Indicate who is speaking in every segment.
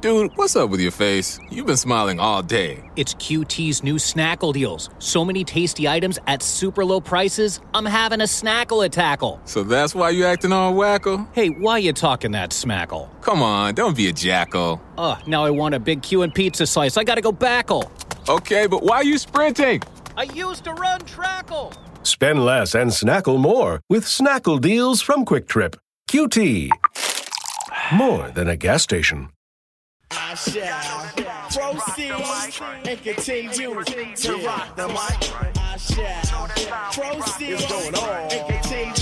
Speaker 1: Dude, what's up with your face? You've been smiling all day.
Speaker 2: It's QT's new snackle deals. So many tasty items at super low prices. I'm having a snackle a tackle.
Speaker 1: So that's why you acting all wacko?
Speaker 2: Hey, why you talking that smackle?
Speaker 1: Come on, Uh, don't be a jackal.
Speaker 2: Ugh, now I want a big Q and pizza slice. I gotta go backle.
Speaker 1: Okay, but why are you sprinting?
Speaker 2: I used to run trackle.
Speaker 3: Spend less and snackle more with snackle deals from Quick Trip. QT. More than a gas station.
Speaker 4: I shall proceed and continue to rock the mic. I shall proceed and continue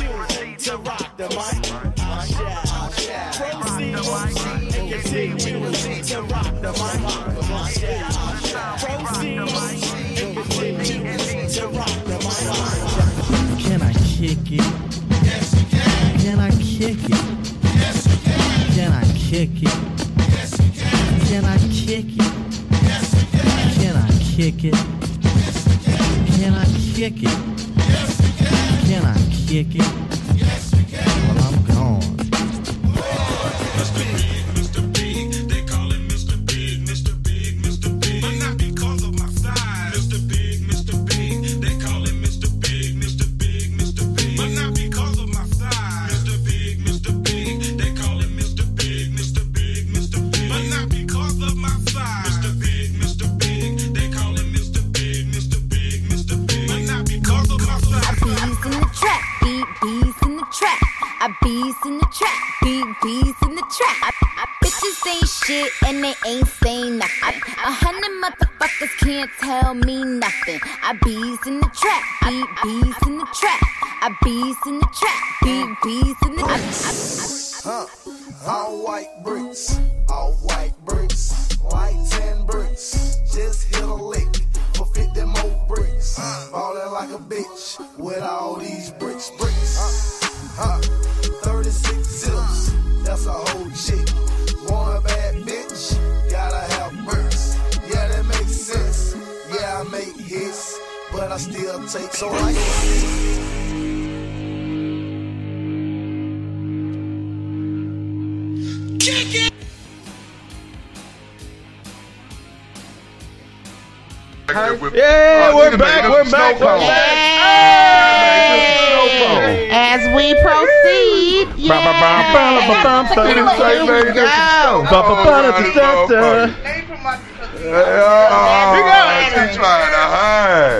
Speaker 4: to rock the mic. I shall proceed and continue to rock the mic. I shall proceed and continue to rock the mic.
Speaker 5: Can I kick it?
Speaker 4: Yes, you can.
Speaker 5: Can I kick it?
Speaker 4: Yes, you can.
Speaker 5: Can I kick it?
Speaker 4: Yes, you can.
Speaker 5: Can I kick it?
Speaker 4: Yes, you can.
Speaker 5: Can I kick it? Can I kick it?
Speaker 4: Yes, you can.
Speaker 5: Can I kick it?
Speaker 4: Yes, you can.
Speaker 5: Well, I'm gone.
Speaker 4: Mr. Big, they call him Mr. Big, Mr. Big, Mr. Big. But not because of my size. Mr. Big, Mr. Big, they call him Mr. Big, Mr. Big, Mr. Big. But not because of my size. Mr. Big, Mr. Big, they call him Mr. Big, Mr. Big, Mr. Big. But not because of my size. Mr. Big, Mr. Big, they call him Mr. Big, Mr. Big, Mr. Big. But not because of my size.
Speaker 6: bees in the trap, beat bees in the trap. I bees in the trap, beat bees in the trap. I, I bitches ain't shit and they ain't saying nothing. A hundred motherfuckers can't tell me nothing. I bees in the trap, beat bees in the trap. I bees in the trap, beat bees in the
Speaker 7: Huh? All white bricks, all white bricks, like ten bricks. Just hit a lick for 50 more bricks. Ballin' like a bitch with all these bricks, bricks. Huh? 36 zips, that's a whole chick. Want a bad bitch, gotta have bricks. Yeah, that makes sense. Yeah, I make hits, but I still take so like.
Speaker 8: Yeah, we're back, we're back, we're back.
Speaker 9: As we proceed, yeah.
Speaker 8: You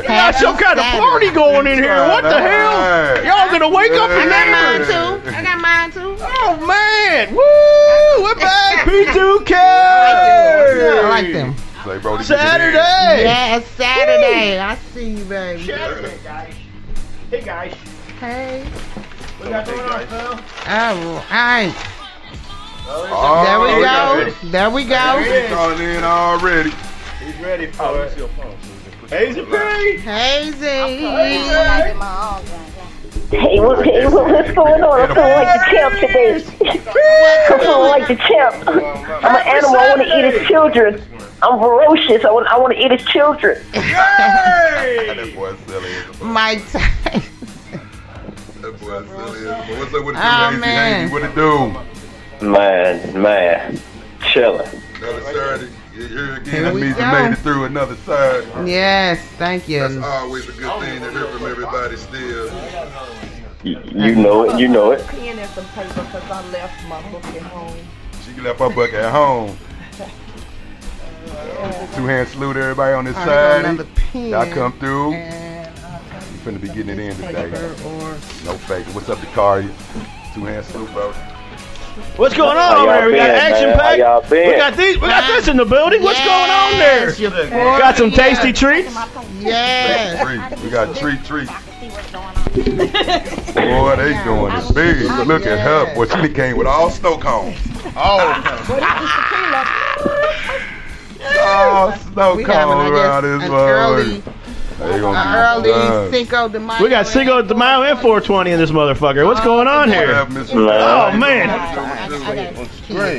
Speaker 8: got some kind of party going in here. What the hell? Y'all gonna wake up
Speaker 9: I
Speaker 8: your neighbors.
Speaker 9: got mine too. I got mine too.
Speaker 8: Oh man! Woo! We're back. P2K. I
Speaker 9: like them.
Speaker 8: Saturday.
Speaker 9: Yeah, it's Saturday. I see you, baby.
Speaker 8: Saturday, guys. Hey guys.
Speaker 9: Hey.
Speaker 8: What got going on, Phil?
Speaker 9: All right.
Speaker 7: Oh,
Speaker 9: There we go. There we go.
Speaker 7: in already.
Speaker 8: He's ready for
Speaker 10: Oh,
Speaker 8: it. Hazel Perry.
Speaker 9: Hazy.
Speaker 11: Hey, what, hey, what- what's going on? I'm feeling like the champ today. I'm feeling like the champ. I'm an animal. I want to eat his children. I'm ferocious. I want, I want to eat his children.
Speaker 8: Hey.
Speaker 9: Mike. Tyson. Oh man.
Speaker 7: What it do?
Speaker 10: Man, man, chilling.
Speaker 7: Another Saturday. Here again,
Speaker 9: Here
Speaker 7: that
Speaker 9: we
Speaker 7: means you
Speaker 9: go.
Speaker 7: made it through another Saturday.
Speaker 9: Yes, thank you.
Speaker 7: That's always a good thing to hear from everybody still.
Speaker 10: You, you know it. You know it.
Speaker 11: Pen and some paper because I left my book at home.
Speaker 7: She left her book at home. Two hand salute to everybody on this
Speaker 9: I got another
Speaker 7: side.
Speaker 9: pen.
Speaker 7: Y'all come through. You
Speaker 9: And I
Speaker 7: finna be getting it in today.
Speaker 9: paper or
Speaker 7: No fake. What's up, Dakari? Two hand salute, bro.
Speaker 8: What's going on
Speaker 10: How
Speaker 8: over
Speaker 10: y'all
Speaker 8: there? We got
Speaker 10: been,
Speaker 8: action
Speaker 10: man? How
Speaker 8: packed.
Speaker 10: y'all been?
Speaker 8: We got these. We got this in the building. What's
Speaker 9: Yes,
Speaker 8: going
Speaker 9: your
Speaker 8: on there? Got some tasty treats.
Speaker 9: yes.
Speaker 7: Treat. We got treat, treat. Boy, Oh. they doing it big. Look at her. Boy, she done came with all snow cones. All of them. Oh, no
Speaker 9: we
Speaker 7: call
Speaker 9: having, I
Speaker 7: around
Speaker 9: guess,
Speaker 7: this
Speaker 9: an
Speaker 7: motherfucker.
Speaker 9: early,
Speaker 7: They gonna
Speaker 9: an
Speaker 7: be
Speaker 9: early
Speaker 7: done.
Speaker 9: Cinco de Mayo.
Speaker 3: We got Cinco de Mayo and 420 in this motherfucker. What's going on here? Oh man,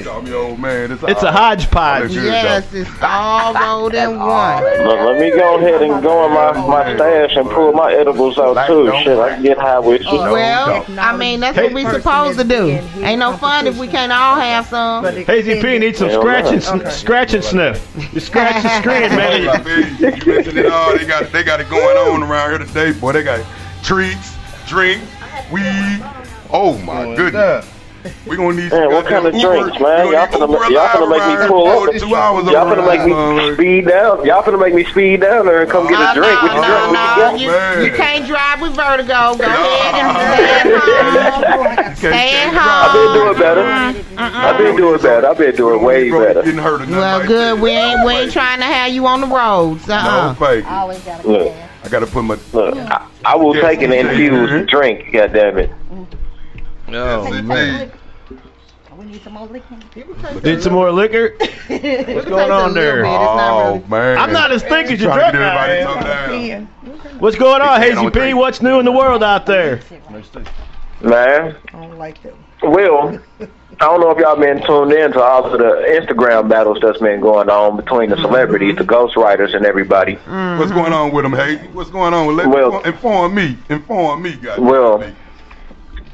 Speaker 7: Call me old man. It's,
Speaker 3: It's a hodgepodge.
Speaker 9: Yes, it's all rolled in one.
Speaker 10: Look, let me go ahead and go in my, my stash and pull my edibles out too. Shit, I can get high with you.
Speaker 9: Well, I mean, that's what we supposed to do. Ain't no fun if we can't all have some.
Speaker 3: Hazy P needs some
Speaker 10: Hell
Speaker 3: scratch
Speaker 10: no.
Speaker 3: and sn- scratch and sniff. You scratch and scratch, man.
Speaker 7: You mentioned it all. They got they got it going on around here today, boy. They got treats, drink, weed. Oh my goodness. We gonna need
Speaker 10: Man,
Speaker 7: some
Speaker 10: what kind of
Speaker 7: goddamn
Speaker 10: drinks,
Speaker 7: Uber.
Speaker 10: man?
Speaker 7: We
Speaker 10: Y'all
Speaker 7: gonna
Speaker 10: finna,
Speaker 7: need
Speaker 10: ma-
Speaker 7: Uber
Speaker 10: y'all finna make
Speaker 7: live
Speaker 10: me
Speaker 7: around
Speaker 10: pull
Speaker 7: here
Speaker 10: up.
Speaker 7: for Two hours
Speaker 10: Y'all finna
Speaker 7: around
Speaker 10: make me speed down. Y'all finna make me speed down there and come get a drink. What you got?
Speaker 9: No,
Speaker 11: Oh,
Speaker 10: What you
Speaker 9: you,
Speaker 10: got?
Speaker 9: you can't drive with vertigo. Go ahead and stay at home. Stay at
Speaker 10: I
Speaker 9: home.
Speaker 10: been doing better.
Speaker 9: Uh-uh.
Speaker 10: I been doing better. I been doing way better.
Speaker 7: Didn't hurt enough.
Speaker 9: Well, good. We ain't, we ain't trying to have you on the roads. Uh-uh.
Speaker 7: No fake.
Speaker 10: Look,
Speaker 7: I gotta put my
Speaker 10: look.
Speaker 9: Mm.
Speaker 10: I, I will take an
Speaker 7: Mm-hmm.
Speaker 10: infused drink. God damn it.
Speaker 7: Oh man.
Speaker 4: We need some more liquor.
Speaker 3: Need some more liquor? What's going on there?
Speaker 7: Oh man.
Speaker 3: I'm not as thick as your drug
Speaker 7: Trying to get everybody
Speaker 3: guy.
Speaker 7: tongue down.
Speaker 3: What's going on,
Speaker 7: They
Speaker 3: Hazy
Speaker 7: can't
Speaker 3: P? What's new in the world out there?
Speaker 10: Man. Well, I don't know if y'all been tuned in to all of the Instagram battles that's been going on between the celebrities, the ghostwriters, and everybody.
Speaker 9: Mm-hmm.
Speaker 7: What's going on with them, Hazy? What's going on? Let
Speaker 10: Well-
Speaker 7: inform me. Inform me, guys.
Speaker 10: Well,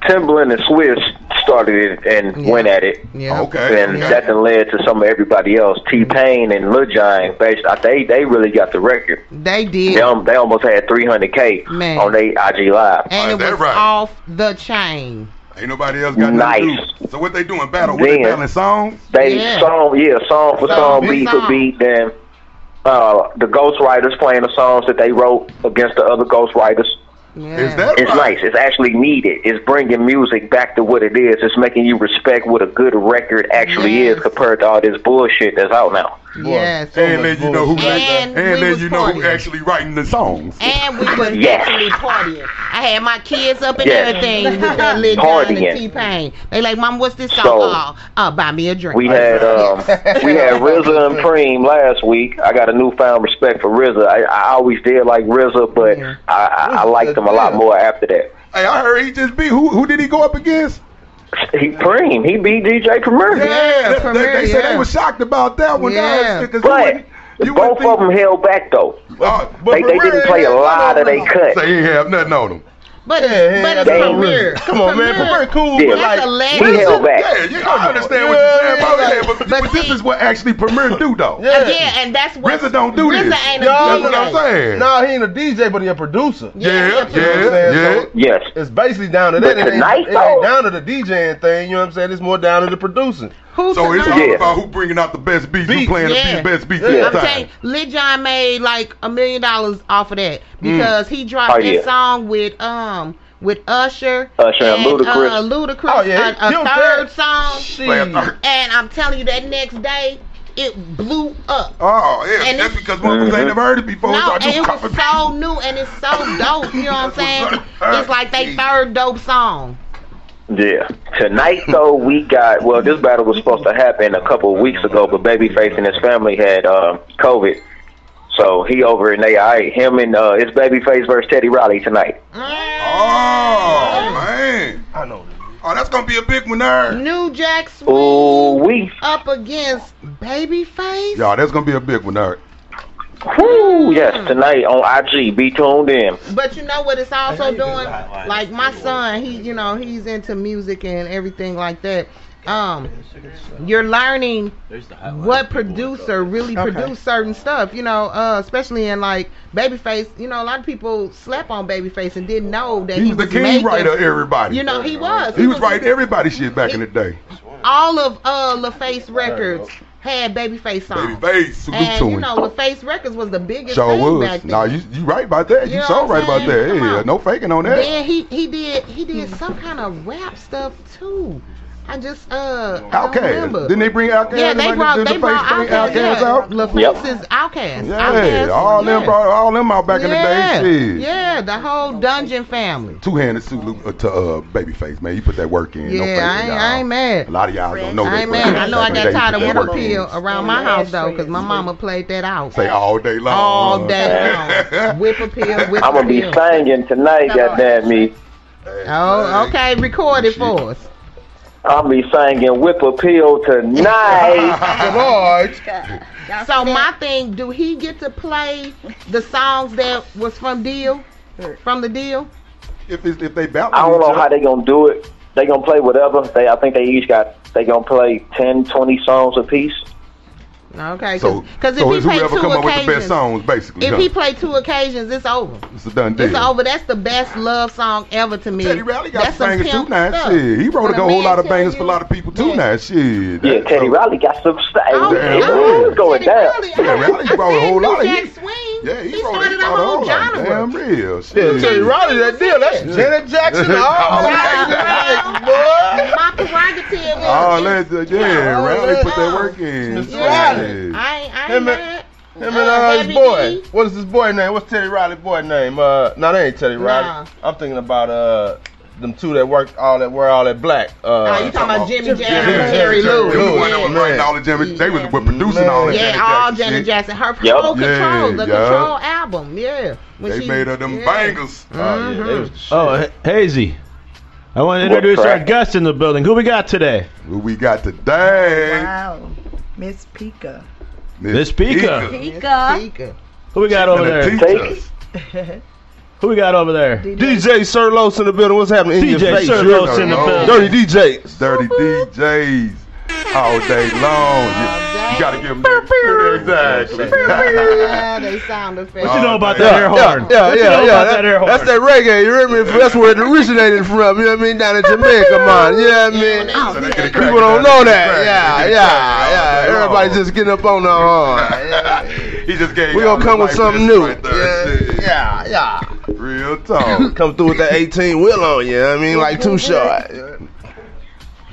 Speaker 10: Timbaland and Swiss started it and went at it.
Speaker 9: Yeah.
Speaker 7: Okay.
Speaker 10: And that then led to some of everybody else. T
Speaker 9: Mm-hmm.
Speaker 10: Pain and Lil Jon, based I- they they really got the record.
Speaker 9: They did.
Speaker 10: They, al- they almost had 300k
Speaker 9: Man.
Speaker 10: on their IG live.
Speaker 9: And it was off the chain.
Speaker 7: Ain't nobody else got
Speaker 10: Nice.
Speaker 7: nothing to do. So what they doing? Battle? What they
Speaker 10: Then-
Speaker 7: battling songs?
Speaker 10: They
Speaker 7: Yeah.
Speaker 10: song, yeah, song for
Speaker 7: Song
Speaker 10: song,
Speaker 7: for
Speaker 10: beat
Speaker 7: song.
Speaker 10: for beat. Then uh, the ghostwriters playing the songs that they wrote against the other ghostwriters.
Speaker 7: Is that
Speaker 10: It's
Speaker 7: right?
Speaker 10: nice. It's actually needed. It's bringing music back to what it is. It's making you respect what a good record actually is compared to all this bullshit that's out now.
Speaker 9: Yes.
Speaker 7: And let you know who and, and
Speaker 9: we
Speaker 7: let
Speaker 9: was
Speaker 7: you know who
Speaker 9: partying.
Speaker 7: actually writing the songs.
Speaker 9: And we was
Speaker 7: Yes.
Speaker 9: definitely partying. I had my kids up and
Speaker 7: Yes.
Speaker 9: everything with that Lil Jon
Speaker 10: Partying.
Speaker 9: and T-Pain. They like, Mom, what's this song?
Speaker 10: So,
Speaker 9: oh, uh, buy me a drink.
Speaker 10: We had um, we had RZA and Preem last week. I got a newfound respect for RZA. I, I always did like RZA, but I, I, I liked him a lot more after that.
Speaker 7: Hey, I heard he just beat. Who who did he go up against?
Speaker 10: He Preem. He beat DJ Premier.
Speaker 7: Yeah, they- they, they said they were shocked about that one.
Speaker 10: Yeah.
Speaker 7: Because
Speaker 10: But both of them held back though.
Speaker 7: Uh, but
Speaker 10: they, they didn't play a lot of they cut.
Speaker 7: They ain't have nothing on them.
Speaker 9: But, but it's
Speaker 10: They-
Speaker 9: Premier.
Speaker 7: Come on, man. Premier cool.
Speaker 10: Yeah,
Speaker 7: but like,
Speaker 9: That's a
Speaker 10: he
Speaker 9: legend.
Speaker 10: held back.
Speaker 7: Yeah, you I understand what you're saying, Paul. Yeah, but, but, this is what actually Premier do though.
Speaker 9: Yeah. and that's what
Speaker 7: RZA don't do this.
Speaker 9: ain't a
Speaker 7: That's
Speaker 9: DJ.
Speaker 7: what I'm saying.
Speaker 12: Nah, he ain't a DJ, but he a producer.
Speaker 7: Yeah,
Speaker 12: You know what I'm
Speaker 7: yeah,
Speaker 12: saying?
Speaker 7: yeah.
Speaker 12: So
Speaker 10: Yes.
Speaker 12: it's basically down to
Speaker 7: But
Speaker 12: that. It ain't,
Speaker 7: tonight,
Speaker 12: it ain't down to the DJing thing. You know what I'm saying? It's more down to the producing.
Speaker 7: So it's all about who bringing out the best beats, who playing
Speaker 9: Yeah.
Speaker 7: the best beats
Speaker 9: I'm
Speaker 7: at the
Speaker 9: telling
Speaker 7: time.
Speaker 9: you, Lil Jon made like a million dollars off of
Speaker 7: Mm.
Speaker 9: that because he dropped
Speaker 7: Oh,
Speaker 9: that
Speaker 7: yeah.
Speaker 9: song with um with Usher,
Speaker 10: Usher and Ludacris.
Speaker 9: uh, Ludacris,
Speaker 10: Oh, yeah,
Speaker 9: a,
Speaker 10: he
Speaker 9: a
Speaker 10: killed
Speaker 9: third
Speaker 10: that. Play a
Speaker 9: song,
Speaker 10: third.
Speaker 9: and I'm telling you that next day it blew up.
Speaker 7: Oh yeah,
Speaker 9: and
Speaker 7: that's
Speaker 9: it's-
Speaker 7: because motherfuckers
Speaker 10: Mm-hmm.
Speaker 7: ain't never heard it before.
Speaker 9: No,
Speaker 7: so I
Speaker 9: and
Speaker 7: just
Speaker 9: it
Speaker 7: copy-
Speaker 9: was so new and it's so dope. You know what I'm saying? It's like they third dope song.
Speaker 10: Yeah. Tonight though, we got well. This battle was supposed to happen a couple of weeks ago, but Babyface and his family had um, COVID, so he over in AI. Him and uh, it's Babyface versus Teddy Riley tonight.
Speaker 7: Oh man, I know. Oh, that's gonna be a big one there.
Speaker 9: New Jack Swing
Speaker 7: Ooh we.
Speaker 9: up against Babyface.
Speaker 7: Y'all, that's gonna be a big one there.
Speaker 10: Woo! Yes, tonight on IG. Be tuned in.
Speaker 9: But you know what? It's also doing like my son. He, you know, he's into music and everything like that. Um, you're learning what producer really
Speaker 4: Okay.
Speaker 9: produced certain stuff. You know, uh, especially in like Babyface. You know, a lot of people slept on Babyface and didn't know that
Speaker 7: He
Speaker 9: he
Speaker 7: was the
Speaker 9: was
Speaker 7: king
Speaker 9: making-
Speaker 7: writer of everybody.
Speaker 9: You know, he was.
Speaker 7: He was writing everybody's shit back in the day.
Speaker 9: all of uh LaFace records had Babyface songs.
Speaker 7: Babyface, salute
Speaker 9: and
Speaker 7: to
Speaker 9: you
Speaker 7: him.
Speaker 9: know, LaFace records was the biggest
Speaker 7: Sure
Speaker 9: thing back
Speaker 7: was.
Speaker 9: then.
Speaker 7: Nah, you you right about that. You,
Speaker 9: You know
Speaker 7: so
Speaker 9: what
Speaker 7: right
Speaker 9: I'm
Speaker 7: about
Speaker 9: saying?
Speaker 7: that.
Speaker 9: Come
Speaker 7: Yeah,
Speaker 9: on.
Speaker 7: no faking on that.
Speaker 9: Then he he did he did some kind of rap stuff too. I just uh I don't
Speaker 7: Outcast.
Speaker 9: remember.
Speaker 7: Didn't they bring Outcast?
Speaker 9: Yeah, they
Speaker 7: Like,
Speaker 9: brought
Speaker 7: did
Speaker 9: they
Speaker 7: the
Speaker 9: brought
Speaker 7: face bring
Speaker 9: Outkast,
Speaker 7: Outkast
Speaker 9: yeah.
Speaker 7: out?
Speaker 9: LaFleet's is Outcast.
Speaker 7: Yeah,
Speaker 9: Outkast,
Speaker 7: all them
Speaker 9: yeah.
Speaker 7: brought all them out back
Speaker 9: yeah.
Speaker 7: in the day. Shit.
Speaker 9: yeah, the whole dungeon family.
Speaker 7: Two handed salute uh, to uh, Babyface, man. You put that work in.
Speaker 9: Yeah,
Speaker 7: no fake to
Speaker 9: I ain't,
Speaker 7: y'all.
Speaker 9: I ain't mad.
Speaker 7: A lot of y'all don't know that.
Speaker 9: I ain't
Speaker 7: but
Speaker 9: mad. I know I
Speaker 7: back
Speaker 9: got
Speaker 7: in the day, you
Speaker 9: tired of
Speaker 7: put that
Speaker 9: winter
Speaker 7: work in.
Speaker 9: pill around my house though, because my mama played that out
Speaker 7: Say all day long.
Speaker 9: all day long. Whip a pill, whip
Speaker 10: I'm
Speaker 9: a
Speaker 10: gonna be
Speaker 9: pill.
Speaker 10: singing tonight, goddamn me.
Speaker 9: Oh, okay, record it for us.
Speaker 10: I'm gonna be singing Whip Appeal tonight.
Speaker 9: Come on. So my thing, do he get to play the songs that was from Deal, from the Deal?
Speaker 7: If, it's, if they bounce,
Speaker 10: I don't know how they gonna do it. They gonna play whatever. They, I think they each got. They gonna play 10, 20 songs apiece.
Speaker 9: Okay,
Speaker 7: So,
Speaker 9: because
Speaker 7: so
Speaker 9: if
Speaker 7: it's
Speaker 9: he played
Speaker 7: whoever
Speaker 9: two
Speaker 7: come up with the best
Speaker 9: occasions,
Speaker 7: songs, basically.
Speaker 9: if
Speaker 7: huh?
Speaker 9: he played two occasions, it's over.
Speaker 7: it's a done deal.
Speaker 9: It's over. That's the best love song ever to me. Teddy Riley
Speaker 7: got
Speaker 9: That's some
Speaker 7: bangers too
Speaker 9: pimp
Speaker 7: now.
Speaker 9: stuff.
Speaker 7: Shit, he wrote
Speaker 9: When
Speaker 7: a whole
Speaker 9: man
Speaker 7: lot of
Speaker 9: tell
Speaker 7: bangers
Speaker 9: you-
Speaker 7: for a lot of people too now. Shit.
Speaker 10: Yeah, Teddy Riley got some. St-
Speaker 7: Oh,
Speaker 10: it
Speaker 7: yeah.
Speaker 10: was going down.
Speaker 7: Yeah, Riley brought a whole lot of
Speaker 9: Jack
Speaker 7: hits.
Speaker 9: Swing.
Speaker 7: Yeah, he,
Speaker 9: He
Speaker 7: wrote
Speaker 9: started
Speaker 7: he
Speaker 9: a
Speaker 7: wrote
Speaker 9: whole
Speaker 7: lot
Speaker 9: genre.
Speaker 7: of Damn real.
Speaker 12: Yeah, Teddy Riley, that deal. That's Janet Jackson. oh, All that, boy.
Speaker 9: My prerogative is.
Speaker 7: Oh, that, yeah,
Speaker 12: Yeah,
Speaker 7: Riley
Speaker 12: yeah.
Speaker 7: put that work in.
Speaker 12: Mr.
Speaker 7: Yeah.
Speaker 12: Riley.
Speaker 9: I ain't, I ain't
Speaker 12: Him and-
Speaker 9: mad.
Speaker 12: Him and uh, his boy. What is his boy name? What's Teddy Riley boy name? Uh, no, that ain't Teddy Riley.
Speaker 9: Nah.
Speaker 12: I'm thinking about uh, them two that worked all that were all that black. Uh,
Speaker 9: you talking about Jimmy Jam and
Speaker 12: Jam,
Speaker 9: Jerry Lewis.
Speaker 7: They were the one that was
Speaker 12: Man.
Speaker 7: writing all the Jimmy. They was were producing all that Janet
Speaker 9: Yeah, all
Speaker 7: Jackson
Speaker 9: Janet
Speaker 7: shit.
Speaker 9: Jackson. Her
Speaker 7: Yep.
Speaker 9: whole control,
Speaker 7: Yeah,
Speaker 9: the
Speaker 7: yup.
Speaker 9: control album. Yeah. When
Speaker 7: They
Speaker 9: she-
Speaker 7: made her them
Speaker 9: yeah.
Speaker 7: bangers.
Speaker 3: Oh, yeah,
Speaker 9: they
Speaker 3: Oh, H- Hazy. I want to
Speaker 7: What
Speaker 3: introduce our
Speaker 7: crack?
Speaker 3: guest in the building. Who we got today?
Speaker 7: Who we got today?
Speaker 11: Wow. Miss Pika.
Speaker 3: Miss Pika.
Speaker 11: Pika.
Speaker 3: Who we got over there? Who we got over there?
Speaker 12: DJ Sir Los in the building. What's happening? in your
Speaker 3: DJ
Speaker 12: face,
Speaker 3: Sir
Speaker 12: Jerry?
Speaker 3: Los in the building.
Speaker 12: Dirty DJs.
Speaker 7: Dirty DJs
Speaker 9: Mm-hmm.
Speaker 7: all day long. You, you gotta give them that. Exactly.
Speaker 9: Yeah, they sound effects.
Speaker 7: What you know about
Speaker 12: yeah,
Speaker 7: that air horn?
Speaker 12: Yeah, yeah,
Speaker 7: What you
Speaker 12: yeah.
Speaker 7: know
Speaker 12: yeah.
Speaker 7: about that air horn?
Speaker 12: That's that reggae. You hear me? That's where it originated from. You know what I mean? Down in Jamaica, man. You know what I mean? People don't know that. Yeah, yeah, yeah. Everybody just getting up on the horn.
Speaker 7: he just gave.
Speaker 12: We
Speaker 7: y'all
Speaker 12: gonna come
Speaker 7: the
Speaker 12: with
Speaker 7: life
Speaker 12: something
Speaker 7: lesson
Speaker 12: new.
Speaker 7: right there. Shit.
Speaker 12: Yeah, yeah.
Speaker 7: Real talk.
Speaker 12: Come through with that 18 wheel on you. I mean, like too short.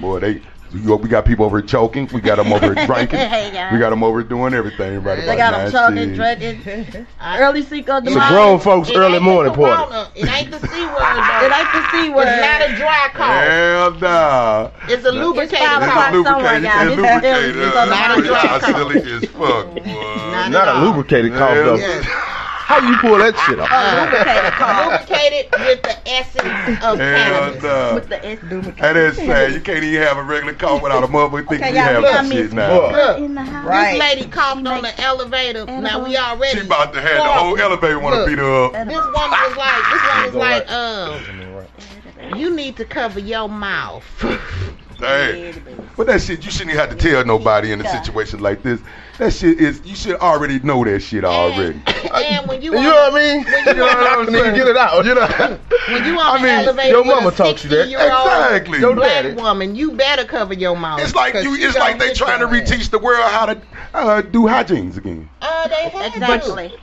Speaker 7: Boy, they. you know, We got people over here choking. We got them over here drinking. We got them over here doing everything right
Speaker 6: They
Speaker 7: about
Speaker 6: got
Speaker 7: now.
Speaker 6: them talking,
Speaker 7: Shit.
Speaker 6: drinking. Early Cinco de
Speaker 12: It's a
Speaker 6: Mayo.
Speaker 12: grown folks
Speaker 6: It
Speaker 12: early
Speaker 6: ain't
Speaker 12: morning
Speaker 6: the
Speaker 12: party.
Speaker 6: Corona.
Speaker 9: It ain't the C word. though.
Speaker 6: It ain't the C word.
Speaker 9: It's not a dry cough.
Speaker 7: Hell nah.
Speaker 9: It's a lubricated
Speaker 6: It's five
Speaker 9: cough.
Speaker 6: o'clock somewhere,
Speaker 7: Lubricated
Speaker 6: guys.
Speaker 7: and
Speaker 6: It's
Speaker 7: lubricated.
Speaker 6: silly. It's a lot
Speaker 7: Uh,
Speaker 6: of dry
Speaker 7: Y'all
Speaker 6: cough.
Speaker 7: silly as fuck, boy.
Speaker 12: Not, a lubricated cough
Speaker 7: Yeah.
Speaker 12: though.
Speaker 7: Yeah.
Speaker 12: How you pull that shit off?
Speaker 9: lubricated Lubricated with the essence of
Speaker 7: Hell
Speaker 9: cannabis.
Speaker 7: nah.
Speaker 9: With the essence.
Speaker 7: That is sad. You can't even have a regular cough without a motherfucker thinking
Speaker 9: Okay,
Speaker 7: you
Speaker 9: y'all,
Speaker 7: have
Speaker 9: we
Speaker 7: that
Speaker 9: got
Speaker 7: shit
Speaker 9: Miss
Speaker 7: now.
Speaker 9: Look, This lady coughed on the elevator. Now we already.
Speaker 7: She about to have the whole elevator want to
Speaker 9: Look,
Speaker 7: beat her up.
Speaker 9: This woman was like, this woman was
Speaker 7: Go
Speaker 9: like,
Speaker 7: right.
Speaker 9: um, you need to cover your mouth.
Speaker 7: Dang. But that shit, you shouldn't even have to tell nobody in a situation like this. That shit is, you should already know that shit already.
Speaker 9: and when you,
Speaker 12: You
Speaker 9: on-
Speaker 12: know what I mean?
Speaker 9: When
Speaker 12: You
Speaker 9: you
Speaker 12: know what
Speaker 9: on-
Speaker 12: I'm saying? Get it out. You know.
Speaker 9: when you
Speaker 12: I
Speaker 9: on the
Speaker 12: mean,
Speaker 9: elevator
Speaker 12: your
Speaker 9: with
Speaker 12: mama
Speaker 9: a
Speaker 12: taught you that.
Speaker 9: 60-year-old
Speaker 7: Exactly. Your
Speaker 9: Black
Speaker 7: daddy.
Speaker 9: woman, you better cover your mouth.
Speaker 7: It's like
Speaker 9: 'cause
Speaker 7: you.
Speaker 9: she
Speaker 7: It's like
Speaker 9: gonna
Speaker 7: they
Speaker 9: get
Speaker 7: trying to
Speaker 9: your ass.
Speaker 7: reteach the world how to uh, do hygienes again.
Speaker 9: Uh, they had
Speaker 6: Exactly.
Speaker 9: to.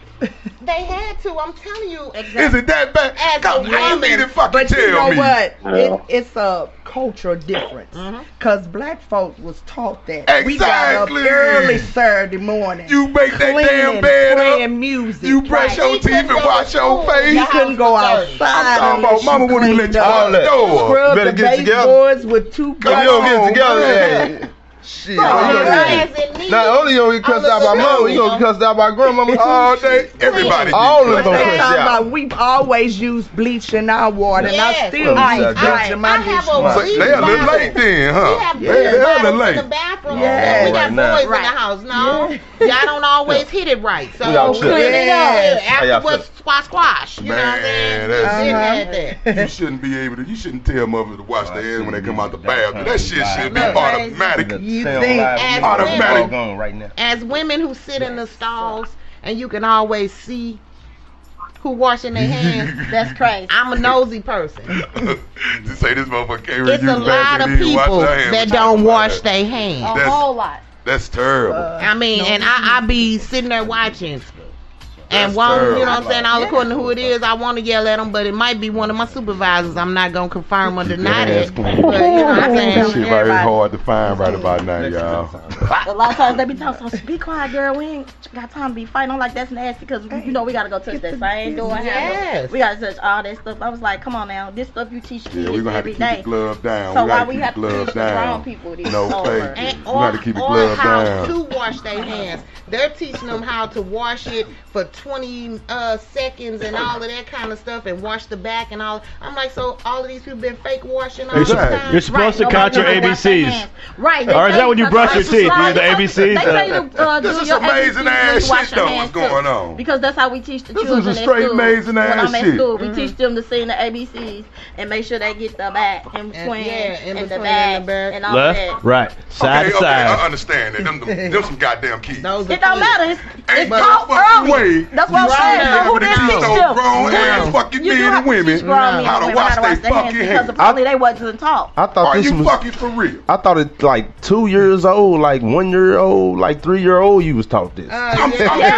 Speaker 9: They had to. I'm telling you.
Speaker 7: Is it that bad?
Speaker 9: As
Speaker 7: God,
Speaker 9: a
Speaker 7: how you
Speaker 9: woman,
Speaker 7: need to fucking
Speaker 11: But
Speaker 7: tell
Speaker 11: you know
Speaker 7: me?
Speaker 11: what? It, it's a cultural difference. Because black folk was taught that. We got up
Speaker 7: Exactly.
Speaker 11: early Saturday morning.
Speaker 7: You make that
Speaker 11: cleaning,
Speaker 7: damn bed up.
Speaker 11: playing music.
Speaker 7: You brush your teeth and wash your face.
Speaker 11: You couldn't go
Speaker 7: I'm
Speaker 11: outside.
Speaker 7: talking
Speaker 11: unless
Speaker 7: about mama wouldn't even
Speaker 11: cleaned
Speaker 7: let you out
Speaker 11: up.
Speaker 7: the door.
Speaker 11: Scrub
Speaker 7: Better
Speaker 11: the
Speaker 7: get together.
Speaker 11: baseboards with two
Speaker 12: Come on, get together. Hey. Shit. Not only you gonna get cussed out by mama, you gonna get cussed out by grandmama
Speaker 7: all day. Everybody.
Speaker 12: All of them gonna
Speaker 11: Talking
Speaker 12: cuss you out.
Speaker 11: about we always use bleach in our water,
Speaker 9: Yes.
Speaker 11: and I still
Speaker 12: Right,
Speaker 11: use bleach
Speaker 12: right.
Speaker 11: in my
Speaker 9: I have
Speaker 11: bleach
Speaker 9: a
Speaker 11: water.
Speaker 7: So they a little late then, huh?
Speaker 9: We have
Speaker 7: They-
Speaker 9: beer
Speaker 7: they a little
Speaker 9: bottles in the
Speaker 7: late.
Speaker 9: bathroom.
Speaker 7: Yeah.
Speaker 9: we got
Speaker 7: Right now.
Speaker 9: boys in the house. No, y'all don't always hit it right. So
Speaker 7: We all shook.
Speaker 9: yeah.
Speaker 7: Yeah. How y'all
Speaker 9: afterwards, squash squash. You know what I'm
Speaker 7: Man,
Speaker 9: saying?
Speaker 7: that's
Speaker 9: Shit like
Speaker 7: you shouldn't be able to. You shouldn't tell mother to wash their hands when they come out the bathroom. That shit should be
Speaker 9: Look,
Speaker 7: automatic.
Speaker 9: You think as
Speaker 7: automatic?
Speaker 9: women,
Speaker 12: right now.
Speaker 9: as women who sit in the stalls and you can always see who washing their hands, that's crazy. I'm a nosy person.
Speaker 7: Just say this motherfucker can't
Speaker 9: It's a
Speaker 7: reuse
Speaker 9: lot
Speaker 7: bathroom,
Speaker 9: of
Speaker 7: he didn't wash
Speaker 9: people
Speaker 7: their hands.
Speaker 9: that don't Uh, wash their hands.
Speaker 7: That's- whole lot. That's terrible.
Speaker 9: I mean, and I, I be sitting there watching. and won't, you know what I'm saying? All according to who it is, I want to yell at them, but it might be one of my supervisors. I'm not going to confirm or deny
Speaker 7: That's
Speaker 9: that.
Speaker 7: cool.
Speaker 9: But, you know what I'm
Speaker 7: That shit
Speaker 9: saying?
Speaker 7: right here hard to find right about now, y'all.
Speaker 6: A lot of times they be talking, so be quiet, girl. We ain't got time to be fighting. I'm like, that's nasty because you know we gotta go touch that same door. handle.
Speaker 7: Yes.
Speaker 6: We gotta touch all that stuff. I was like, come on now, this stuff you teach kids
Speaker 7: Yeah, we're gonna have
Speaker 6: every
Speaker 7: to keep the
Speaker 6: day.
Speaker 7: glove down.
Speaker 6: So
Speaker 7: we
Speaker 6: why
Speaker 7: gotta
Speaker 6: we
Speaker 7: keep
Speaker 6: have
Speaker 7: the
Speaker 6: to
Speaker 7: glove
Speaker 6: teach the
Speaker 7: down.
Speaker 6: grown people this
Speaker 7: no
Speaker 6: over?
Speaker 7: fake.
Speaker 9: And,
Speaker 7: we
Speaker 9: or,
Speaker 7: gotta keep the
Speaker 9: or
Speaker 7: glove
Speaker 9: how
Speaker 7: down.
Speaker 9: to wash their hands. They're teaching them how to wash it for 20 uh, seconds and all of that kind of stuff and wash the back and all. I'm like, so all of these people been fake washing all the
Speaker 3: Exactly.
Speaker 9: time.
Speaker 3: You're supposed to
Speaker 9: Right,
Speaker 3: count your
Speaker 9: nobody knows how to wash their
Speaker 3: ABCs.
Speaker 9: hands. Right.
Speaker 7: Oh,
Speaker 3: Or is that when you brush your
Speaker 6: That's
Speaker 3: teeth?
Speaker 6: why
Speaker 3: You do the
Speaker 6: you have to-
Speaker 3: ABCs?
Speaker 6: They tell you to uh,
Speaker 7: This
Speaker 6: do
Speaker 7: is
Speaker 6: your
Speaker 7: some amazing
Speaker 6: ABCs when
Speaker 7: ass
Speaker 6: you wash
Speaker 7: shit,
Speaker 6: your
Speaker 7: though,
Speaker 6: hands,
Speaker 7: what's going
Speaker 6: too.
Speaker 7: on.
Speaker 6: Because that's how we teach the
Speaker 7: This is
Speaker 6: children
Speaker 7: a straight
Speaker 6: at school.
Speaker 7: amazing
Speaker 6: when
Speaker 7: ass
Speaker 6: I'm at
Speaker 7: shit. Mm.
Speaker 6: school, we teach them to sing the ABCs and make sure they get the back in between
Speaker 9: yeah, in
Speaker 6: and
Speaker 9: between and the
Speaker 6: the back and, all that.
Speaker 3: Left, right, side
Speaker 7: okay,
Speaker 3: to
Speaker 7: okay,
Speaker 3: side.
Speaker 7: I understand that. Them, them, them some goddamn keys.
Speaker 6: It don't matter. It's, it's
Speaker 7: no
Speaker 6: called
Speaker 7: fucking
Speaker 6: early.
Speaker 7: way
Speaker 6: That's what I'm
Speaker 7: you
Speaker 6: saying.
Speaker 7: should
Speaker 6: So who
Speaker 7: be able to
Speaker 6: did
Speaker 7: teach
Speaker 6: teach
Speaker 7: those
Speaker 6: them?
Speaker 7: grown ass
Speaker 6: No.
Speaker 7: fucking
Speaker 6: You do
Speaker 7: men
Speaker 6: have
Speaker 7: and
Speaker 6: to
Speaker 7: women
Speaker 6: teach grown men
Speaker 7: how
Speaker 6: and
Speaker 7: to
Speaker 6: women
Speaker 7: wash
Speaker 6: how to wash their hands
Speaker 7: their fucking
Speaker 6: because
Speaker 7: hands.
Speaker 6: apparently they wasn't taught.
Speaker 12: I thought
Speaker 7: Are
Speaker 12: this
Speaker 7: you
Speaker 12: was.
Speaker 7: fucking for real?
Speaker 12: I thought it like two years old, like one year old, like three year old. You was taught this.
Speaker 8: Uh,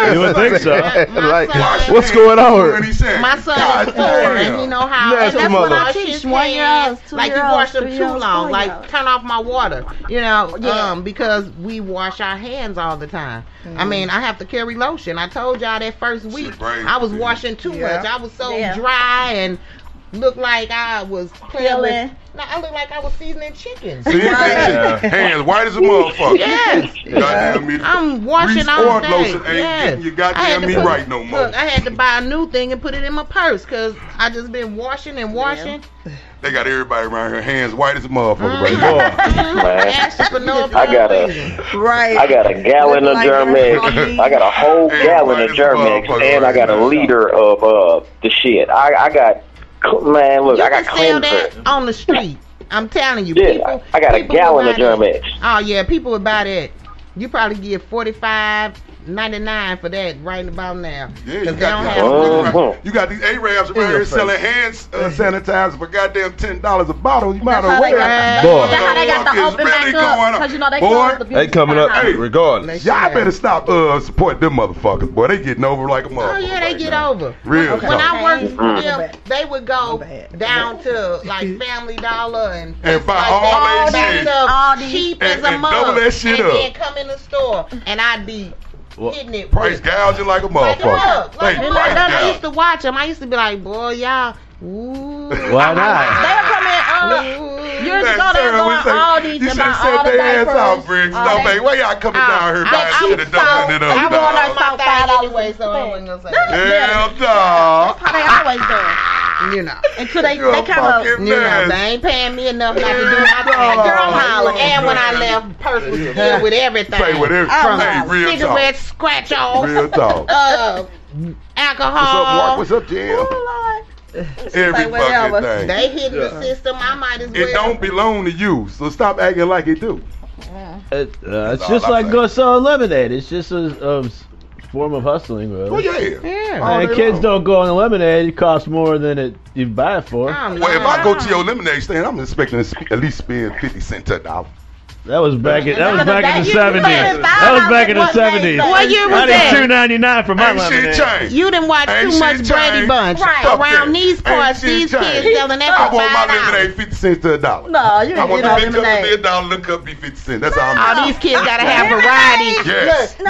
Speaker 3: You would think so.
Speaker 12: like, what's going on? here?
Speaker 9: My son is four, and he know how.
Speaker 12: Nasty
Speaker 9: and that's what
Speaker 12: mother.
Speaker 9: I teach one year Like you wash them too long. Like turn off my water. You know,
Speaker 6: Yeah.
Speaker 9: um, because we wash our hands all the time. I
Speaker 6: Mhm.
Speaker 9: mean, I have to carry lotion. I told y'all that first week I was washing too
Speaker 6: Yeah.
Speaker 9: much. I was so
Speaker 6: Yeah.
Speaker 9: dry and looked like I was playing with.
Speaker 6: Peeling.
Speaker 9: No, I looked like I was seasoning chicken.
Speaker 7: See, that shit, hands white as a motherfucker.
Speaker 9: Yes.
Speaker 7: Goddamn me.
Speaker 9: I'm washing
Speaker 7: Grease
Speaker 9: all
Speaker 7: or
Speaker 9: day.
Speaker 7: lotion ain't
Speaker 9: Yes.
Speaker 7: getting your goddamn
Speaker 9: I had to
Speaker 7: meat right no more.
Speaker 9: Look, I had to buy a new thing and put it in my purse because I just been washing and washing.
Speaker 7: They got everybody around here hands white as a
Speaker 6: Mm-hmm.
Speaker 7: motherfucker right now.
Speaker 9: Ashes for no
Speaker 10: I got a
Speaker 11: Right.
Speaker 10: I got a gallon of Germex. I got a whole gallon of Germex, and I got a liter of uh the shit. I I got cl- man, look, I got
Speaker 9: Sell that
Speaker 10: cleanser.
Speaker 9: on the street. I'm telling you.
Speaker 10: Yeah, I got a
Speaker 9: people would
Speaker 10: gallon of
Speaker 9: buy that.
Speaker 10: Germex.
Speaker 9: Oh yeah, people would buy that. You probably get forty five ninety nine for that right about now.
Speaker 7: Yeah, you
Speaker 9: 'Cause they don't
Speaker 7: got,
Speaker 9: have
Speaker 7: these
Speaker 10: have-
Speaker 7: Arabs around- you got these Arabs around here selling hand uh, sanitizer for goddamn ten dollars a bottle. You might
Speaker 6: That's how
Speaker 7: as
Speaker 6: they got-
Speaker 7: well.
Speaker 6: Boy. that's how they got the
Speaker 7: Fuck is
Speaker 6: open back
Speaker 7: really
Speaker 6: up,
Speaker 7: going on.
Speaker 6: 'cause you know they closed the
Speaker 7: boy,
Speaker 6: beauty They
Speaker 12: coming up
Speaker 7: Hey,
Speaker 12: regardless.
Speaker 7: Y'all better stop uh supporting them motherfuckers, boy. They getting over like a
Speaker 9: Oh
Speaker 7: motherfucker.
Speaker 9: yeah, they get over.
Speaker 7: Real
Speaker 9: When
Speaker 7: talk.
Speaker 9: I worked with
Speaker 6: Mm-hmm.
Speaker 7: Mm.
Speaker 9: them, they would go down to like Family Dollar and
Speaker 7: And buy
Speaker 9: like
Speaker 7: all
Speaker 9: that
Speaker 7: they shit.
Speaker 9: stuff,
Speaker 7: All these-
Speaker 9: cheap
Speaker 7: And-
Speaker 9: as a
Speaker 7: and double
Speaker 9: mug,
Speaker 7: that shit
Speaker 9: and
Speaker 7: up.
Speaker 9: then come in the store and I'd be
Speaker 7: Well,
Speaker 9: hitting it.
Speaker 7: Price
Speaker 9: with-
Speaker 7: gouging like a
Speaker 9: Like,
Speaker 7: motherfucker.
Speaker 9: look, like,
Speaker 7: They
Speaker 9: look,
Speaker 7: price
Speaker 9: I
Speaker 7: gouging.
Speaker 9: used to watch them. I used to be like, boy, y'all, ooh.
Speaker 3: Why not?
Speaker 6: They'll come
Speaker 7: Ah.
Speaker 6: in, uh, years ago, they
Speaker 7: Sarah
Speaker 6: were
Speaker 7: would say,
Speaker 6: going all these
Speaker 7: You
Speaker 6: and
Speaker 7: should have
Speaker 6: buy all
Speaker 7: set
Speaker 6: the
Speaker 7: their ass
Speaker 6: diapers.
Speaker 7: out, Briggs.
Speaker 6: all
Speaker 7: Stop
Speaker 6: that.
Speaker 7: it. Why y'all coming down here buying
Speaker 9: I-
Speaker 7: shit
Speaker 9: I'm
Speaker 7: and dumping it
Speaker 9: so-
Speaker 7: up,
Speaker 9: I'm on our
Speaker 7: dog?
Speaker 9: top five dollars, so I ain't gonna say
Speaker 7: Hell, dog.
Speaker 6: How they always do.
Speaker 9: You know,
Speaker 6: until they,
Speaker 7: You a
Speaker 6: they kind
Speaker 7: fucking
Speaker 6: of
Speaker 9: you know, they ain't paying me enough not to do my thing. Girl, I'm hollering. And when I left, purse was filled with everything.
Speaker 7: Play with everything.
Speaker 9: From
Speaker 7: Hey, real talk.
Speaker 9: cigarettes, scratch offs,
Speaker 7: Real talk.
Speaker 9: uh,
Speaker 7: What's up, Mark?
Speaker 9: alcohol.
Speaker 7: What's up, Jim? Every
Speaker 9: Like,
Speaker 7: fucking
Speaker 9: whatever.
Speaker 7: thing.
Speaker 9: They hitting
Speaker 7: Yeah.
Speaker 9: the system. I might as well.
Speaker 7: It don't belong to you, so stop acting like it do.
Speaker 3: It, uh,
Speaker 7: all
Speaker 3: it's just
Speaker 7: I'm
Speaker 3: like
Speaker 7: saying.
Speaker 3: going selling lemonade. It's just a, a s- form of hustling, really.
Speaker 7: Well, yeah. All
Speaker 3: And
Speaker 7: day
Speaker 3: kids
Speaker 7: long.
Speaker 3: don't go on lemonade. It costs more than it you buy it for.
Speaker 7: Well, if I go to your lemonade stand, I'm expecting to sp- at least spend fifty cents to a dollar.
Speaker 3: That was back in that was
Speaker 7: Remember
Speaker 3: back in the
Speaker 7: that? You
Speaker 3: seventies.
Speaker 7: spent
Speaker 3: That was back in
Speaker 9: $5
Speaker 3: the seventies.
Speaker 9: What year was
Speaker 3: I
Speaker 9: that?
Speaker 3: did two ninety nine for my
Speaker 7: Ain't shit
Speaker 3: lemonade.
Speaker 7: changed.
Speaker 9: You didn't watch
Speaker 7: Ain't
Speaker 9: too
Speaker 7: shit
Speaker 9: much
Speaker 7: changed.
Speaker 9: Brady Bunch.
Speaker 7: Right.
Speaker 9: Around these
Speaker 7: Ain't
Speaker 9: parts,
Speaker 7: shit
Speaker 9: these
Speaker 7: changed.
Speaker 9: kids selling
Speaker 7: I
Speaker 9: that for
Speaker 7: want
Speaker 9: five
Speaker 7: my
Speaker 9: dollars.
Speaker 7: lemonade fifty cents to a dollar.
Speaker 9: Oh,
Speaker 6: No, you
Speaker 7: I
Speaker 6: ain't getting
Speaker 7: want the
Speaker 6: no
Speaker 7: big cup to be a
Speaker 6: lemonade.
Speaker 7: dollar, little cup be fifty cents. That's all I'm.
Speaker 9: All Oh, these kids gotta have variety. Look,
Speaker 7: Yes.
Speaker 9: these kids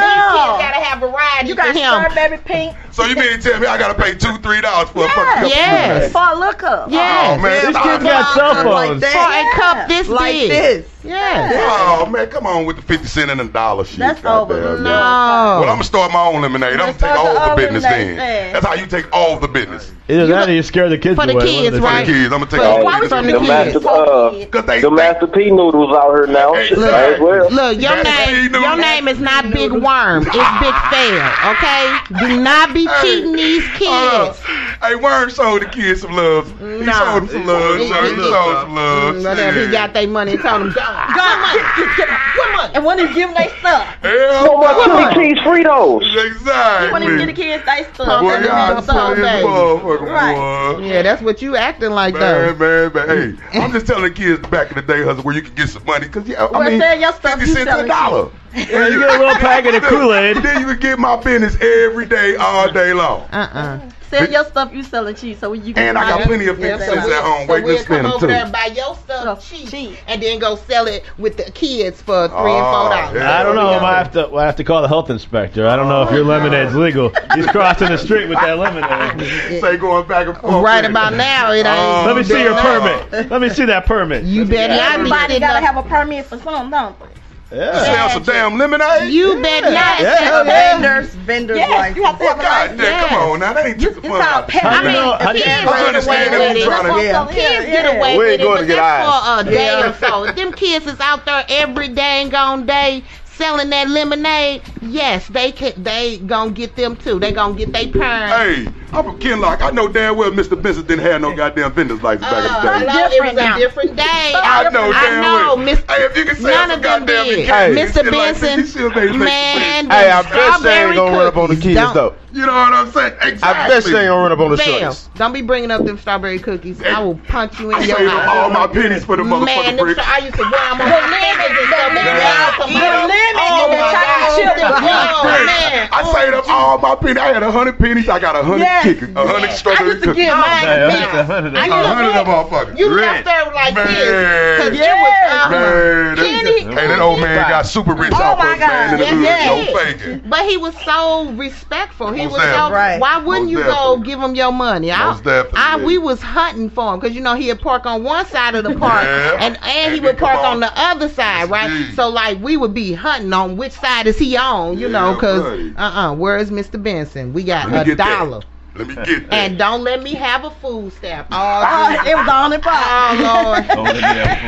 Speaker 9: gotta have variety.
Speaker 6: You got
Speaker 9: for him.
Speaker 6: strawberry pink.
Speaker 7: So you mean to tell me I gotta pay two, three dollars for a fucking cup? of lemonade?
Speaker 6: For a look up.
Speaker 7: Oh man,
Speaker 3: These
Speaker 7: stop.
Speaker 3: kids got cell phones.
Speaker 9: For a cup this
Speaker 6: Like
Speaker 9: big.
Speaker 6: this.
Speaker 9: Yeah.
Speaker 7: Oh man, come on with the fifty cent and the dollar shit.
Speaker 6: That's
Speaker 7: goddamn,
Speaker 6: over.
Speaker 7: man.
Speaker 6: No.
Speaker 7: Well, I'm gonna start my own lemonade. I'm gonna take
Speaker 6: start
Speaker 7: all
Speaker 6: your
Speaker 7: the
Speaker 6: own
Speaker 7: business
Speaker 6: lemonade
Speaker 7: then.
Speaker 6: stand.
Speaker 7: That's how you take all the business.
Speaker 3: Either that or you scare the kids
Speaker 9: for the
Speaker 3: away. one of
Speaker 9: kids,
Speaker 3: the two.
Speaker 9: right?
Speaker 7: For the kids, I'm gonna take
Speaker 9: But
Speaker 7: all
Speaker 9: why
Speaker 7: the
Speaker 9: we
Speaker 7: business.
Speaker 9: from the kids?
Speaker 10: master, uh, the master P noodles out here now. Might as well.
Speaker 9: Look, your name, your name is not Big Worm. It's Big Fail. Okay? Do not be cheating these kids.
Speaker 7: Hey, Worm sold the kids some love. He
Speaker 9: Nah.
Speaker 7: sold them some love. So he sold some love.
Speaker 9: Whatever, he
Speaker 7: Yeah.
Speaker 9: got their money and told him, God,
Speaker 6: God, And when is give them they stuff?
Speaker 10: Well, my cookie cheese Fritos.
Speaker 7: Exactly.
Speaker 6: When is get the kids they stuff?
Speaker 7: Boy, y'all silly as motherfucker, boy.
Speaker 9: Yeah, that's what you acting like though.
Speaker 7: Man, man, man. Hey, I'm just telling the kids back in the day, husband, where you could get some money. Because, yeah, I
Speaker 6: Well,
Speaker 7: mean,
Speaker 6: sell your stuff,
Speaker 7: 50
Speaker 6: you
Speaker 7: cents
Speaker 6: sell
Speaker 7: to a
Speaker 6: it.
Speaker 7: dollar.
Speaker 3: Yeah, you get a little packet of Kool-Aid.
Speaker 7: Then you could get my business every day, all day long.
Speaker 9: Uh-uh.
Speaker 6: Sell your stuff, you selling cheese, so you can.
Speaker 7: And I got plenty of 50 cents at home waiting to spend them,
Speaker 9: Over
Speaker 7: too.
Speaker 9: there and buy your stuff Oh, cheap, and then go sell it with the kids for three
Speaker 7: Oh,
Speaker 9: and four dollars.
Speaker 3: I don't know. I might have to. I have to call the health inspector. I don't know if
Speaker 9: Oh,
Speaker 3: your lemonade's legal. He's crossing the street with that lemonade.
Speaker 7: Say going back and
Speaker 9: forth. Right about now, it ain't.
Speaker 3: Let me see your
Speaker 9: Oh, No.
Speaker 3: permit. Let me see that permit.
Speaker 9: You better not be
Speaker 6: Everybody
Speaker 9: sitting
Speaker 6: gotta
Speaker 9: up.
Speaker 6: have a permit for something, don't they?
Speaker 3: Yeah.
Speaker 7: Sell some damn lemonade.
Speaker 9: You better not.
Speaker 7: Yeah, hell yeah.
Speaker 11: Vendors, vendors
Speaker 6: Yes,
Speaker 11: like
Speaker 6: you have to have a
Speaker 7: God
Speaker 6: license.
Speaker 7: damn, come on now. That ain't took the fun out of it.
Speaker 3: How you know- how you-
Speaker 7: I understand that you're trying to
Speaker 9: Kids get away
Speaker 7: We
Speaker 9: with
Speaker 7: ain't
Speaker 9: it,
Speaker 7: going
Speaker 9: but
Speaker 7: to get
Speaker 9: that's
Speaker 7: eyes.
Speaker 9: for a day
Speaker 7: Yeah.
Speaker 9: or so. If Them kids is out there every dang on day selling that lemonade. Yes, they can. They gonna get them too. They gonna get their parents.
Speaker 7: Hey, I'm from Kinlock. I know damn well Mr. Benson didn't have no goddamn vendor's license back
Speaker 9: Uh,
Speaker 7: in the day.
Speaker 9: hello, it was a different day.
Speaker 7: I know
Speaker 9: I
Speaker 7: damn
Speaker 9: know,
Speaker 7: well.
Speaker 9: Miss
Speaker 7: Hey, if you can say
Speaker 9: none
Speaker 7: I'm
Speaker 9: of them
Speaker 7: goddamn
Speaker 9: did.
Speaker 7: Hey,
Speaker 9: Mr.
Speaker 7: it's like
Speaker 9: Benson,
Speaker 7: this, you still made it make
Speaker 9: man,
Speaker 7: sense.
Speaker 9: the
Speaker 12: Hey, I bet they ain't
Speaker 9: strawberry
Speaker 12: gonna run up on the
Speaker 9: cookies
Speaker 12: kids
Speaker 9: don't-
Speaker 12: though.
Speaker 7: You know what I'm saying? Exactly.
Speaker 12: I bet they ain't gonna run up on the
Speaker 9: Bam.
Speaker 12: shorties.
Speaker 9: Don't be bringing up them strawberry cookies. I will punch you in
Speaker 7: I
Speaker 9: your
Speaker 7: saved up all
Speaker 9: eye.
Speaker 7: my pennies for the
Speaker 9: Man,
Speaker 7: motherfucking
Speaker 9: them
Speaker 7: bricks.
Speaker 9: stra- I used to wear them on
Speaker 6: The
Speaker 9: my fingers and stuff.
Speaker 6: lemon,
Speaker 9: Man, y'all
Speaker 7: the
Speaker 9: some- Oh,
Speaker 6: and the
Speaker 9: my God.
Speaker 6: chocolate chip.
Speaker 9: Oh,
Speaker 7: Hey,
Speaker 9: man.
Speaker 7: I saved up all my pennies. I had a hundred pennies. I got a hundred
Speaker 9: Yes,
Speaker 7: kickers, a hundred
Speaker 9: yes. I
Speaker 7: strawberry
Speaker 9: used to
Speaker 7: cookies.
Speaker 9: get mine Yeah, a hundred, back. a hundred, a I used to
Speaker 7: hundred
Speaker 9: get-
Speaker 7: of motherfuckers.
Speaker 9: You left there like
Speaker 7: Man.
Speaker 9: this. Cause
Speaker 7: Yeah.
Speaker 9: you was, uh,
Speaker 7: Man, that- hey, that old man got super rich
Speaker 9: Oh
Speaker 7: off
Speaker 9: my
Speaker 7: us, man, in the
Speaker 9: God.
Speaker 7: hood.
Speaker 9: Yes,
Speaker 7: No
Speaker 9: yes.
Speaker 7: faking.
Speaker 9: But he was so respectful. He
Speaker 7: Most
Speaker 9: was so.
Speaker 7: definitely. Right.
Speaker 9: Why wouldn't
Speaker 7: Most
Speaker 9: you go
Speaker 7: definitely.
Speaker 9: give him your money? I,
Speaker 7: Most definitely.
Speaker 9: I we was hunting for him because you know he'd park on one side of the park
Speaker 7: Yeah.
Speaker 9: and and he would park on. the other side, right? So like we would be hunting on which side is he on? You know,
Speaker 7: Yeah,
Speaker 9: because
Speaker 7: buddy.
Speaker 9: uh uh, where is Mister Benson? We got
Speaker 7: Let me
Speaker 9: a
Speaker 7: get that.
Speaker 9: dollar.
Speaker 7: Let me get that.
Speaker 9: And don't let me have a food stamp. Oh,
Speaker 6: Oh,
Speaker 9: Jesus.
Speaker 6: it was on the pot.
Speaker 9: Oh Lord.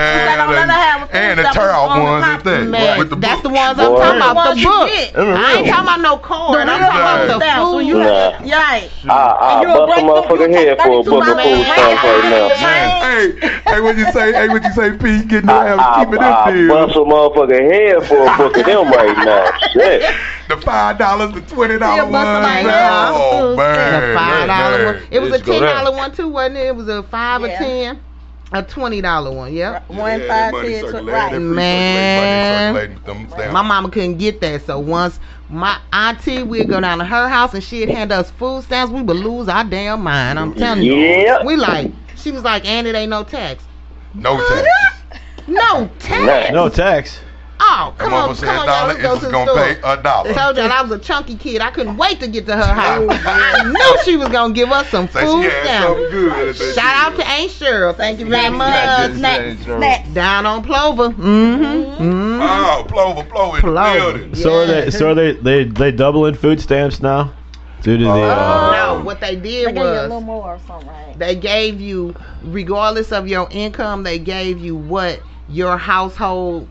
Speaker 7: And,
Speaker 9: let her have a
Speaker 7: a,
Speaker 9: food
Speaker 7: and the
Speaker 9: that was
Speaker 7: turl
Speaker 9: on the
Speaker 7: ones
Speaker 9: mop.
Speaker 7: at that.
Speaker 9: Man,
Speaker 7: with the
Speaker 9: that's
Speaker 7: book.
Speaker 9: the ones I'm talking
Speaker 7: Boy.
Speaker 9: about. The book. I ain't
Speaker 7: real.
Speaker 9: talking about no card. I'm
Speaker 7: real
Speaker 9: talking
Speaker 7: ones.
Speaker 9: about the food.
Speaker 10: you have-
Speaker 6: Yeah. Right.
Speaker 10: I, I bust a motherfucking head for a book of food stamps right now.
Speaker 7: Hey, hey, what you say? Hey, what you say, Pete? Getting to have
Speaker 10: I,
Speaker 7: keeping them
Speaker 10: I
Speaker 7: bills.
Speaker 10: bust a motherfucking head for a book of them right now. Shit.
Speaker 7: The five dollars, the twenty dollar
Speaker 9: Yeah,
Speaker 7: ones.
Speaker 9: bust my
Speaker 7: man. Oh man,
Speaker 9: The five dollar one. It was a ten dollar
Speaker 7: dollar.
Speaker 9: one too, wasn't it? It was a five
Speaker 6: Yeah.
Speaker 9: or ten. A twenty dollar one, yep.
Speaker 6: One five ten tw- right.
Speaker 9: Man,
Speaker 7: stamps.
Speaker 9: my mama couldn't get that. So once my auntie would go down to her house and she'd hand us food stamps, we would lose our damn mind. I'm telling you.
Speaker 7: Yeah.
Speaker 9: We like, she was like, and it ain't no tax.
Speaker 7: No tax.
Speaker 9: No tax.
Speaker 3: No tax.
Speaker 9: Oh,
Speaker 7: That
Speaker 9: come on,
Speaker 7: motherfucker
Speaker 9: come
Speaker 7: said
Speaker 9: on,
Speaker 7: dollar,
Speaker 9: y'all. Let's
Speaker 7: it
Speaker 9: go
Speaker 7: was
Speaker 9: to the
Speaker 7: gonna
Speaker 9: store.
Speaker 7: pay a dollar. Oh,
Speaker 9: Told y'all I was a chunky kid. I couldn't wait to get to her house. I knew she was gonna give us some
Speaker 7: Say she
Speaker 9: food
Speaker 7: had something good.
Speaker 9: stamps. Shout out to Aunt Cheryl. Thank you very much.
Speaker 7: Snacks, snacks, snacks.
Speaker 9: Down on Plover. Mm-hmm. mm-hmm.
Speaker 7: Oh, Plover, Plover, in the
Speaker 9: Plover.
Speaker 7: building.
Speaker 3: So are they? So are they? They they doubling food stamps now due
Speaker 9: Oh,
Speaker 3: to the. Uh,
Speaker 9: No, what they did
Speaker 6: Oh. They gave you a
Speaker 9: was
Speaker 6: little more or something, right?
Speaker 9: they gave you, regardless of your income, they gave you what your household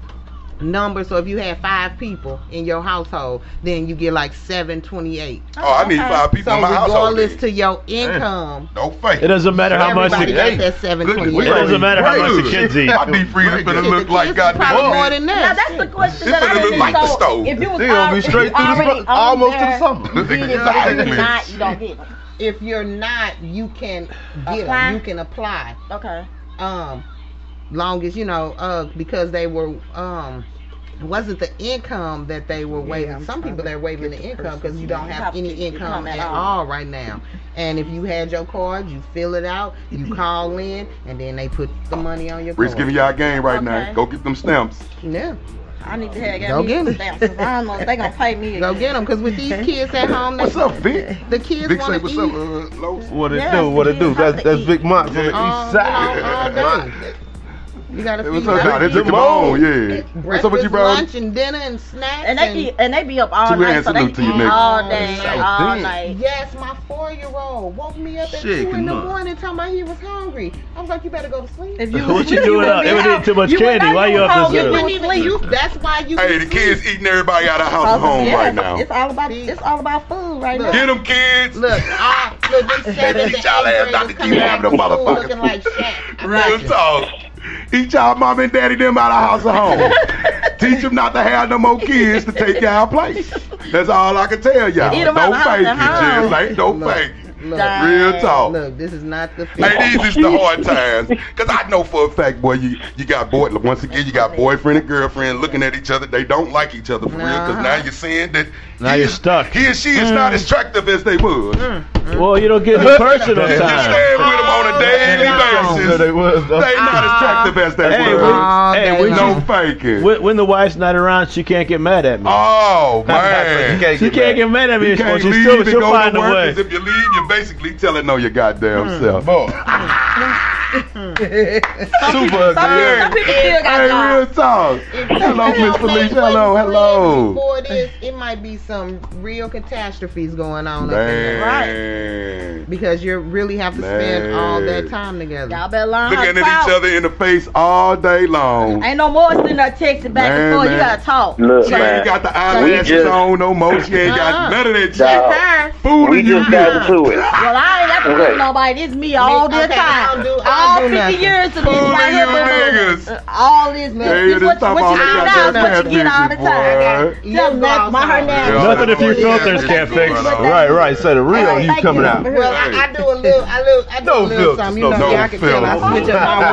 Speaker 9: number. So if you had five people in your household, then you get like seven twenty eight.
Speaker 7: Oh, I need five people
Speaker 9: So
Speaker 7: in my household.
Speaker 9: regardless to your income,
Speaker 7: No fake.
Speaker 3: It doesn't matter how much
Speaker 9: everybody
Speaker 3: the-
Speaker 9: got
Speaker 3: Hey,
Speaker 9: that seven twenty
Speaker 3: It
Speaker 9: eight.
Speaker 3: doesn't matter how much the kids eat.
Speaker 7: My deep freezer finna look like
Speaker 9: Probably more
Speaker 7: goddamn.
Speaker 9: than
Speaker 6: Now
Speaker 9: that.
Speaker 6: that's the question
Speaker 7: It
Speaker 6: that
Speaker 7: finna
Speaker 6: I
Speaker 7: look
Speaker 6: really
Speaker 7: like the
Speaker 6: thought.
Speaker 7: stove.
Speaker 6: If you was
Speaker 7: They gonna be
Speaker 6: already-
Speaker 7: straight
Speaker 6: if
Speaker 7: through
Speaker 6: you
Speaker 7: the
Speaker 6: already
Speaker 7: summer-
Speaker 6: own
Speaker 7: almost to the
Speaker 6: there,
Speaker 7: summer.
Speaker 6: you get it, but if
Speaker 7: Exactly.
Speaker 6: you're not, you don't get it.
Speaker 9: If you're not, you can get
Speaker 6: Apply?
Speaker 9: them. You can apply.
Speaker 6: Okay.
Speaker 9: um long as you know uh because they were um it wasn't the income that they were waiving some people they're waiving the income because you don't
Speaker 6: You
Speaker 9: have
Speaker 6: have
Speaker 9: any
Speaker 6: to- you
Speaker 9: income
Speaker 6: come at
Speaker 9: at
Speaker 6: all.
Speaker 9: all right now and if you had your card you fill it out you call in and then they put the money on your
Speaker 7: Reese
Speaker 9: card
Speaker 7: giving y'all a game right
Speaker 6: Okay.
Speaker 7: now. Go get them stamps.
Speaker 9: yeah
Speaker 6: I need to have
Speaker 9: Go get
Speaker 6: got me
Speaker 9: 'em.
Speaker 6: some stamps. 'cause I don't know if they gonna pay me.
Speaker 9: go get them because with these kids at home they,
Speaker 7: What's up, Vic?
Speaker 9: the kids
Speaker 7: Vic
Speaker 9: want
Speaker 7: say
Speaker 9: to
Speaker 7: what's
Speaker 9: eat
Speaker 7: up, uh, Los?
Speaker 12: What it do? What it do? That's that's Big Mont from the east
Speaker 9: all day.
Speaker 12: side.
Speaker 9: you gotta feed
Speaker 7: What's up,
Speaker 9: them.
Speaker 7: nah, they took them on, yeah. What's up with you,
Speaker 9: breakfast
Speaker 7: bro?
Speaker 9: lunch and dinner and snacks
Speaker 6: And they be and they be up all
Speaker 7: Two
Speaker 6: night,
Speaker 7: hands
Speaker 6: so they
Speaker 7: salute to you,
Speaker 6: eat
Speaker 7: nigga.
Speaker 6: all day, all
Speaker 7: Damn.
Speaker 6: night.
Speaker 9: Yes, my four year old woke me up at
Speaker 3: Shit,
Speaker 9: two in the
Speaker 3: come on.
Speaker 9: morning talking about he was hungry. I was like, you better go to sleep. If
Speaker 3: you- What you doing up? They was eating too much candy. Why you up this early?
Speaker 9: That's why you.
Speaker 7: Hey, the kids eating everybody out of house and home
Speaker 6: Yeah,
Speaker 7: right now.
Speaker 6: It's all about it's all about food right
Speaker 9: Look.
Speaker 6: now.
Speaker 7: Get them kids.
Speaker 9: Look, I, Look, them seven
Speaker 7: Eat y'all ass out the keyham, the motherfucker.
Speaker 9: looking like Shaq.
Speaker 7: Real talk. Eat y'all mom and daddy them out of house of home. Teach them not to have no more kids to take y'all place. That's all I can tell y'all.
Speaker 9: Eat 'em out
Speaker 7: don't
Speaker 9: of house
Speaker 7: fake
Speaker 9: of
Speaker 7: it,
Speaker 9: home.
Speaker 7: just like don't fake it.
Speaker 9: Look,
Speaker 7: Real talk.
Speaker 9: Look, this is not the film.
Speaker 7: Hey, these is the hard times. Cause I know for a fact, boy, you, you got boy once again you got boyfriend and girlfriend looking at each other. They don't like each other for real. Cause now you're seeing that
Speaker 3: Now you're stuck.
Speaker 7: he and she is
Speaker 9: Mm.
Speaker 7: not as attractive as they would.
Speaker 3: Well, you don't get the personal
Speaker 7: If you
Speaker 3: time.
Speaker 7: staying with them on a daily basis, they not as
Speaker 3: Ah.
Speaker 7: attractive as they
Speaker 3: Hey,
Speaker 7: were.
Speaker 3: when, hey, when
Speaker 7: no
Speaker 3: you-
Speaker 7: faking.
Speaker 3: When, when the wife's not around, she can't get mad at me.
Speaker 7: Oh man,
Speaker 3: she can't get mad at me.
Speaker 7: You
Speaker 3: She'll,
Speaker 7: can't
Speaker 3: she'll,
Speaker 7: leave
Speaker 3: still-
Speaker 7: to
Speaker 3: she'll
Speaker 7: go
Speaker 3: find
Speaker 7: to
Speaker 3: a
Speaker 7: work,
Speaker 3: way. Hmm.
Speaker 7: 'cause If you leave, you're basically telling no your goddamn self.
Speaker 9: Super
Speaker 7: good. Hey, real talk. Oh, Hello, Miss Felicia. Hello, hello.
Speaker 9: Before this, it might be some real catastrophes going on. up in there.
Speaker 7: Man.
Speaker 9: Because you really have to spend
Speaker 7: Man.
Speaker 9: all that time together. Y'all
Speaker 6: better learn
Speaker 7: Looking at each other in the face all day long.
Speaker 6: Ain't no more sitting there texting back
Speaker 7: Man,
Speaker 6: and forth. You
Speaker 7: man.
Speaker 6: gotta talk.
Speaker 7: she ain't got the
Speaker 6: We
Speaker 7: eyelashes
Speaker 6: just-
Speaker 7: on no more. She ain't got
Speaker 6: Uh-uh.
Speaker 7: none of
Speaker 6: Dog.
Speaker 7: that shit. Fooling you.
Speaker 10: got to it.
Speaker 6: Well, I ain't ever
Speaker 7: Okay.
Speaker 6: okay. nobody. It's me all this
Speaker 9: okay, I
Speaker 6: time.
Speaker 9: don't do- I
Speaker 6: all
Speaker 9: don't do
Speaker 6: 50
Speaker 9: nothing.
Speaker 6: years of this
Speaker 9: Fooling
Speaker 6: right
Speaker 9: you
Speaker 6: here. bro.
Speaker 9: niggas.
Speaker 6: All this
Speaker 7: They
Speaker 6: mess. This What,
Speaker 7: talk
Speaker 6: what
Speaker 7: all
Speaker 6: you get
Speaker 7: that
Speaker 6: now is what you
Speaker 7: goddamn
Speaker 6: get all the time.
Speaker 7: music,
Speaker 6: Tell me, that's my her now.
Speaker 3: Nothing if your filters can't fix. Right, right. So the real you coming out.
Speaker 9: Well, I, I do a little, I look, I do a
Speaker 3: No
Speaker 9: little
Speaker 3: filters,
Speaker 9: something.
Speaker 7: no
Speaker 9: You know, y'all can tell I
Speaker 7: filters.
Speaker 9: switch up my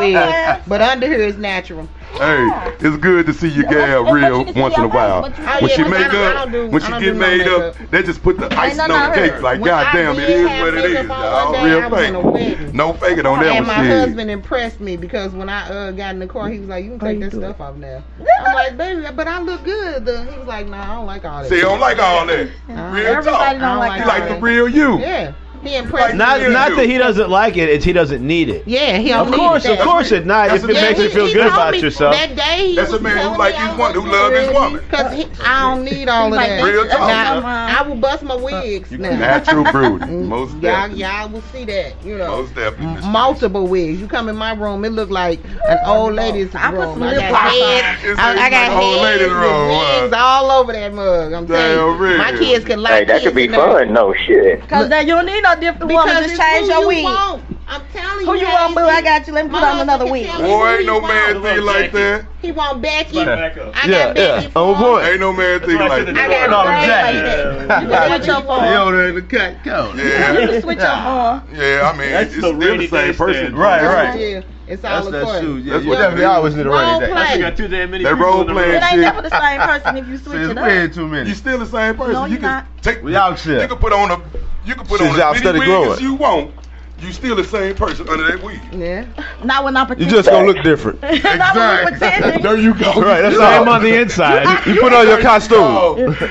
Speaker 9: wig, but under here is natural.
Speaker 7: Hey, it's good to see you gab real once in a while.
Speaker 9: but you- Oh,
Speaker 7: When
Speaker 9: yeah,
Speaker 7: she
Speaker 9: but I
Speaker 7: make
Speaker 9: don't- I
Speaker 7: up,
Speaker 9: don't do-
Speaker 7: when
Speaker 9: I
Speaker 7: she
Speaker 9: don't
Speaker 7: get
Speaker 9: do no
Speaker 7: made up, they just put the icing
Speaker 9: no,
Speaker 7: on the
Speaker 9: no,
Speaker 7: cake. Like,
Speaker 9: when I
Speaker 7: goddamn, it
Speaker 9: did
Speaker 7: is
Speaker 9: have
Speaker 7: what it
Speaker 9: makeup
Speaker 7: is,
Speaker 9: on one
Speaker 7: dog.
Speaker 9: day, I
Speaker 7: Real
Speaker 9: was in a
Speaker 7: fake. No faking on that
Speaker 9: And my
Speaker 7: one shit.
Speaker 9: husband impressed me because when I uh, got in the car, he was like, "You can take that stuff off now." I'm like, "Baby, but I look good." Though. He was like, "No, I don't like all that."
Speaker 7: See, I don't like all
Speaker 9: Uh,
Speaker 7: that. Real talk.
Speaker 9: Everybody don't like
Speaker 7: You
Speaker 9: all
Speaker 7: like
Speaker 9: that.
Speaker 7: the real you.
Speaker 9: Yeah, he impressed
Speaker 3: Not,
Speaker 9: me.
Speaker 3: not that he doesn't like it, it's he doesn't need it.
Speaker 9: Yeah, he don't
Speaker 3: Of course,
Speaker 9: need
Speaker 3: of
Speaker 9: that.
Speaker 3: course it not. If it
Speaker 9: Yeah,
Speaker 3: makes
Speaker 9: he-
Speaker 3: you feel
Speaker 9: he
Speaker 3: good
Speaker 9: told
Speaker 3: about
Speaker 9: me
Speaker 3: yourself.
Speaker 9: That day,
Speaker 7: That's a man who like his woman, who love his woman.
Speaker 9: Because I don't need all of
Speaker 7: Like,
Speaker 9: that.
Speaker 7: Real talk.
Speaker 9: Now, I will bust my wigs
Speaker 7: You
Speaker 9: now.
Speaker 7: natural broody. Most
Speaker 9: Y'all,
Speaker 7: definitely.
Speaker 9: y'all will see that, you know.
Speaker 7: Most definitely. Miss
Speaker 9: Multiple wigs. You come in my room, it look like an old lady's I room.
Speaker 7: some
Speaker 9: I
Speaker 7: lip
Speaker 9: got
Speaker 7: gloss on.
Speaker 9: heads.
Speaker 7: It's
Speaker 9: I, I
Speaker 7: like
Speaker 9: got
Speaker 7: an old
Speaker 9: heads
Speaker 7: lady's
Speaker 9: with
Speaker 7: room, huh?
Speaker 9: wigs all over that mug. I'm telling
Speaker 10: Damn,
Speaker 9: you, my
Speaker 10: real.
Speaker 9: kids can
Speaker 10: Hey,
Speaker 9: like
Speaker 10: that could be fun. No shit.
Speaker 6: Because you don't need no different woman.
Speaker 9: Because it's
Speaker 6: Just change
Speaker 9: who
Speaker 6: your
Speaker 9: you
Speaker 6: wig.
Speaker 9: want. I'm telling
Speaker 6: Who
Speaker 9: you,
Speaker 6: you want, boo? I got you. Let me put on another wig.
Speaker 7: Boy, ain't no man thing like that.
Speaker 9: He want Becky. I
Speaker 7: Yeah, yeah. On point. Ain't no man thing like that.
Speaker 9: I got braids like that. You switch up on.
Speaker 7: order the cut code. Yeah.
Speaker 9: switch up on.
Speaker 7: Yeah, I mean, it's still the same person.
Speaker 3: Right, right.
Speaker 9: Yeah, it's all
Speaker 3: That's
Speaker 9: the
Speaker 3: that
Speaker 9: course.
Speaker 3: shoe, yeah,
Speaker 7: That's
Speaker 3: yeah.
Speaker 7: what
Speaker 3: Definitely
Speaker 7: that
Speaker 3: always need a rainy day.
Speaker 7: I
Speaker 3: Role-play.
Speaker 7: think
Speaker 3: I too damn many
Speaker 7: They
Speaker 3: people
Speaker 7: role
Speaker 3: in the room.
Speaker 7: playing
Speaker 6: It ain't
Speaker 7: shit.
Speaker 6: never the same person if you switch it up.
Speaker 7: too many. You still the same person.
Speaker 6: No,
Speaker 7: you
Speaker 6: you're
Speaker 7: can
Speaker 6: not.
Speaker 7: take. We out here. You can put on a. You can put
Speaker 12: Since
Speaker 7: on
Speaker 12: y'all
Speaker 7: as
Speaker 12: steady
Speaker 7: many wigs
Speaker 12: growing.
Speaker 7: as you want. You still the same person under that wig.
Speaker 9: Yeah.
Speaker 6: Not when I'm
Speaker 12: You
Speaker 6: pretending.
Speaker 12: just gonna look different.
Speaker 6: Not when I'm pretending.
Speaker 12: there you go. Right, that's
Speaker 3: You
Speaker 12: all.
Speaker 3: am on the inside.
Speaker 12: You, put on your costume.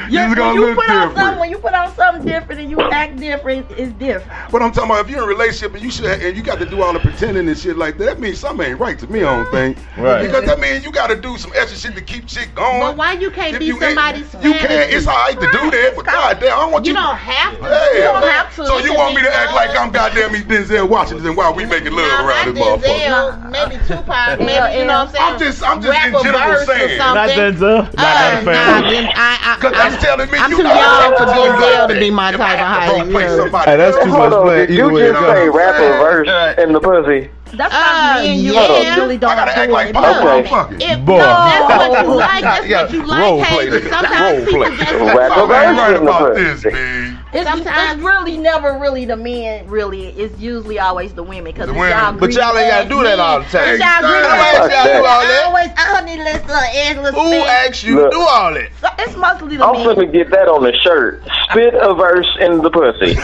Speaker 7: You're gonna
Speaker 6: You
Speaker 7: look
Speaker 6: put on
Speaker 7: different.
Speaker 6: something, when you put on something different and you act different, it's different.
Speaker 7: But I'm talking about if you're in a relationship and you should and you got to do all the pretending and shit like that, that means something ain't right to me. I don't think.
Speaker 3: Right.
Speaker 7: Because that means you got to do some extra shit to keep shit going.
Speaker 9: But why you can't
Speaker 7: If
Speaker 9: be
Speaker 7: you ain't-
Speaker 9: somebody's
Speaker 7: You can. It's all right to do that, but goddamn, I don't want you.
Speaker 9: You don't have to.
Speaker 7: Hey,
Speaker 9: you don't have to.
Speaker 7: So
Speaker 9: It
Speaker 7: you
Speaker 9: can
Speaker 7: want
Speaker 9: be
Speaker 7: me to act like I'm goddamn me Denzel Washington and why we making love around this motherfucker?
Speaker 9: Denzel, maybe Tupac, maybe you know what I'm saying.
Speaker 7: I'm just, I'm just in
Speaker 9: Rap a
Speaker 7: general
Speaker 9: verse or
Speaker 7: saying.
Speaker 9: something.
Speaker 3: Denzel. Not, not a
Speaker 9: Nah,
Speaker 3: fan.
Speaker 9: then I, I,
Speaker 7: Cause
Speaker 9: I'm,
Speaker 7: that's telling me
Speaker 9: I'm
Speaker 7: you
Speaker 9: too
Speaker 7: don't
Speaker 9: young
Speaker 7: have
Speaker 9: for
Speaker 7: to go
Speaker 9: Denzel
Speaker 7: like
Speaker 9: to be my type of height.
Speaker 7: Play somebody.
Speaker 12: Hey, that's too much
Speaker 10: Hold on,
Speaker 12: play.
Speaker 10: did
Speaker 12: Either
Speaker 10: you
Speaker 12: way it
Speaker 10: just say
Speaker 12: goes.
Speaker 10: rapper verse in the pussy?
Speaker 6: That's why me and you
Speaker 10: yeah.
Speaker 6: really don't do it.
Speaker 10: Okay.
Speaker 9: If,
Speaker 10: Boy.
Speaker 9: no, that's what you like. That's what you
Speaker 10: Role
Speaker 9: like,
Speaker 10: play.
Speaker 9: Hayden. Sometimes people just
Speaker 10: Rapper verse in the pussy.
Speaker 6: It's, it's really never really the men. Really, it's usually always the women. Cause it's y'all
Speaker 12: But y'all ain't gotta do that all the time.
Speaker 6: It's y'all
Speaker 12: Nobody
Speaker 6: greedy ass
Speaker 12: asked y'all to
Speaker 6: men
Speaker 12: do all that.
Speaker 6: Always, I need less little egg, little
Speaker 12: Who
Speaker 6: spin.
Speaker 12: asked you to do all that?
Speaker 6: So it's mostly the
Speaker 10: I'm
Speaker 6: men.
Speaker 10: finna get that on the shirt. Spit a verse in the pussy. get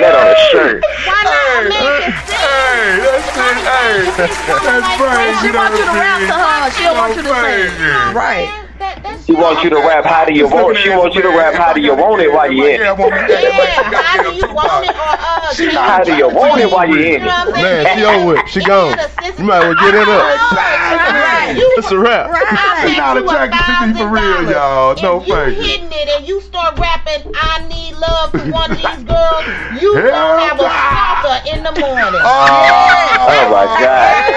Speaker 10: that on the shirt.
Speaker 7: Hey, hey, that's it. Hey, that's crazy.
Speaker 6: She wants you to rap to her. She don't want you to
Speaker 7: sing.
Speaker 6: Right.
Speaker 10: She wants you to rap how do you want. She wants you to rap how do you want it while you in it.
Speaker 9: how do you want it or uh,
Speaker 10: She
Speaker 9: can
Speaker 10: not how do you want it while you
Speaker 9: You
Speaker 10: in
Speaker 9: know what I'm
Speaker 10: it.
Speaker 9: saying?
Speaker 12: Man, she over with. She gone. You might as well get it up. It's a wrap.
Speaker 7: She's not attracted to me for real, y'all. No
Speaker 9: You
Speaker 7: fake.
Speaker 9: hitting it and you start rapping, I need love to one of these girls. You
Speaker 7: Hell
Speaker 9: gonna have a
Speaker 7: nah.
Speaker 9: stalker in the morning.
Speaker 10: Oh my god.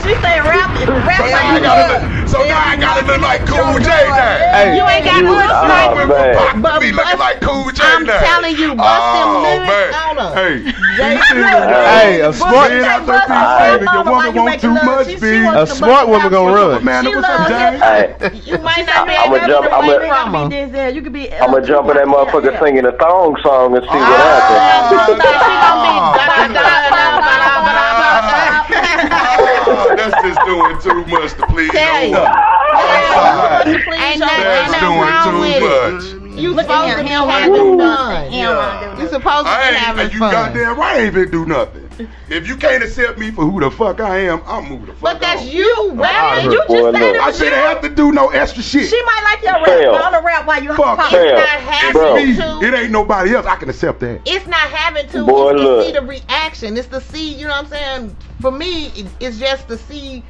Speaker 6: She say rap, rap
Speaker 7: Sometimes
Speaker 6: like
Speaker 7: you gotta, So now I gotta look like Cool J now.
Speaker 9: Hey, You ain't gotta you- look oh, like-
Speaker 7: Went
Speaker 9: man.
Speaker 7: from Pac to me looking like Cool J
Speaker 9: I'm
Speaker 7: now.
Speaker 9: telling you, bust
Speaker 7: oh,
Speaker 9: them lyrics
Speaker 7: man.
Speaker 9: on 'em.
Speaker 7: Hey,
Speaker 9: They
Speaker 7: you see,
Speaker 9: do.
Speaker 12: Hey, a
Speaker 7: Bust
Speaker 12: smart-
Speaker 7: it out
Speaker 12: Bust it
Speaker 7: there, baby.
Speaker 12: out,
Speaker 7: Your
Speaker 12: mama,
Speaker 7: woman
Speaker 12: you
Speaker 7: want too much, B.
Speaker 12: A smart woman gonna run.
Speaker 7: Man,
Speaker 6: She
Speaker 7: what's up,
Speaker 6: loves
Speaker 7: Jay?
Speaker 6: You might not be
Speaker 10: I'ma
Speaker 6: able to
Speaker 10: jump-
Speaker 6: jump,
Speaker 10: I'ma-
Speaker 6: I'ma, be Denzel. You could be.
Speaker 10: I'm gonna jump in that motherfucker singing a thong song and see what
Speaker 6: Ah.
Speaker 10: happens.
Speaker 7: Oh, that's just doing too much to please
Speaker 9: Tell you.
Speaker 7: no one. I'm sorry.
Speaker 9: Ain't
Speaker 7: That's
Speaker 9: nothing
Speaker 7: doing too much.
Speaker 9: You supposed to be having fun. You supposed to
Speaker 7: I
Speaker 9: be
Speaker 7: ain't,
Speaker 9: having
Speaker 7: you
Speaker 9: fun.
Speaker 7: goddamn right I ain't been do nothing. If you can't accept me for who the fuck I am, I'm moving the fuck
Speaker 9: But that's you, right? You
Speaker 7: I
Speaker 9: just said it
Speaker 7: I
Speaker 9: was
Speaker 7: shouldn't have to do no extra shit.
Speaker 6: She might like your
Speaker 7: Fail.
Speaker 6: rap. Gonna rap while you
Speaker 7: fuck
Speaker 6: talk.
Speaker 7: that.
Speaker 9: having
Speaker 7: It's
Speaker 9: to.
Speaker 7: me. It ain't nobody else. I can accept that.
Speaker 9: It's not having to.
Speaker 7: Boy,
Speaker 9: it's
Speaker 7: look.
Speaker 9: to see the reaction. It's to see, you know what I'm saying? For me, it- it's just to see.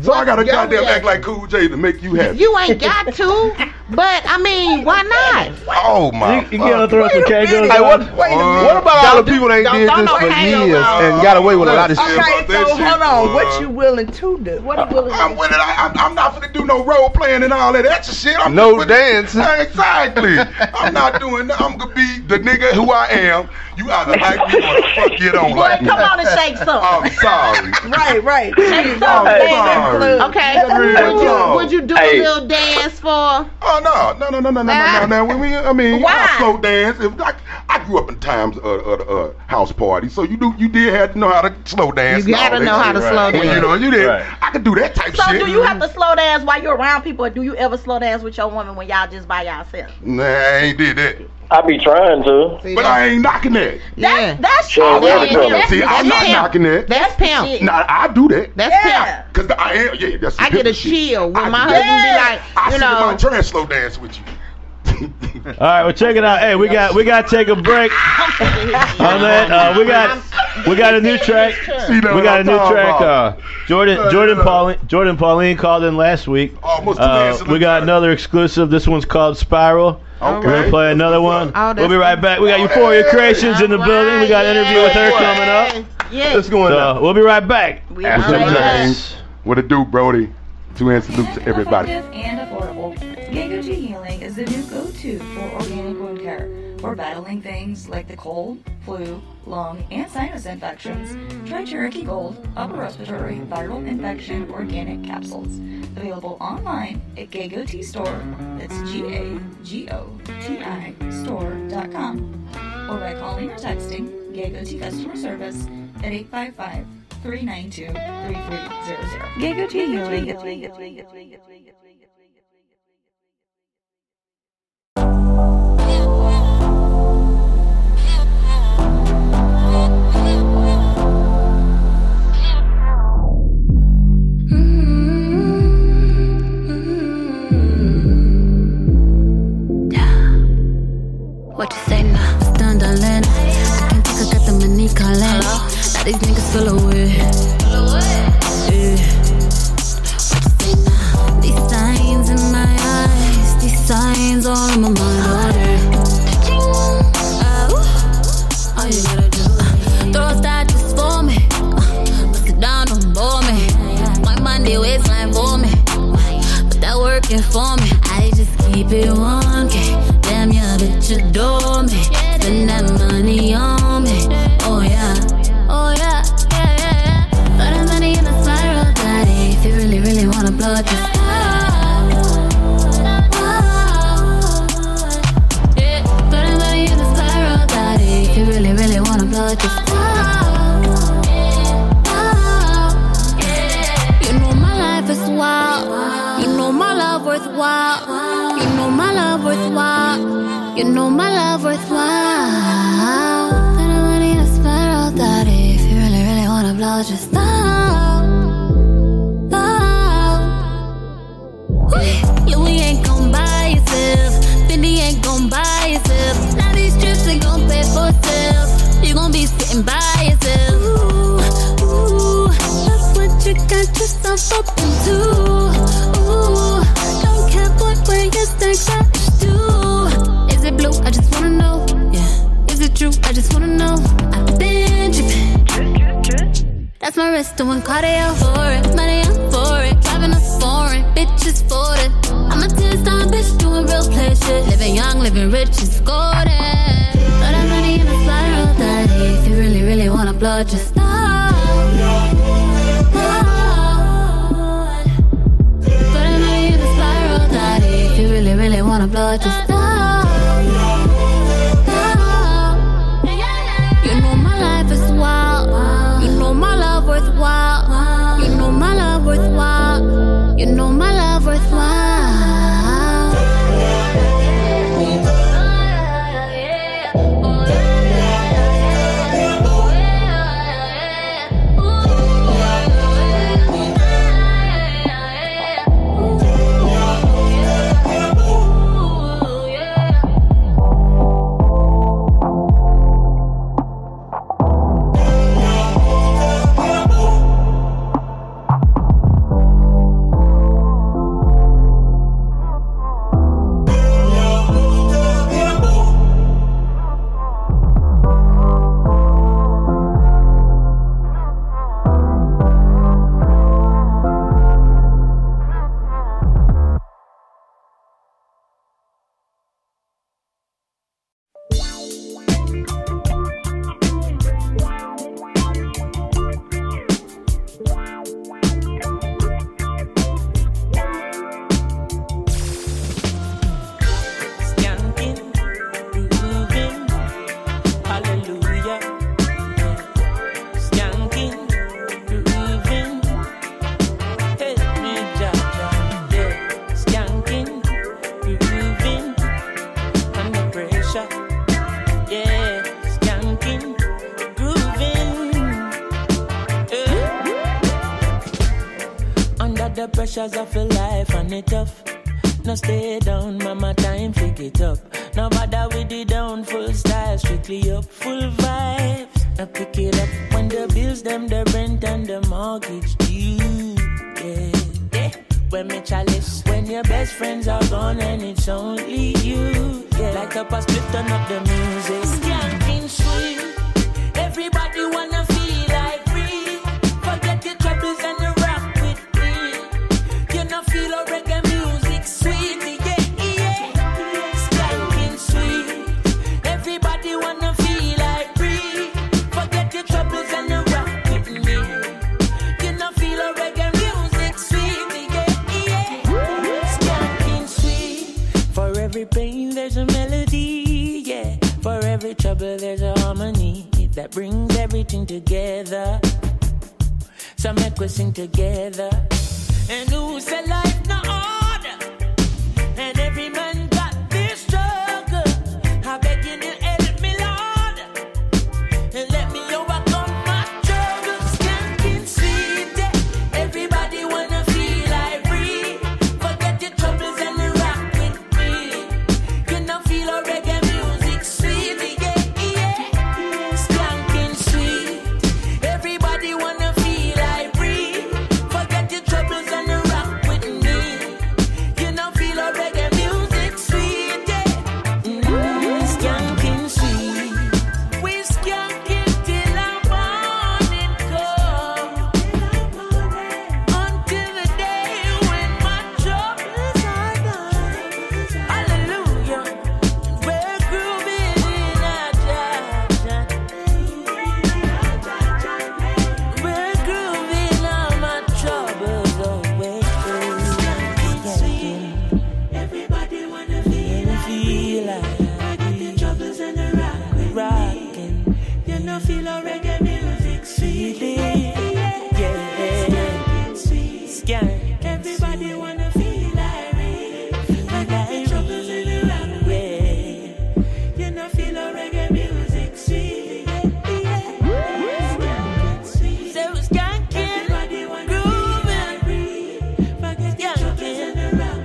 Speaker 7: So I gotta
Speaker 9: Yo,
Speaker 7: goddamn
Speaker 9: yeah.
Speaker 7: act like Cool J to make you happy.
Speaker 9: You ain't got to, but I mean, why not?
Speaker 7: Oh my!
Speaker 3: You, you gonna throw some kegels?
Speaker 12: Hey, what,
Speaker 3: Wait a minute.
Speaker 12: what about all the people that ain't
Speaker 11: don't-
Speaker 12: did
Speaker 11: don't
Speaker 12: this
Speaker 11: know
Speaker 12: for
Speaker 11: how you
Speaker 12: years
Speaker 11: know.
Speaker 12: and got away with a lot of shit?
Speaker 11: Okay, so hold on. What you willing to do?
Speaker 6: What you willing
Speaker 7: I'm willing. I, I'm, I'm not gonna do no role playing and all that extra shit. I'm
Speaker 12: No
Speaker 7: just
Speaker 12: dancing.
Speaker 7: Exactly. I'm not doing. that. I'm gonna be the nigga who I am. You either like me or the fuck you don't
Speaker 6: Boy,
Speaker 7: like me.
Speaker 6: come on and shake some.
Speaker 7: I'm sorry.
Speaker 11: Right, right.
Speaker 6: Shake some,
Speaker 7: I'm
Speaker 6: baby.
Speaker 7: sorry.
Speaker 9: Okay,
Speaker 7: That's real
Speaker 9: would you,
Speaker 7: talk.
Speaker 9: would you do
Speaker 7: Hey.
Speaker 9: a little dance for?
Speaker 7: Oh no, no, no, no, no, no, no, no. Now, when we, I mean, I slow dance. If I, I grew up in times of uh, uh, uh, house parties, so you do, you did have to know how to slow dance.
Speaker 9: You
Speaker 7: and all
Speaker 9: gotta
Speaker 7: that
Speaker 9: know how
Speaker 7: shit.
Speaker 9: to slow
Speaker 7: When You
Speaker 9: dance.
Speaker 7: know, you did. I could do that type
Speaker 6: So
Speaker 7: shit.
Speaker 6: do you have to slow dance while you're around people, or do you ever slow dance with your woman when y'all just by yourself?
Speaker 7: Nah, I ain't did that.
Speaker 10: I be trying to.
Speaker 7: But I ain't knocking that.
Speaker 6: Yeah. That's
Speaker 7: Oh,
Speaker 6: shit.
Speaker 7: that's
Speaker 6: Yeah.
Speaker 7: pimp. See, I'm not
Speaker 6: That's pimp.
Speaker 7: knocking that.
Speaker 9: That's pimp.
Speaker 7: Nah, I do that.
Speaker 9: That's
Speaker 6: yeah.
Speaker 7: Cause the, I am, yeah, that's. some
Speaker 9: I get
Speaker 7: pimp
Speaker 9: a
Speaker 7: shit.
Speaker 9: chill when
Speaker 7: I
Speaker 9: my
Speaker 7: do
Speaker 9: husband be
Speaker 7: that.
Speaker 9: like,
Speaker 7: I
Speaker 9: you
Speaker 7: sit in my
Speaker 9: know,
Speaker 7: chair and slow dance with you.
Speaker 3: All right, well check it out. Hey, we got we got to take a break on that. Uh, we got we got a new track.
Speaker 7: See,
Speaker 3: We
Speaker 7: now
Speaker 3: got a
Speaker 7: I'm
Speaker 3: new
Speaker 7: talking
Speaker 3: track. Uh,
Speaker 7: about-
Speaker 3: Jordan Jordan Pauline Jordan Pauline called in last week.
Speaker 7: Almost two
Speaker 3: Uh,
Speaker 7: minutes in
Speaker 3: we got another exclusive. This one's called Spiral.
Speaker 7: Okay.
Speaker 3: We're gonna play another one.
Speaker 7: Oh,
Speaker 3: we'll be right back. We got Euphoria Creations in the building. We got an interview with her coming up.
Speaker 6: Yeah.
Speaker 3: What's going on? We'll be right back.
Speaker 7: What's
Speaker 3: After
Speaker 7: up,
Speaker 3: this.
Speaker 7: James? What it do, Brody? Two hand salute to everybody.
Speaker 13: Effective and affordable, Ginkgo Healing is the new go-to for organic wound care. We're battling things like the cold, flu, lung, and sinus infections. Try Cherokee Gold Upper Respiratory Viral Infection Organic Capsules. Available online at Gago Tea Store. That's G-A-G-O-T-I store.com. Or by calling or texting Gago Tea Customer Service at 855 392 3300. Gago Tea Healing.
Speaker 1: What you say now? Stumbling. I can take a got the money calling. Now these niggas feel away. Yeah. What you say now? These signs in my eyes, these signs all in my mind. Oh, yeah. Oh, all you gotta do, uh, throw that just for me. Uh, put it down on bore me. My Monday waistline for me. But that working for me. I just keep it 1K. Damn, yeah, bitch, adore me. Spend that money on me. Oh, yeah. Oh, yeah. Yeah, yeah, yeah. Throw that money in a spiral, daddy. If you really, really wanna blow it, just Yeah. Throw that money in a spiral, daddy. If you really, really wanna blow it, just Oh, You know my life is wild. You know my love worthwhile. You know my love worthwhile. You know my love worthwhile. But I don't need a spiral daddy. If you really, really wanna blow, just Oh, stop. Stop. Woo. Louis ain't gon' buy yourself. Fendi ain't gon' buy yourself. Now these trips ain't gon' pay for itself. You gon' be sitting by yourself. Ooh, ooh, that's what you got yourself up into. Ooh, don't care what way you think that do. Is it blue? I just wanna know. Yeah. Is it true? I just wanna know. I've been tripping. That's my wrist doing cardio for it. Money, I'm for it. Driving a foreign. Bitches shit. Living young, living rich, it's golden. Throw that money in the spiral, daddy. If you really, really wanna blow, just Oh, know. Throw that money in the spiral, daddy. If you really, really wanna blow, just Oh, know. You know my life is wild. You know my love worthwhile. You know my love worthwhile. You know my love worthwhile.
Speaker 14: Ah. Under the pressures of your life and it tough. No stay down, mama time, pick it up. No bother with the down, full style, strictly up, full vibes. Now pick it up when the bills, them, the rent and the mortgage due. Yeah, yeah. When me chalice, when your best friends are gone and it's only you. Yeah, like up a split, turn up the music. Skanking sweet, everybody wanna feel like free. Forget your troubles and the rock with me. You know, feel a reggae music sweet. Yeah, yeah. Skanking sweet. Everybody wanna feel like free. Forget your troubles and the rock with me. You know, feel a reggae music sweet. Yeah, yeah. Skanking sweet. For every pain, there's a melody. Yeah. For every trouble, there's a harmony that brings everything together. So make us sing together. And who said life no order? And every man got this struggle. I beg you to help me, Lord, and let me overcome my struggles. Skanking sweet, yeah. everybody wanna feel like free. Forget your troubles and rock with me. You know feel a reggae music sweet, yeah, yeah. Skanking sweet, everybody wanna feel like free. Forget your troubles and rock with me. You know, feel a reggae music sweet, yeah. Mm, skanking sweet. We skank it till the morning come. Until the day when my troubles are gone. Hallelujah. We're grooving in our ja-ja. We're grooving all my troubles away. Skanking Everybody wanna feel like feel like I get the troubles and the rock with rockin'. You know feel a reggae music sweet. Yeah, yeah. Skanking sweet. Everybody wanna feel like me. I got the troubles and the rock with You know feel a reggae music sweet. Yeah, yeah. Skanking sweet. So skanking. Everybody wanna feel like me. Forget the troubles and the rock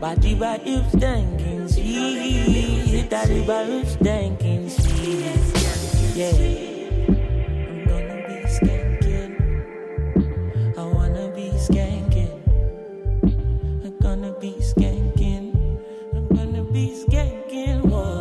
Speaker 14: Body body stinking sweet, daddy body stinking sweet. Yeah, I'm gonna be skanking. I wanna be skanking. I'm gonna be skanking. I'm gonna be skanking. Whoa.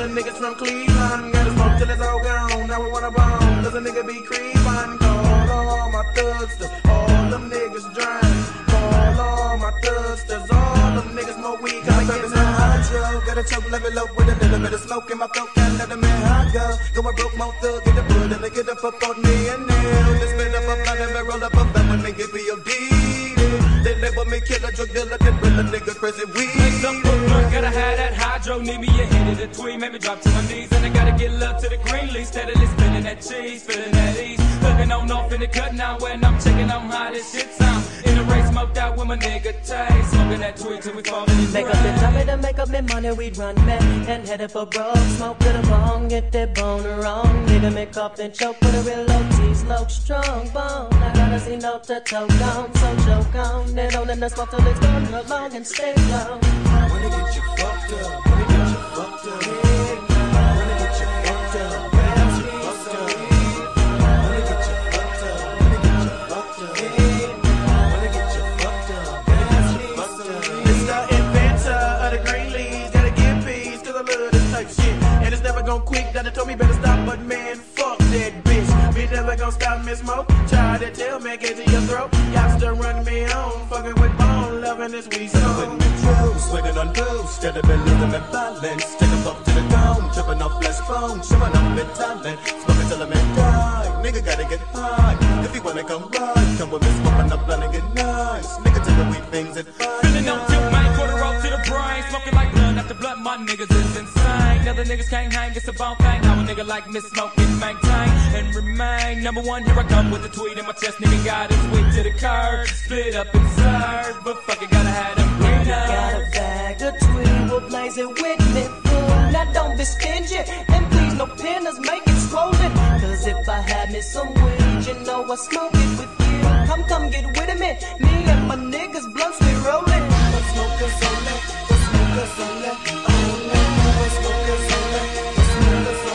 Speaker 4: Cleveland. Got his smoke till it's all gone. Now we wanna bone. Cause a nigga be creepin'. Call all my thugsters. All them niggas drunk. Call all my thugsters. All them niggas smoke weed. Cause I get some hot yo. Gotta choke, level up with a little bit of smoke in my throat. Can't let 'em in hot girl. Going broke, more thug. Get the blood and they get up up on me and nail. They spin up a blunt and they roll up a blunt when they get B.O.D. They label me killer, drug dealer, they real a nigga crazy weed.
Speaker 15: Lace up with blunt, gotta have that hydro. Need me a hit of the tweed, maybe drop to my knees. And I gotta get love to the green leaf. Steadily spinning that cheese, feeling that ease. Thugging on off in the cut now, when I'm checking, I'm hot as shit. I'm in a race, smoked out with my nigga Tay. Smoking that tweed till we fall in the
Speaker 8: Make up the time to make up the money, we run back and headed for broke. Smoke to the bone, get that bone wrong. Nigga make up and choke with a real low cheese, low strong bone. I gotta see no to choke on, so choke on. They don't let us smoke till it's gone real long and stay long. Wanna get you fucked up, wanna get you fucked up.
Speaker 4: It's the inventor of the green leaves. Gotta get peas, cause I love this type shit. And it's never gonna quick. Donna told me better stop, but man, fuck that bitch. Me never gonna stop, Miss Mo. Try to tell man, get to your throat. Y'all still run me on. Fucking with bone, loving this weed song.
Speaker 16: Sweating on gold, steady been losing my balance. Take a bump to the dome, tripping off less phone, shivering off my talent. Smoking till I'm in die. Nigga gotta get high. If you wanna come ride, come with me, smoking up, blunting it nice. Nigga till the weak things and
Speaker 15: Feeling on tip, my quarter roll to the brain. Smoking like blood after blood, my niggas is insane. Other niggas can't hang, it's a bone thing. Now a nigga like Miss Smoking maintain and remain number one. Here I come with a tweet in my chest, nigga got his way to the curb. Split up and serve, but fucking gotta have them green
Speaker 8: Got a bag of tweed, we'll blaze it with me. Ooh, Now don't be stingy, and please no pinners, make it swollen. Cause if I had me some weed, you know I smoke it with you. Come, come get with me, me and my niggas blunts we rolling. Smokers only, smokers only, only, smokers only.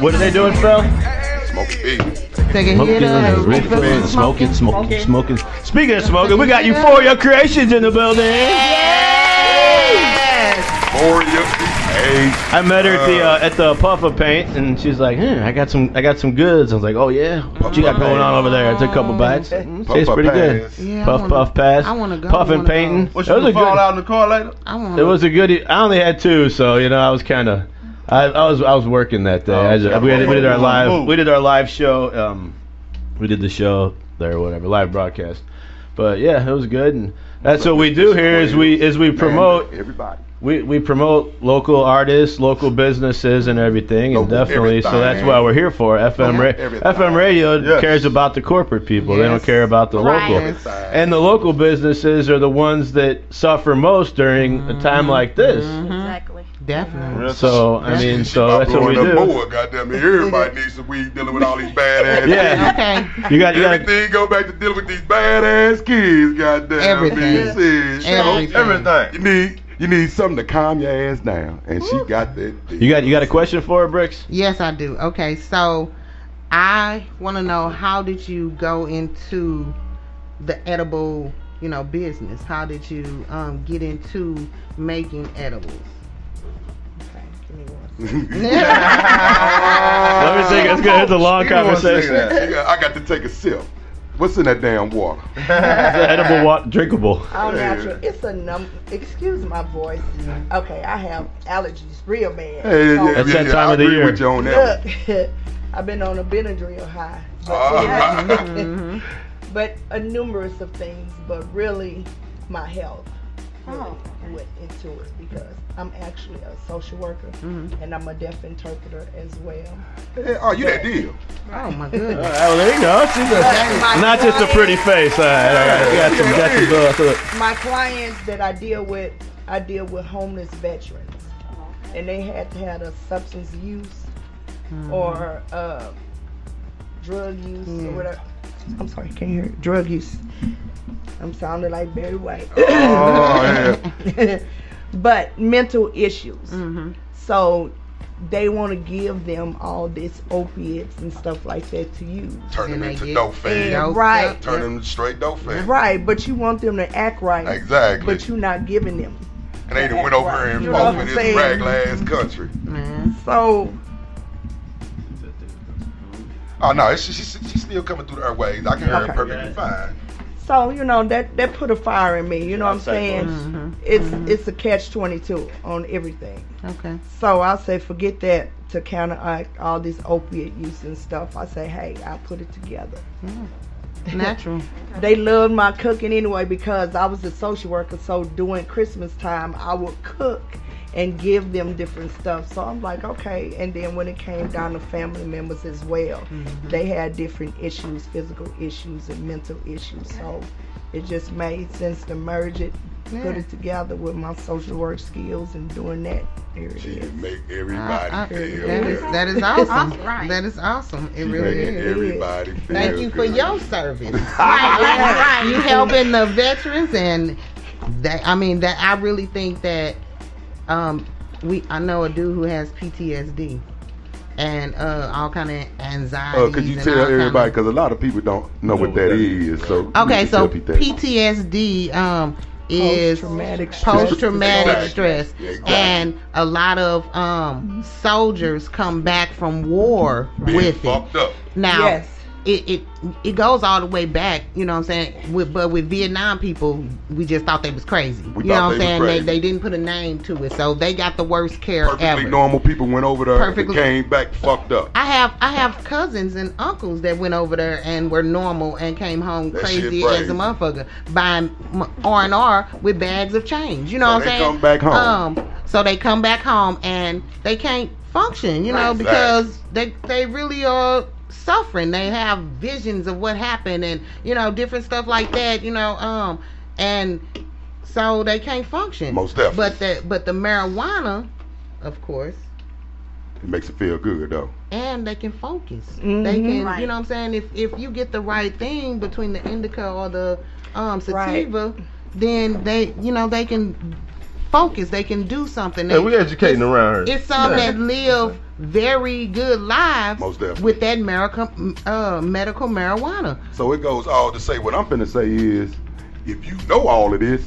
Speaker 3: What are they doing, Phil?
Speaker 7: Smoking big.
Speaker 3: Smoking, smoking, smoking, smoking, smoking. Speaking of smoking, we got Euphoria Creations in the building. I met her at the uh, at the Puff of Paint, and she's like, "Hmm, I got some, I got some goods." I was like, "Oh yeah, what you got going on over there?" I took a couple bites. Mm,
Speaker 7: Puff
Speaker 3: Tastes
Speaker 7: Puff
Speaker 3: pretty
Speaker 7: Pass.
Speaker 3: good. puff puff pass.
Speaker 9: Mm-hmm. I wanna go,
Speaker 3: Puff
Speaker 9: I
Speaker 3: and
Speaker 9: wanna
Speaker 3: painting.
Speaker 9: go.
Speaker 3: That was a good.
Speaker 12: fall out in the car later?
Speaker 9: I
Speaker 3: It was a good. e- I only had two, so you know I was kind of. I, I was I was working that day. I just- we, did, we did our live we did our live show. Um, we did the show there, whatever live broadcast. But yeah, it was good, and that's what we do here is we is we promote
Speaker 7: everybody.
Speaker 3: we, we promote local artists, local businesses, and everything, and definitely. So that's
Speaker 7: everything.
Speaker 3: why we're here for FM. Ra-
Speaker 7: everything.
Speaker 3: FM radio cares about the corporate people. They don't care about the
Speaker 7: Right.
Speaker 3: local. And the local businesses are the ones that suffer most during a
Speaker 9: Mm-hmm.
Speaker 3: time like this.
Speaker 9: Exactly. Definitely.
Speaker 3: So I mean, so that's what we
Speaker 7: Blowing up
Speaker 3: do.
Speaker 7: more, goddamn it. Everybody needs some weed dealing with all these badass
Speaker 3: Yeah.
Speaker 7: kids.
Speaker 3: You got- you got-
Speaker 7: Everything go back to dealing with these badass kids, goddamn.
Speaker 12: Everything.
Speaker 7: Everything.
Speaker 12: Everything.
Speaker 7: everything. You need you need something to calm your ass down. And she got that.
Speaker 3: You got you got a question for her, Bricks?
Speaker 9: Yes, I do. Okay, so I want to know how did you go into the edible, you know, business? How did you um, get into making edibles?
Speaker 3: Let me take it's good. It's a long
Speaker 7: She gonna
Speaker 3: conversation.
Speaker 7: say that. She got- I got to take a sip. What's in that damn water?
Speaker 3: edible water, drinkable.
Speaker 11: All natural. It's a num. Excuse my voice. Okay, I have allergies, real bad.
Speaker 7: Hey, yeah,
Speaker 11: So-
Speaker 7: yeah,
Speaker 3: That's that
Speaker 7: yeah,
Speaker 3: time
Speaker 7: I
Speaker 3: of the
Speaker 7: agree
Speaker 3: year.
Speaker 7: With you on that one.
Speaker 11: Look, I've been on a Benadryl high. But,
Speaker 7: Ah.
Speaker 11: but a numerous of things, but really my health really went into it because I'm actually a social worker and I'm a deaf interpreter as well.
Speaker 7: Yeah, oh, you that deal.
Speaker 11: Oh my
Speaker 3: All right, well, there you go. She's a, not just a pretty face. All right, all right. You got some, got some, uh,
Speaker 11: My clients that I deal with I deal with homeless veterans, and they had to have a substance use or uh, drug use
Speaker 9: Yeah.
Speaker 11: or whatever. I'm sorry, can't hear it. Drug use. I'm sounding like Barry White. but mental issues. So they want to give them all this opiates and stuff like that to use.
Speaker 7: Turn them into
Speaker 11: get
Speaker 7: dope fiends.
Speaker 11: fed, right.
Speaker 7: Turn them into straight dope fiends.
Speaker 11: Right, but you want them to act right.
Speaker 7: Exactly.
Speaker 11: But you're not giving them.
Speaker 7: And they done went over here and
Speaker 11: You know what
Speaker 7: fought for
Speaker 11: I'm
Speaker 7: this
Speaker 11: saying?
Speaker 7: ragged ass country.
Speaker 11: So
Speaker 7: Oh no, it's, she, she, she's still coming through the airways. I can hear her
Speaker 11: Okay.
Speaker 7: perfectly fine.
Speaker 11: So you know that that put a fire in me. You know what I'm
Speaker 7: Outside
Speaker 11: saying?
Speaker 7: voice.
Speaker 11: It's it's a catch twenty two on everything.
Speaker 9: Okay.
Speaker 11: So I say forget that to counteract all this opiate use and stuff. I say hey, I put it together.
Speaker 9: Natural.
Speaker 11: They loved my cooking anyway because I was a social worker. So during Christmas time, I would cook and give them different stuff. So I'm like, okay. And then when it came down to family members as well, they had different issues, physical issues and mental issues. So it just made sense to merge it, put
Speaker 9: Yeah.
Speaker 11: it together with my social work skills and doing that. There it
Speaker 7: She
Speaker 11: is.
Speaker 7: make everybody
Speaker 9: I- I-
Speaker 7: feel
Speaker 9: Uh, that is
Speaker 7: good.
Speaker 9: that is awesome.
Speaker 11: Right.
Speaker 9: That is awesome. It
Speaker 7: She
Speaker 9: really
Speaker 7: making
Speaker 9: is.
Speaker 7: everybody feel
Speaker 9: Thank you for
Speaker 7: good.
Speaker 9: your service.
Speaker 7: Right,
Speaker 9: right, right. You helping the veterans and that I mean that I really think that um we I know a dude who has PTSD and uh all kind of anxiety.
Speaker 7: Uh, could you tell everybody? Because a lot of people don't know what that is. So
Speaker 9: Okay, so
Speaker 7: PT.
Speaker 9: PTSD um is
Speaker 11: Post-traumatic stress
Speaker 9: post-traumatic
Speaker 11: disorder.
Speaker 9: stress,
Speaker 11: Exactly.
Speaker 9: and a lot of um soldiers come back from war with it. Now,
Speaker 11: Yes.
Speaker 9: it, it it goes all the way back, you know what I'm saying? With but with Vietnam people, we just thought they was crazy.
Speaker 7: We
Speaker 9: you know
Speaker 7: thought
Speaker 9: what I'm
Speaker 7: they was
Speaker 9: saying? They,
Speaker 7: crazy.
Speaker 9: they didn't put a name to it, so they got the worst care
Speaker 7: Perfectly
Speaker 9: ever.
Speaker 7: normal people went over there
Speaker 9: Perfectly-
Speaker 7: and came back fucked up.
Speaker 9: I have I have cousins and uncles that went over there and were normal and came home
Speaker 7: That shit
Speaker 9: crazy
Speaker 7: crazy.
Speaker 9: as a motherfucker buying R and R with bags of change. You know
Speaker 7: So
Speaker 9: what I'm
Speaker 7: they
Speaker 9: saying?
Speaker 7: come back home.
Speaker 9: Um, so they come back home and they can't function. You know
Speaker 7: Right.
Speaker 9: because they they really are suffering. They have visions of what happened and you know different stuff like that. You know um and so they can't function.
Speaker 7: Most definitely.
Speaker 9: But the but the marijuana, of course
Speaker 7: It makes it feel good though.
Speaker 9: and they can focus.
Speaker 7: Mm-hmm.
Speaker 9: They
Speaker 11: Mhm.
Speaker 9: can, you
Speaker 11: Right.
Speaker 9: know what I'm saying? If if you get the right thing between the indica or the um sativa, then they, you know, they can focus. They can do something.
Speaker 12: Hey,
Speaker 9: They-
Speaker 12: we educating around here.
Speaker 9: It's some that live very good lives
Speaker 7: Most definitely.
Speaker 9: with that medical uh, medical marijuana.
Speaker 7: So it goes all to say what I'm finna say is, if you know all of this,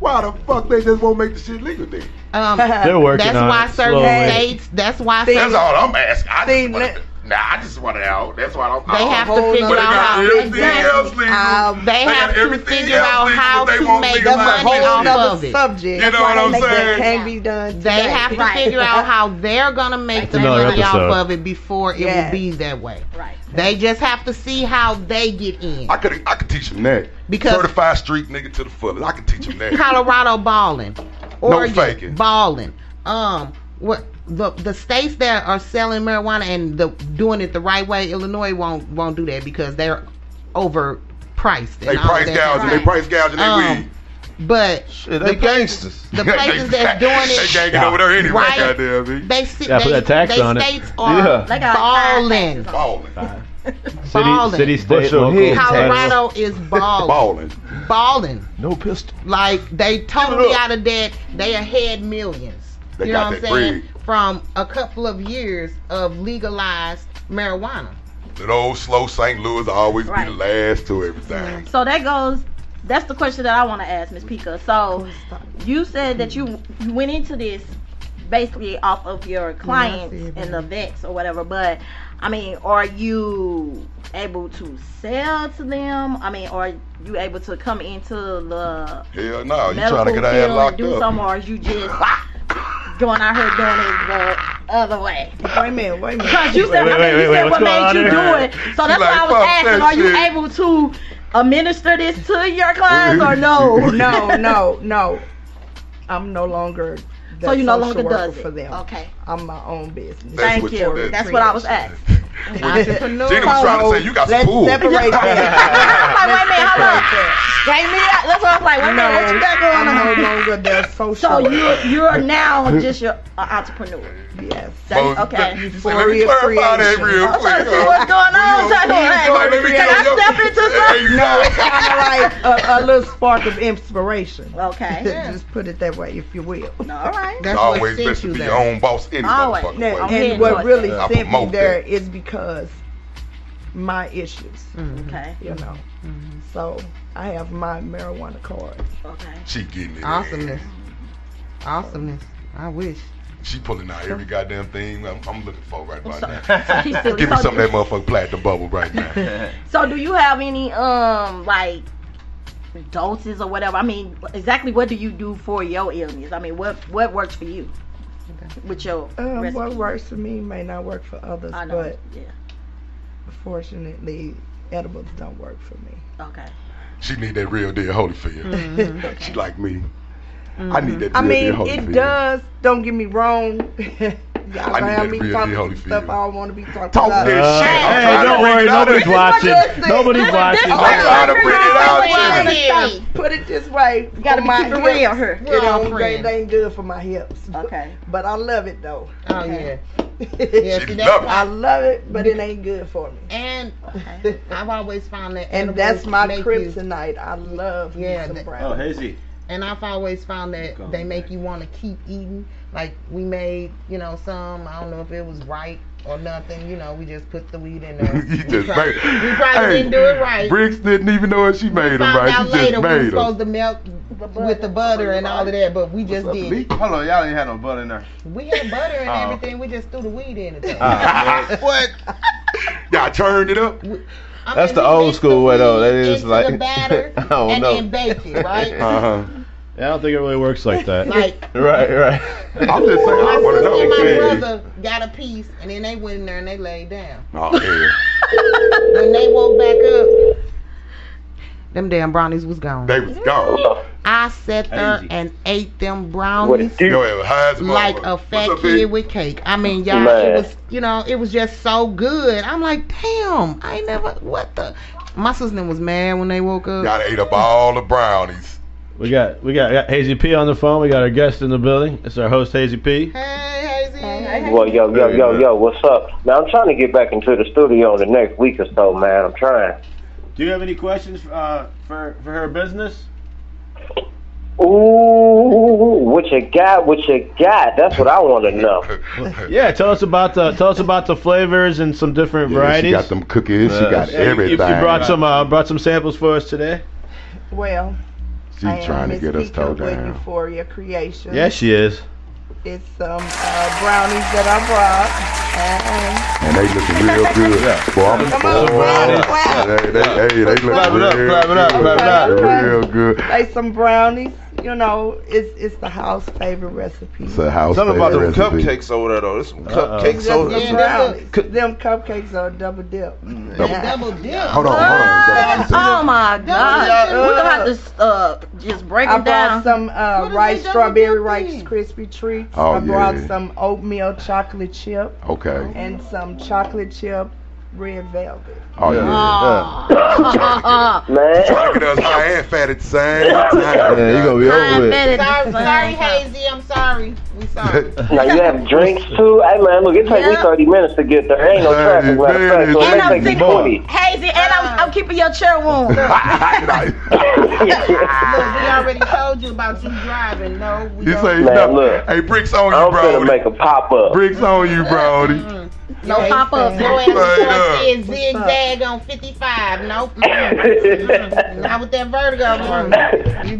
Speaker 7: why the fuck they just won't make the shit legal then?
Speaker 9: Um,
Speaker 7: They're working
Speaker 9: That's
Speaker 7: on
Speaker 9: why
Speaker 7: it
Speaker 9: certain
Speaker 7: slowly.
Speaker 9: states. That's why.
Speaker 7: That's
Speaker 9: certain-
Speaker 7: all I'm asking. I just wanna, nah, I just want to out. That's why I'm.
Speaker 9: They
Speaker 7: I'm
Speaker 9: have to
Speaker 7: holding
Speaker 9: figure
Speaker 7: up.
Speaker 9: out how-
Speaker 7: They got everything
Speaker 9: Exactly.
Speaker 7: else legal.
Speaker 9: Um, they
Speaker 7: got
Speaker 9: have to
Speaker 7: everything
Speaker 9: figure
Speaker 7: else
Speaker 9: out
Speaker 7: legal,
Speaker 9: how
Speaker 7: but they
Speaker 9: to
Speaker 7: won't
Speaker 9: make
Speaker 7: legalize
Speaker 9: the money
Speaker 7: this
Speaker 9: off
Speaker 7: shit.
Speaker 9: of it.
Speaker 11: Subject.
Speaker 7: You know what I'm
Speaker 11: That
Speaker 7: saying?
Speaker 11: can be done.
Speaker 9: They
Speaker 11: today.
Speaker 9: have to figure out how they're gonna make
Speaker 3: That's
Speaker 9: their
Speaker 3: another
Speaker 9: money
Speaker 3: episode.
Speaker 9: off of it before it will
Speaker 7: Yes.
Speaker 9: be that way. Right. They just have to see how they get in.
Speaker 7: I could I could teach them that.
Speaker 9: Because-
Speaker 7: certified street nigga to the fullest. I could teach them that.
Speaker 9: Colorado balling,
Speaker 7: No
Speaker 9: Oregon
Speaker 7: faking.
Speaker 9: balling. Um, what the the states that are selling marijuana and the doing it the right way, Illinois won't won't do that because they're overpriced.
Speaker 7: They price gouging. They price gouging. They
Speaker 9: Um,
Speaker 7: weed.
Speaker 9: But
Speaker 12: they
Speaker 9: the places-
Speaker 12: gangsters.
Speaker 9: The places that's doing
Speaker 7: They
Speaker 9: it,
Speaker 7: ganging over there anyway.
Speaker 9: Right.
Speaker 7: Goddamn. B.
Speaker 9: They sit.
Speaker 3: Yeah,
Speaker 9: they,
Speaker 3: put that tax
Speaker 9: they
Speaker 3: on it.
Speaker 9: states are
Speaker 6: They got
Speaker 9: balling.
Speaker 7: Balling.
Speaker 3: City, city, state,
Speaker 12: Bust your
Speaker 3: local.
Speaker 12: head,
Speaker 9: Colorado is balling.
Speaker 7: Balling.
Speaker 9: balling.
Speaker 3: No pistol.
Speaker 9: Like they totally out of debt. They ahead millions.
Speaker 3: They
Speaker 9: you know
Speaker 3: got
Speaker 9: what I'm
Speaker 3: that
Speaker 9: saying?
Speaker 3: bread.
Speaker 9: From a couple of years of legalized marijuana.
Speaker 7: Good old slow St. Louis always
Speaker 6: Right.
Speaker 7: be the last to everything.
Speaker 6: So that goes. That's the question that I want to ask Miss Pika. So you said that you you went into this basically off of your clients
Speaker 8: it,
Speaker 6: and the vets or whatever. But I mean, are you able to sell to them? I mean, are you able to come into the
Speaker 7: Hell no, Oh, you trying to
Speaker 6: medical
Speaker 7: get our ass
Speaker 6: field and
Speaker 7: locked
Speaker 6: do
Speaker 7: up.
Speaker 6: something, or you just going out here doing it the other way?
Speaker 11: Wait a minute. Wait a minute.
Speaker 6: Because you said,
Speaker 11: Wait,
Speaker 6: I
Speaker 11: wait,
Speaker 6: mean, you
Speaker 11: wait, wait,
Speaker 6: said what
Speaker 11: what's
Speaker 6: made
Speaker 11: going
Speaker 6: you
Speaker 11: on here?
Speaker 6: do it. So
Speaker 11: She like,
Speaker 6: that's why I
Speaker 11: "Fuck
Speaker 6: was asking,
Speaker 11: that
Speaker 6: are you
Speaker 11: shit."
Speaker 6: able to administer this to your clients or no?
Speaker 11: no, no, no. I'm no longer. The
Speaker 6: So you no
Speaker 11: social
Speaker 6: longer
Speaker 11: worker
Speaker 6: does it.
Speaker 11: for them.
Speaker 6: Okay.
Speaker 11: I'm my own business.
Speaker 6: Thank you. That's what I was asking.
Speaker 11: Entrepreneur.
Speaker 7: Gina was trying to say you got some
Speaker 11: Let's
Speaker 7: pool.
Speaker 11: separate that.
Speaker 6: I'm like, wait a minute, hold on. Gave me that. That's what I was like. Wait a minute, what you got going on?
Speaker 11: I'm no longer their social
Speaker 6: So you're
Speaker 11: worker.
Speaker 6: you're now just your uh, entrepreneur.
Speaker 11: Yes.
Speaker 6: That's, okay.
Speaker 7: Let me clarify that real
Speaker 6: I'm
Speaker 7: quick.
Speaker 6: trying to see what's going on. I'm trying to
Speaker 11: Yeah,
Speaker 6: like,
Speaker 11: so let me
Speaker 6: can
Speaker 11: tell
Speaker 6: I
Speaker 11: you-
Speaker 6: step into something?
Speaker 11: No, it's kind of like a, a little spark of inspiration.
Speaker 6: Okay.
Speaker 11: Just put it that way, if you will.
Speaker 6: all right.
Speaker 7: It's always best to be your own boss any
Speaker 6: Always.
Speaker 7: motherfucking
Speaker 6: Now, I'm
Speaker 7: way.
Speaker 11: And what really
Speaker 7: I
Speaker 11: sent me
Speaker 7: promote
Speaker 11: there
Speaker 7: that.
Speaker 11: is because my issues.
Speaker 6: Okay.
Speaker 11: You know. So I have my marijuana card.
Speaker 6: Mm-hmm. Okay.
Speaker 7: She getting it.
Speaker 11: Awesomeness. Awesomeness. I wish.
Speaker 7: She pulling out every goddamn thing I'm, I'm looking for right about
Speaker 6: so he's
Speaker 7: now.
Speaker 6: still-
Speaker 7: Give me
Speaker 6: so
Speaker 7: some of
Speaker 6: you-
Speaker 7: that motherfucking platinum bubble right now.
Speaker 6: So do you have any um like doses or whatever? I mean, exactly what do you do for your illness? I mean, what what works for you? With your
Speaker 11: Um,
Speaker 6: recipe?
Speaker 11: what works for me may not work for others,
Speaker 6: I know.
Speaker 11: but
Speaker 6: yeah.
Speaker 11: fortunately, edibles don't work for me.
Speaker 6: Okay.
Speaker 7: she need that real deal Holyfield.
Speaker 6: Mm-hmm.
Speaker 11: Mhm.
Speaker 7: she like me. I need that
Speaker 11: I
Speaker 7: real
Speaker 11: mean,
Speaker 7: deal Holyfield.
Speaker 11: it does. Don't get me wrong. Y'all gonna
Speaker 7: that
Speaker 11: have me
Speaker 7: real
Speaker 11: talking
Speaker 7: deal,
Speaker 11: some stuff I don't want to be talking
Speaker 7: Talk
Speaker 11: about.
Speaker 7: that shit. I'm
Speaker 3: Hey,
Speaker 7: trying to
Speaker 3: don't
Speaker 7: bring
Speaker 3: worry,
Speaker 7: it
Speaker 3: nobody's
Speaker 7: out. This is
Speaker 3: watching.
Speaker 7: my good thing.
Speaker 3: Nobody's watching.
Speaker 7: I'm trying to bring it out.
Speaker 11: Well,
Speaker 7: shit.
Speaker 11: let's not Put it this way. You
Speaker 6: gotta be keeping it real here.
Speaker 11: You
Speaker 6: Real
Speaker 11: know, they,
Speaker 6: friend.
Speaker 11: they ain't good for my hips. Okay. But I love it though.
Speaker 6: Oh,
Speaker 11: yeah.
Speaker 7: She see, that's love it. why-
Speaker 11: I love it, but it ain't good for me.
Speaker 9: And I've always found that
Speaker 11: And
Speaker 9: edibles
Speaker 11: that's my
Speaker 9: make You,
Speaker 11: kryptonite. I love me
Speaker 9: Yeah,
Speaker 11: some
Speaker 9: that-
Speaker 11: brown.
Speaker 3: Oh, hazy.
Speaker 9: and I've always found that
Speaker 3: Go
Speaker 9: they make you want to keep eating. Like we made, you know, some. I don't know if it was right or nothing. You know, we just put the weed in there.
Speaker 7: You just
Speaker 9: probably-
Speaker 7: made.
Speaker 9: we probably didn't do it right.
Speaker 7: Briggs didn't even know if she made them
Speaker 9: Found
Speaker 7: right.
Speaker 9: out
Speaker 7: She just
Speaker 9: later we were
Speaker 7: made them.
Speaker 9: supposed to melt with the butter and all of that, but we just did. it.
Speaker 12: Hold on, y'all ain't had no butter in there.
Speaker 9: We had butter and
Speaker 7: Oh.
Speaker 9: everything. We just threw the weed in it.
Speaker 7: what? Y'all turned it up.
Speaker 12: That's the old school way though. That is
Speaker 9: into
Speaker 12: like
Speaker 9: the batter
Speaker 12: I don't
Speaker 9: and
Speaker 12: know.
Speaker 9: then bake it, right?
Speaker 3: Uh-huh. Yeah, I don't think it really works like that.
Speaker 9: Like-
Speaker 3: right, right.
Speaker 7: I'm just saying, I want to
Speaker 9: Me and my
Speaker 7: know.
Speaker 9: brother got a piece, and then they went in there and they laid down.
Speaker 7: Oh, yeah.
Speaker 9: When they woke back up, them damn brownies was gone.
Speaker 7: They was gone.
Speaker 9: I sat there
Speaker 7: Easy.
Speaker 9: and ate them
Speaker 7: What
Speaker 9: brownies
Speaker 7: it do? Yo, it was high as a
Speaker 9: like
Speaker 7: motherfucker.
Speaker 9: a fat
Speaker 7: What's up,
Speaker 9: kid
Speaker 7: bitch?
Speaker 9: with cake. I mean, y'all,
Speaker 7: Man.
Speaker 9: it was you know, it was just so good. I'm like, damn, I ain't never what the. My sister was mad when they woke up.
Speaker 7: Y'all ate up all the brownies.
Speaker 3: We got we got, got Hazy P on the phone. We got our guest in the building. It's our host Hazy P.
Speaker 10: Well, yo, yo, yo, yo, what's up? Now I'm trying to get back into the studio in the next week or so, man. I'm trying.
Speaker 3: Do you have any questions uh, for for her business?
Speaker 10: Ooh, what you got? What you got? That's what I want to know.
Speaker 3: Yeah, tell us about the tell us about the flavors and some different
Speaker 7: Yeah,
Speaker 3: varieties.
Speaker 7: she got them cookies. she
Speaker 3: Uh,
Speaker 7: got
Speaker 3: you-
Speaker 7: everything.
Speaker 3: You, you brought some uh, brought some samples for us today.
Speaker 11: Well,
Speaker 7: She
Speaker 11: I am
Speaker 7: trying to
Speaker 11: Miss
Speaker 7: get us
Speaker 11: Speaker
Speaker 7: towed
Speaker 11: with
Speaker 7: down.
Speaker 11: Euphoria Creation.
Speaker 3: Yeah, she is.
Speaker 11: It's some uh, brownies that I brought. And
Speaker 7: And they looking real good. Boy, I'm
Speaker 11: Come on,
Speaker 7: boy,
Speaker 11: brownies. Wow.
Speaker 7: Hey, they, hey, they looking
Speaker 3: Clap it up,
Speaker 7: real
Speaker 3: clap it up,
Speaker 7: good.
Speaker 3: clap it up.
Speaker 7: Real good.
Speaker 11: like some brownies. You know, it's it's the house favorite recipe.
Speaker 7: It's a house
Speaker 12: Tell them about
Speaker 7: favorite
Speaker 12: them
Speaker 7: recipe.
Speaker 12: cupcakes over there though. There's some
Speaker 7: Uh-oh.
Speaker 12: cupcakes over
Speaker 11: Them
Speaker 12: there.
Speaker 11: brownies. them cupcakes are double dip. Mm. Ah!
Speaker 12: Double-
Speaker 11: double
Speaker 9: dip.
Speaker 7: Mm. Hold on, hold on.
Speaker 6: Oh my God!
Speaker 11: y'all-
Speaker 6: We're gonna have to uh, just break
Speaker 11: I
Speaker 6: it down.
Speaker 11: brought some uh, rice, strawberry rice crispy treats.
Speaker 7: Oh,
Speaker 11: I brought
Speaker 7: yeah.
Speaker 11: some oatmeal chocolate chip
Speaker 7: Okay.
Speaker 11: and some chocolate chip red velvet.
Speaker 7: Oh, yeah.
Speaker 10: Man.
Speaker 7: Trying to get us high and fat at the same time. Yeah, you going to be
Speaker 9: Sorry, sorry, Hazy. I'm sorry. We sorry.
Speaker 10: now you have drinks too. Hey man, look, it takes me 30 minutes to get there. Ain't no
Speaker 7: Hey,
Speaker 10: traffic matter of fact, so
Speaker 7: man,
Speaker 10: it may
Speaker 7: it's
Speaker 10: take you
Speaker 7: more.
Speaker 10: 20.
Speaker 6: Hazy, and I'm, I'm keeping your chair warm.
Speaker 9: Look, we already told you about you driving. No, we
Speaker 7: You say
Speaker 10: Man,
Speaker 7: nothing.
Speaker 10: look.
Speaker 7: Hey, bricks on
Speaker 10: I'm
Speaker 7: you, bro.
Speaker 10: finna make a pop up.
Speaker 7: Bricks on you, Brody.
Speaker 9: no pop up. Your ass
Speaker 7: Straight
Speaker 9: going
Speaker 7: up.
Speaker 9: see a zigzag on 55. Nope. Mm-mm. Mm-mm. Not with that vertigo. Mm.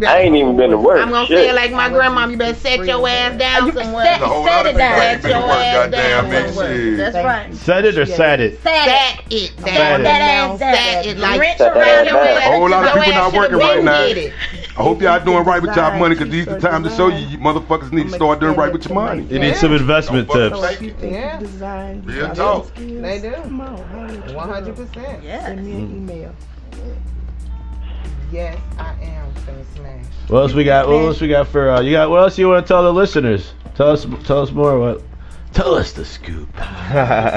Speaker 9: You
Speaker 10: I ain't even been to work.
Speaker 9: I'm gonna
Speaker 10: Oh, Shit.
Speaker 9: say it like my grandma. You better set your ass
Speaker 11: Oh,
Speaker 9: down somewhere.
Speaker 7: The whole other thing
Speaker 9: Set
Speaker 7: ain't been
Speaker 9: your
Speaker 7: to work,
Speaker 9: ass
Speaker 7: goddamn
Speaker 9: down
Speaker 7: bitch.
Speaker 9: somewhere.
Speaker 7: Shit.
Speaker 9: That's right.
Speaker 3: Set it or sat it.
Speaker 9: Set it.
Speaker 3: Set
Speaker 9: down.
Speaker 3: it.
Speaker 9: Set Set it like
Speaker 7: Set that ass down.
Speaker 9: ass.
Speaker 7: Whole lot of
Speaker 9: Your ass
Speaker 7: people not working
Speaker 9: should've
Speaker 7: right
Speaker 9: been
Speaker 7: now.
Speaker 9: with it.
Speaker 7: I hope y'all doing right with y'all money because these the time to show you, you motherfuckers need to start doing right with your money.
Speaker 3: You need some investment tips.
Speaker 11: Yeah. Design.
Speaker 7: Real
Speaker 11: design
Speaker 7: talk.
Speaker 11: skills.
Speaker 9: They do.
Speaker 11: Come on,
Speaker 9: One hundred percent.
Speaker 11: Send me
Speaker 7: Mm-hmm.
Speaker 11: an email.
Speaker 9: Yes, I am finna smash.
Speaker 3: What else we got? What else we got for uh, you? Got what else you want to tell the listeners? Tell us, tell us more. What Tell us the scoop.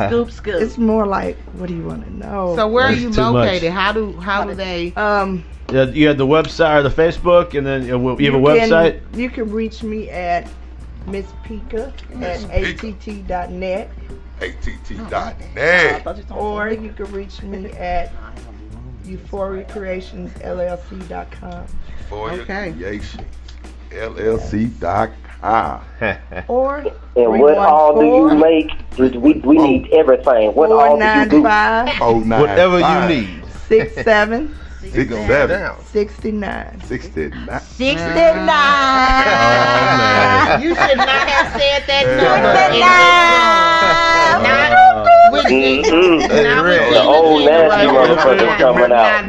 Speaker 11: scoop, scoop. It's more like, what do you want to know?
Speaker 9: So where are
Speaker 3: That's
Speaker 9: you
Speaker 3: too much.
Speaker 9: located? How do how do they?
Speaker 11: Um,
Speaker 3: Yeah, you had the website or the Facebook, and then you have a
Speaker 11: can-
Speaker 3: website.
Speaker 11: you can reach me at Miss Pika at att.net.
Speaker 7: Net.
Speaker 11: Or you can reach me at euphoriacreationsllc.com.
Speaker 7: For your
Speaker 11: Okay.
Speaker 7: creation. LLC.com.
Speaker 11: Or
Speaker 17: And what all do you make? We, we need everything. What
Speaker 3: Oh,
Speaker 17: all do you do?
Speaker 11: 495
Speaker 7: Oh, nine,
Speaker 3: Whatever you
Speaker 7: five,
Speaker 3: need.
Speaker 11: 67
Speaker 7: Six,
Speaker 3: Oh.
Speaker 7: seven,
Speaker 11: 69.
Speaker 7: sixty nine.
Speaker 11: 69.
Speaker 7: Oh,
Speaker 9: You should not have said that
Speaker 7: Mm-mm.
Speaker 10: Mm-hmm. The old nasty motherfuckers coming out.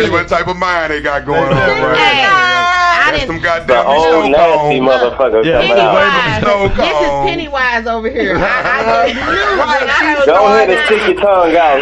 Speaker 7: You know what type of mind they got going on, right? That's some
Speaker 10: The
Speaker 7: goddamn
Speaker 10: old
Speaker 7: stone
Speaker 10: nasty
Speaker 7: cold.
Speaker 10: motherfuckers coming out.
Speaker 7: Stone cold.
Speaker 9: Pennywise over here. I, I didn't lose it. I was
Speaker 10: Go
Speaker 9: going
Speaker 10: ahead and stick your tongue out.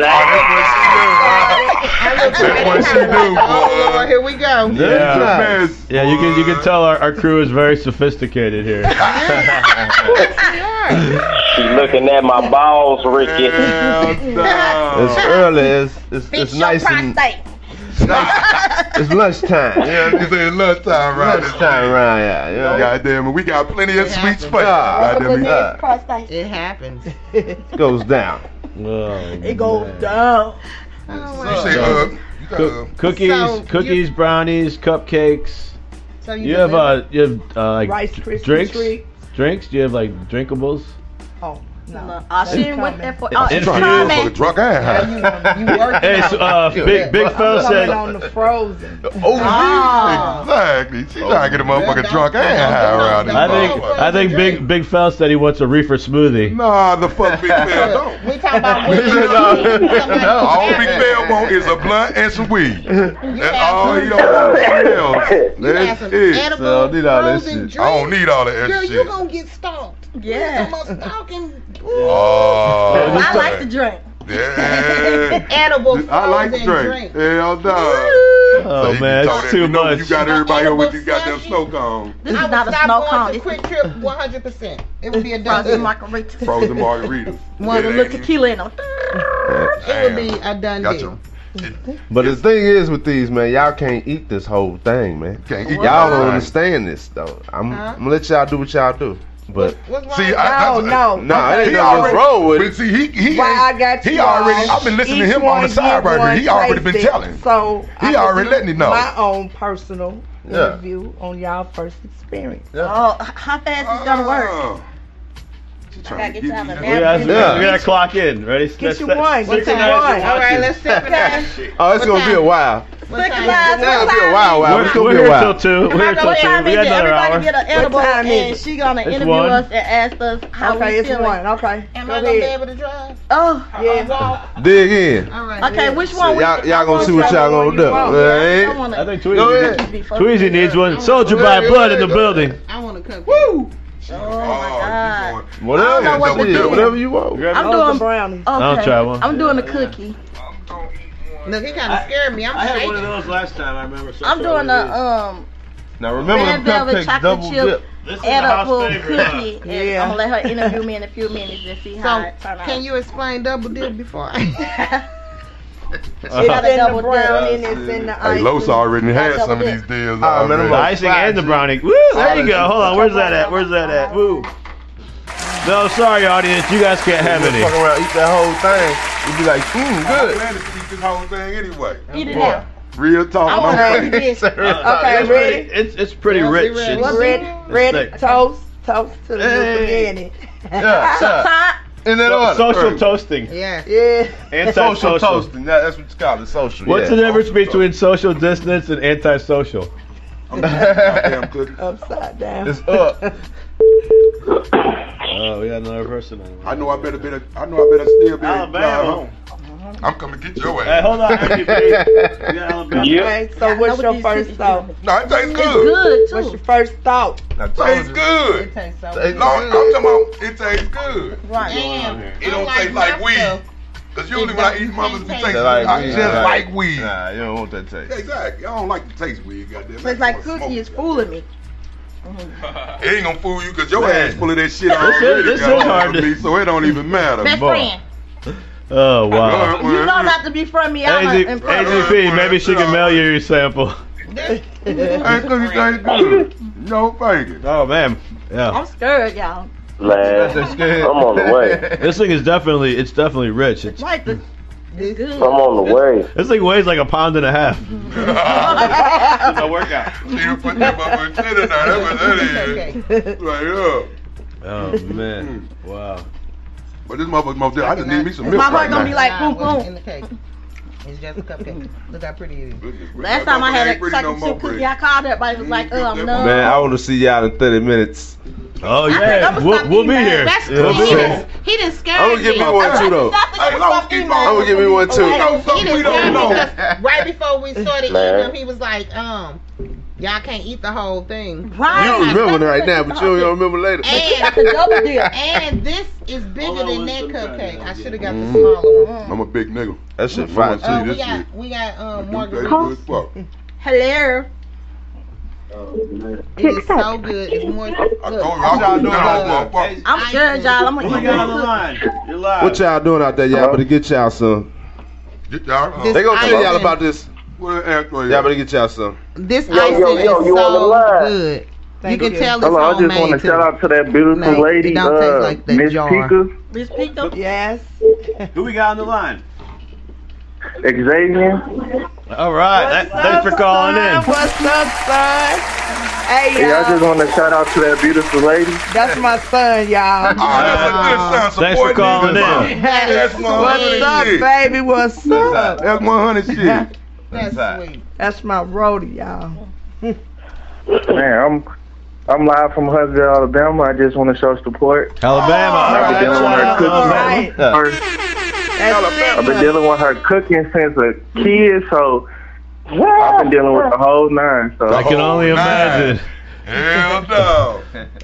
Speaker 7: What she do,
Speaker 9: Oh, Lord, here we go.
Speaker 3: Yeah. yeah, you can you can tell our, our crew is very sophisticated here.
Speaker 10: She looking at my balls, Ricky.
Speaker 12: It's early. It's it's, it's nice and it's lunchtime.
Speaker 7: Yeah, I'm just saying lunchtime right
Speaker 12: Lunchtime around, yeah. You know?
Speaker 7: Goddamn it, we got plenty of sweet space.
Speaker 12: Yeah.
Speaker 7: Goddamn it.
Speaker 12: Yeah.
Speaker 9: It happens.
Speaker 12: Goes down.
Speaker 11: It goes down.
Speaker 9: Oh,
Speaker 7: You say, uh, you got, uh,
Speaker 3: Coo- cookies,
Speaker 11: So you-
Speaker 3: cookies, brownies, cupcakes.
Speaker 11: So
Speaker 3: you have uh, you have uh, like
Speaker 11: Rice
Speaker 3: dr-
Speaker 11: Krispie
Speaker 3: drinks.
Speaker 11: treat.
Speaker 3: Drinks? Do you have like drinkables?
Speaker 11: Oh, no.
Speaker 6: I shouldn't went there for. Oh, it's coming.
Speaker 3: Infused. Hey, so, uh, big big fella
Speaker 11: I'm
Speaker 3: said.
Speaker 11: coming on the frozen.
Speaker 7: Ah. Exactly. She
Speaker 12: Oh.
Speaker 7: trying to get a motherfucker drunk and high around this
Speaker 3: I think
Speaker 7: motherfucker.
Speaker 3: I think big big fella said he wants a reefer smoothie.
Speaker 7: Nah, the fuck Big Bell don't.
Speaker 9: We talking about what
Speaker 7: All Big Bell want is a blunt and some weed. That's all he don't want. That's
Speaker 9: some
Speaker 7: it.
Speaker 9: edible So, I
Speaker 7: need all that
Speaker 9: frozen
Speaker 7: shit. I don't need all that
Speaker 9: Girl,
Speaker 7: extra
Speaker 9: you
Speaker 7: shit.
Speaker 9: gonna get stalked.
Speaker 6: Yeah.
Speaker 9: Some of stalking
Speaker 7: Oh,
Speaker 6: I like to drink.
Speaker 7: Yeah.
Speaker 9: edible
Speaker 7: I like to
Speaker 9: frozen
Speaker 7: drink. Hell no.
Speaker 3: Oh man, it's too much.
Speaker 7: You got everybody here with these goddamn snow cone.
Speaker 6: This
Speaker 9: I
Speaker 6: is
Speaker 9: would
Speaker 6: not a
Speaker 9: stop
Speaker 6: snow
Speaker 9: going
Speaker 6: cone.
Speaker 9: to
Speaker 6: It's
Speaker 9: Quick Trip 100%. It would be a
Speaker 6: frozen
Speaker 9: done deal.
Speaker 6: margarita.
Speaker 7: Frozen margaritas.
Speaker 6: One with a
Speaker 7: Yeah,
Speaker 6: little tequila in them.
Speaker 9: It would be a done
Speaker 7: Got
Speaker 9: deal.
Speaker 12: But the thing is with these, man, y'all can't eat this whole thing, man.
Speaker 7: Can't
Speaker 9: eat
Speaker 12: y'all
Speaker 9: this.
Speaker 12: don't understand this, though. I'm,
Speaker 9: Huh?
Speaker 12: I'm gonna let y'all do what y'all do. But
Speaker 7: See, I,
Speaker 11: No,
Speaker 7: that's-
Speaker 11: no.
Speaker 12: Nah, it ain't
Speaker 7: He
Speaker 12: nothing
Speaker 7: already-
Speaker 12: wrong with
Speaker 7: But see, he he
Speaker 11: Why I
Speaker 7: ain't-
Speaker 11: got
Speaker 7: he
Speaker 11: you
Speaker 7: already.
Speaker 11: all.
Speaker 7: I've been listening to
Speaker 11: Uh, Each
Speaker 7: him on
Speaker 11: one
Speaker 7: the
Speaker 11: get
Speaker 7: side right here.
Speaker 11: one
Speaker 7: He already been
Speaker 11: tasting.
Speaker 7: telling.
Speaker 11: So
Speaker 7: He
Speaker 11: I could
Speaker 7: already
Speaker 11: do
Speaker 7: letting him know.
Speaker 11: My own personal
Speaker 7: Yeah.
Speaker 11: review on y'all first experience.
Speaker 6: Oh, how fast is gonna work?
Speaker 7: Oh.
Speaker 6: I gotta get you out of
Speaker 3: We gotta,
Speaker 12: Yeah.
Speaker 3: we gotta clock in. Ready? That's-
Speaker 11: you
Speaker 3: that's
Speaker 11: one, get
Speaker 3: six
Speaker 11: you
Speaker 3: and nine,
Speaker 11: one.
Speaker 3: six
Speaker 11: All right,
Speaker 3: notches.
Speaker 11: let's sip it out.
Speaker 12: oh, it's gonna be a while. It's gonna be a while, while. It's
Speaker 3: We're,
Speaker 12: gonna
Speaker 3: we're
Speaker 12: be a
Speaker 3: here
Speaker 12: while.
Speaker 3: till two. We're here till
Speaker 6: What
Speaker 3: two.
Speaker 6: time
Speaker 3: We
Speaker 6: is
Speaker 3: got
Speaker 6: it?
Speaker 3: another
Speaker 6: Everybody
Speaker 3: hour.
Speaker 6: get an edible
Speaker 11: time is
Speaker 6: and
Speaker 11: it?
Speaker 6: she gonna
Speaker 3: It's
Speaker 6: interview
Speaker 3: one.
Speaker 6: us and ask us how
Speaker 11: Okay,
Speaker 6: we
Speaker 11: it's
Speaker 6: feeling.
Speaker 11: one. Okay.
Speaker 9: Am
Speaker 11: Go
Speaker 9: I gonna be
Speaker 11: ahead.
Speaker 9: able to drive?
Speaker 6: Oh,
Speaker 11: Yeah.
Speaker 12: Dig in.
Speaker 9: All right.
Speaker 6: Okay, which
Speaker 12: So
Speaker 6: one? we-
Speaker 12: y'all, y'all gonna see what y'all gonna do.
Speaker 6: want. I
Speaker 12: All
Speaker 6: wanna-
Speaker 12: right?
Speaker 3: I think
Speaker 12: Go
Speaker 3: Tweezy,
Speaker 12: ahead.
Speaker 3: Tweezy needs one. Soldier by blood in the building.
Speaker 9: I want to cook.
Speaker 7: Woo!
Speaker 12: Whatever,
Speaker 6: I don't know what to
Speaker 12: shit,
Speaker 6: do.
Speaker 12: whatever you want.
Speaker 6: I'm
Speaker 11: Oh,
Speaker 6: doing
Speaker 11: the brownie.
Speaker 6: Okay.
Speaker 3: I'll try one.
Speaker 6: I'm doing the cookie.
Speaker 9: Look, he kind of scared me. I'm shaking.
Speaker 3: those last time. I remember.
Speaker 6: I'm doing a um
Speaker 12: Now remember
Speaker 6: red
Speaker 12: them
Speaker 6: velvet
Speaker 12: cupcakes
Speaker 6: chocolate
Speaker 12: double
Speaker 6: chip
Speaker 12: dip.
Speaker 3: This
Speaker 6: edible cookie. And
Speaker 9: Yeah.
Speaker 6: I'm gonna let her interview me in a few minutes and see how
Speaker 9: So,
Speaker 6: it turn out.
Speaker 9: can you explain double dip before? I
Speaker 11: It's
Speaker 12: uh,
Speaker 6: Got a
Speaker 11: in
Speaker 6: double
Speaker 11: the brown
Speaker 6: dip.
Speaker 11: and it's in the
Speaker 7: Hey,
Speaker 11: ice.
Speaker 7: Los already had
Speaker 6: Double
Speaker 7: some of
Speaker 6: dip.
Speaker 7: these deals.
Speaker 12: Ah, man, I'm
Speaker 3: The
Speaker 7: already.
Speaker 3: icing and the brownie. Woo! There you go. Hold on. Where's that at? Where's that at? Woo. No, sorry, audience. You guys can't have
Speaker 12: Fuck
Speaker 3: any.
Speaker 12: around, eat that whole thing. You'd be like, mmm,
Speaker 7: I
Speaker 12: good.
Speaker 7: planned to eat this whole thing anyway.
Speaker 6: Eat it
Speaker 7: Boy,
Speaker 6: out.
Speaker 7: Real talk.
Speaker 6: I'm
Speaker 7: I'm
Speaker 6: ready.
Speaker 3: Okay, it's
Speaker 11: ready?
Speaker 3: Pretty, it's it's pretty rich. It's,
Speaker 11: Red,
Speaker 3: thick.
Speaker 11: red toast, toast to the
Speaker 3: Hey.
Speaker 11: hey.
Speaker 12: Yeah, yeah. In that
Speaker 3: so-
Speaker 12: order.
Speaker 3: social
Speaker 12: Right.
Speaker 3: toasting.
Speaker 9: yeah.
Speaker 11: Yeah.
Speaker 3: Anti-social.
Speaker 12: Social toasting. That, that's what you call it. Social.
Speaker 3: What's
Speaker 12: yeah.
Speaker 3: the difference between social distance and antisocial?
Speaker 7: goddamn cookie.
Speaker 11: Upside down.
Speaker 12: It's up.
Speaker 3: Oh, we got another person.
Speaker 7: I know I better be. the- I know I better still be.
Speaker 3: Alabama.
Speaker 7: Alabama. home. I'm coming to get your
Speaker 3: Hey,
Speaker 7: ass.
Speaker 3: hold on. Andy, please. We got Alabama.
Speaker 11: Okay, so what's your first thought?
Speaker 7: No, it tastes
Speaker 6: It's
Speaker 7: good.
Speaker 6: good
Speaker 11: What's your
Speaker 6: too.
Speaker 11: first thought?
Speaker 12: I told
Speaker 7: Tastes
Speaker 12: you.
Speaker 7: good.
Speaker 9: Okay, so.
Speaker 12: Tastes
Speaker 7: Long, I'm
Speaker 12: good.
Speaker 7: talking about it tastes good.
Speaker 9: Damn.
Speaker 7: It don't
Speaker 9: Unlike
Speaker 7: taste like
Speaker 9: my
Speaker 7: weed.
Speaker 9: stuff.
Speaker 7: Cause usually when I eat mama's, it tastes
Speaker 12: That like
Speaker 7: I
Speaker 12: weed,
Speaker 7: just
Speaker 12: nah.
Speaker 7: like weed.
Speaker 12: Nah, you don't want that taste.
Speaker 7: Exactly. I don't like the taste weed. Goddamn.
Speaker 6: It's like cookie is fooling me.
Speaker 7: It ain't gonna fool you because your ass full of that
Speaker 3: This
Speaker 7: shit
Speaker 3: is-
Speaker 7: already.
Speaker 3: this is
Speaker 7: goddamn,
Speaker 3: hard to-
Speaker 7: me, so it don't even matter.
Speaker 6: Best
Speaker 7: Boy.
Speaker 6: friend.
Speaker 3: Oh
Speaker 7: Go
Speaker 3: wow.
Speaker 7: ahead,
Speaker 6: You know not to be from me. I'm
Speaker 3: AZ,
Speaker 6: a, impressed.
Speaker 3: AZP, maybe she can mail you your sample.
Speaker 7: Hey, cookie tastes good. No fake it.
Speaker 3: Oh man, yeah.
Speaker 6: I'm scared, y'all.
Speaker 10: Man, I'm on the way.
Speaker 3: This thing is definitely it's definitely rich. It's,
Speaker 6: Like the, the good.
Speaker 10: I'm on the way.
Speaker 3: this thing weighs like a pound and a half.
Speaker 7: a workout. You put that motherfucking shit in there. That's what that is. Right up.
Speaker 3: Oh man, wow.
Speaker 7: Mm-hmm. But this motherfucker, motherfucker, I just need me some milk.
Speaker 6: My heart
Speaker 7: right
Speaker 6: gonna
Speaker 7: now.
Speaker 6: be like,
Speaker 9: Nah,
Speaker 6: boom,
Speaker 9: what's
Speaker 6: boom.
Speaker 9: in the cake? It's just a cupcake. Look how pretty it is.
Speaker 6: Last time I
Speaker 7: ain't
Speaker 6: had a
Speaker 7: pretty
Speaker 6: chocolate
Speaker 7: no more,
Speaker 6: chip cookie, I called everybody. Was like, oh, I'm numb.
Speaker 12: Man, I want to see y'all in 30 minutes.
Speaker 3: Oh,
Speaker 6: yeah.
Speaker 12: We'll, we'll be
Speaker 6: here.
Speaker 12: That's
Speaker 6: He didn't, he didn't scare
Speaker 12: I'm gonna give me one too, though. I'm gonna give me one too.
Speaker 9: He didn't tell me because right before we started eating
Speaker 12: Man.
Speaker 9: them, he was like, um, y'all can't eat the whole thing.
Speaker 12: You don't remember right now, but you don't remember later.
Speaker 9: And, and this is bigger than that cupcake. I should have got the smaller one.
Speaker 7: I'm a big nigga.
Speaker 12: Mm-hmm. That shit
Speaker 7: I'm
Speaker 12: fire.
Speaker 7: gonna
Speaker 9: Oh,
Speaker 7: see
Speaker 9: we
Speaker 7: this
Speaker 9: got
Speaker 7: shit.
Speaker 9: we got um
Speaker 7: You taste
Speaker 9: margarita.
Speaker 7: good as fuck.
Speaker 6: Hello.
Speaker 9: It is so good. It's more.
Speaker 7: How y'all doing out there?
Speaker 6: I'm scared, y'all. I'm gonna eat
Speaker 3: got on
Speaker 6: this
Speaker 3: the line? You're live.
Speaker 12: What y'all doing out there? Y'all better get y'all some.
Speaker 7: Get y'all.
Speaker 12: They gonna tell y'all about this.
Speaker 7: What an act
Speaker 12: Y'all better get y'all some.
Speaker 9: This
Speaker 10: Yo, yo,
Speaker 9: icing
Speaker 10: yo,
Speaker 9: is
Speaker 10: you on the
Speaker 9: so
Speaker 10: line.
Speaker 9: good. you can tell it's
Speaker 10: Hello, I just
Speaker 9: homemade
Speaker 10: want to
Speaker 9: too.
Speaker 10: shout out to that beautiful
Speaker 9: Made. It
Speaker 10: lady,
Speaker 9: don't taste
Speaker 10: uh,
Speaker 9: like that
Speaker 10: Miss
Speaker 9: jar.
Speaker 10: Pika
Speaker 6: Miss Pico.
Speaker 11: Yes.
Speaker 3: Who we got on the line?
Speaker 10: Xavier.
Speaker 3: All right. Th- Thanks for calling in.
Speaker 11: What's up, son? Hey,
Speaker 10: Hey, I
Speaker 11: y'all.
Speaker 10: just want to shout out to that beautiful lady.
Speaker 11: That's my son,
Speaker 7: Ah,
Speaker 11: y'all.
Speaker 7: Thanks
Speaker 10: for calling
Speaker 7: in. That's my
Speaker 11: What's up,
Speaker 7: shit.
Speaker 11: baby? What's up?
Speaker 7: That's my honey shit.
Speaker 11: That's sweet. That's my roadie, y'all.
Speaker 10: Man, I'm I'm live from Huntsville, Alabama. I just want to show support.
Speaker 3: Alabama.
Speaker 10: I've been dealing with her cooking.
Speaker 11: Her-
Speaker 10: I've been dealing with her cooking since a kid, so I've been dealing with the whole nine. So
Speaker 3: I can only imagine.
Speaker 7: Hell no.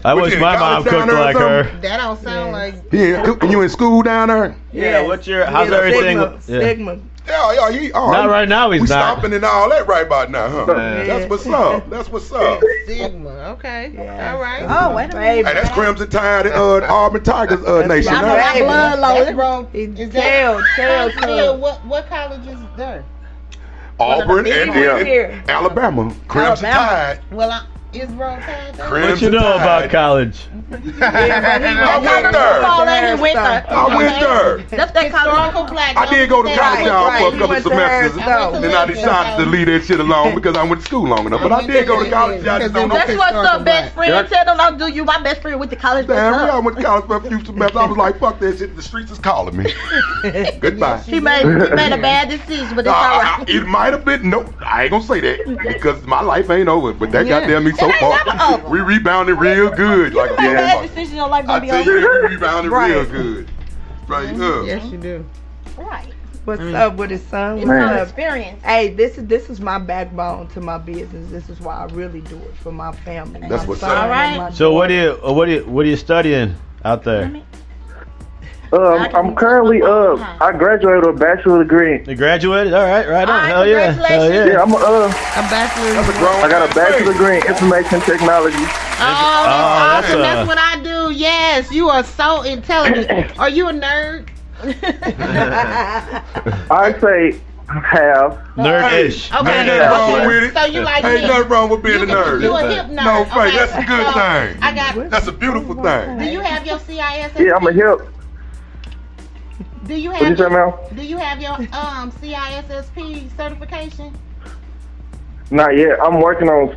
Speaker 3: I
Speaker 7: What
Speaker 3: wish
Speaker 7: you,
Speaker 3: my
Speaker 7: in
Speaker 3: mom
Speaker 7: college down
Speaker 3: cooked
Speaker 7: there or
Speaker 3: like her.
Speaker 9: That don't sound like.
Speaker 7: Yeah, you in school down there?
Speaker 3: Yeah. What's your? How's
Speaker 7: Yeah,
Speaker 3: everything?
Speaker 7: Sigma.
Speaker 3: Yeah.
Speaker 11: Sigma.
Speaker 7: Yeah, yeah, he, oh,
Speaker 3: Not
Speaker 7: he-
Speaker 3: right now, he's
Speaker 7: we
Speaker 3: not.
Speaker 7: stopping and all that right about now, huh?
Speaker 3: Man.
Speaker 7: That's what's up. That's what's up.
Speaker 9: Sigma. Okay. All right.
Speaker 11: Oh, wait a
Speaker 7: hey,
Speaker 11: minute.
Speaker 7: that's Crimson Tide and uh, Auburn Tigers uh, Nation.
Speaker 9: I know
Speaker 7: huh?
Speaker 9: that blood low. wrong. Is that
Speaker 11: Tell, tell,
Speaker 9: Huntsville,
Speaker 11: tell.
Speaker 9: What what college is there?
Speaker 7: Auburn
Speaker 9: Well,
Speaker 7: and,
Speaker 9: the big one here.
Speaker 7: and Alabama. Crimson Tide.
Speaker 9: Well, I, is wrong Tide there?
Speaker 3: What you know about college?
Speaker 7: I went there. I went there.
Speaker 6: That's that
Speaker 9: historical black.
Speaker 7: I did go to college, y'all, for a couple
Speaker 9: Right.
Speaker 7: semesters.
Speaker 9: I went to
Speaker 7: Then I
Speaker 9: Lawrence,
Speaker 7: decided to leave that shit alone because I went to school long enough. But I did go to college, y'all. Just don't know.
Speaker 6: That's what's up, best friend.
Speaker 7: Yeah.
Speaker 6: Tell them I'll do you my best friend with the college.
Speaker 7: Damn,
Speaker 6: What's
Speaker 7: yeah, I
Speaker 6: up?
Speaker 7: went to college for a few semesters. I was like, fuck that shit. The streets is calling me. Goodbye.
Speaker 6: She made she made a bad decision, but it's
Speaker 7: Nah,
Speaker 6: all
Speaker 7: I- I-
Speaker 6: right.
Speaker 7: Ah, it might have been no. I ain't gonna say that because my life ain't over. But that
Speaker 6: Yeah.
Speaker 7: goddamn me so
Speaker 6: It ain't never
Speaker 7: far.
Speaker 6: over.
Speaker 7: We rebounded real good, like a
Speaker 6: Made a bad
Speaker 7: motherfucker.
Speaker 6: decision. Your life
Speaker 7: I
Speaker 6: gonna be
Speaker 7: tell you, we
Speaker 6: over.
Speaker 7: rebounded
Speaker 11: Right.
Speaker 7: real good. Right up.
Speaker 11: Yes, you do.
Speaker 6: Right.
Speaker 11: What's
Speaker 8: Mm.
Speaker 11: up with his son?
Speaker 6: It's
Speaker 11: What's
Speaker 6: all
Speaker 11: up?
Speaker 6: experience.
Speaker 11: Hey, this is this is my backbone to my business. This is why I really do it for my family.
Speaker 3: That's
Speaker 11: my
Speaker 3: what's
Speaker 11: son
Speaker 3: up.
Speaker 11: and
Speaker 6: Alright.
Speaker 11: my
Speaker 3: So what do you? uh, What do you? What are you studying out there?
Speaker 10: um, I'm currently uh I graduated with a bachelor degree.
Speaker 3: You graduated? All right, right on. Hell yeah. Hell yeah.
Speaker 10: I'm uh
Speaker 9: A bachelor's.
Speaker 10: I got a bachelor degree in information technology.
Speaker 9: Oh, that's
Speaker 10: Oh,
Speaker 9: awesome.
Speaker 10: that's
Speaker 9: That's
Speaker 10: a-
Speaker 9: what I do. Yes, you are so intelligent. Are you a nerd?
Speaker 10: I say have
Speaker 3: Nerd-ish.
Speaker 9: Okay.
Speaker 7: Ain't nothing
Speaker 9: Yeah.
Speaker 7: wrong with it.
Speaker 9: So you like
Speaker 7: Ain't
Speaker 9: me.
Speaker 7: nothing wrong with being
Speaker 9: You
Speaker 7: a
Speaker 9: can-
Speaker 7: nerd.
Speaker 9: you a hip nerd.
Speaker 7: No, Faye,
Speaker 9: Okay.
Speaker 7: that's a good
Speaker 9: So,
Speaker 7: thing.
Speaker 9: I got.
Speaker 7: That's a beautiful thing.
Speaker 9: Do you have your CIS?
Speaker 10: Yeah, I'm a hip.
Speaker 9: Do you
Speaker 10: What you
Speaker 9: have?
Speaker 10: say, ma'am?
Speaker 9: Do you have your um CISSP certification?
Speaker 10: Not yet. I'm working on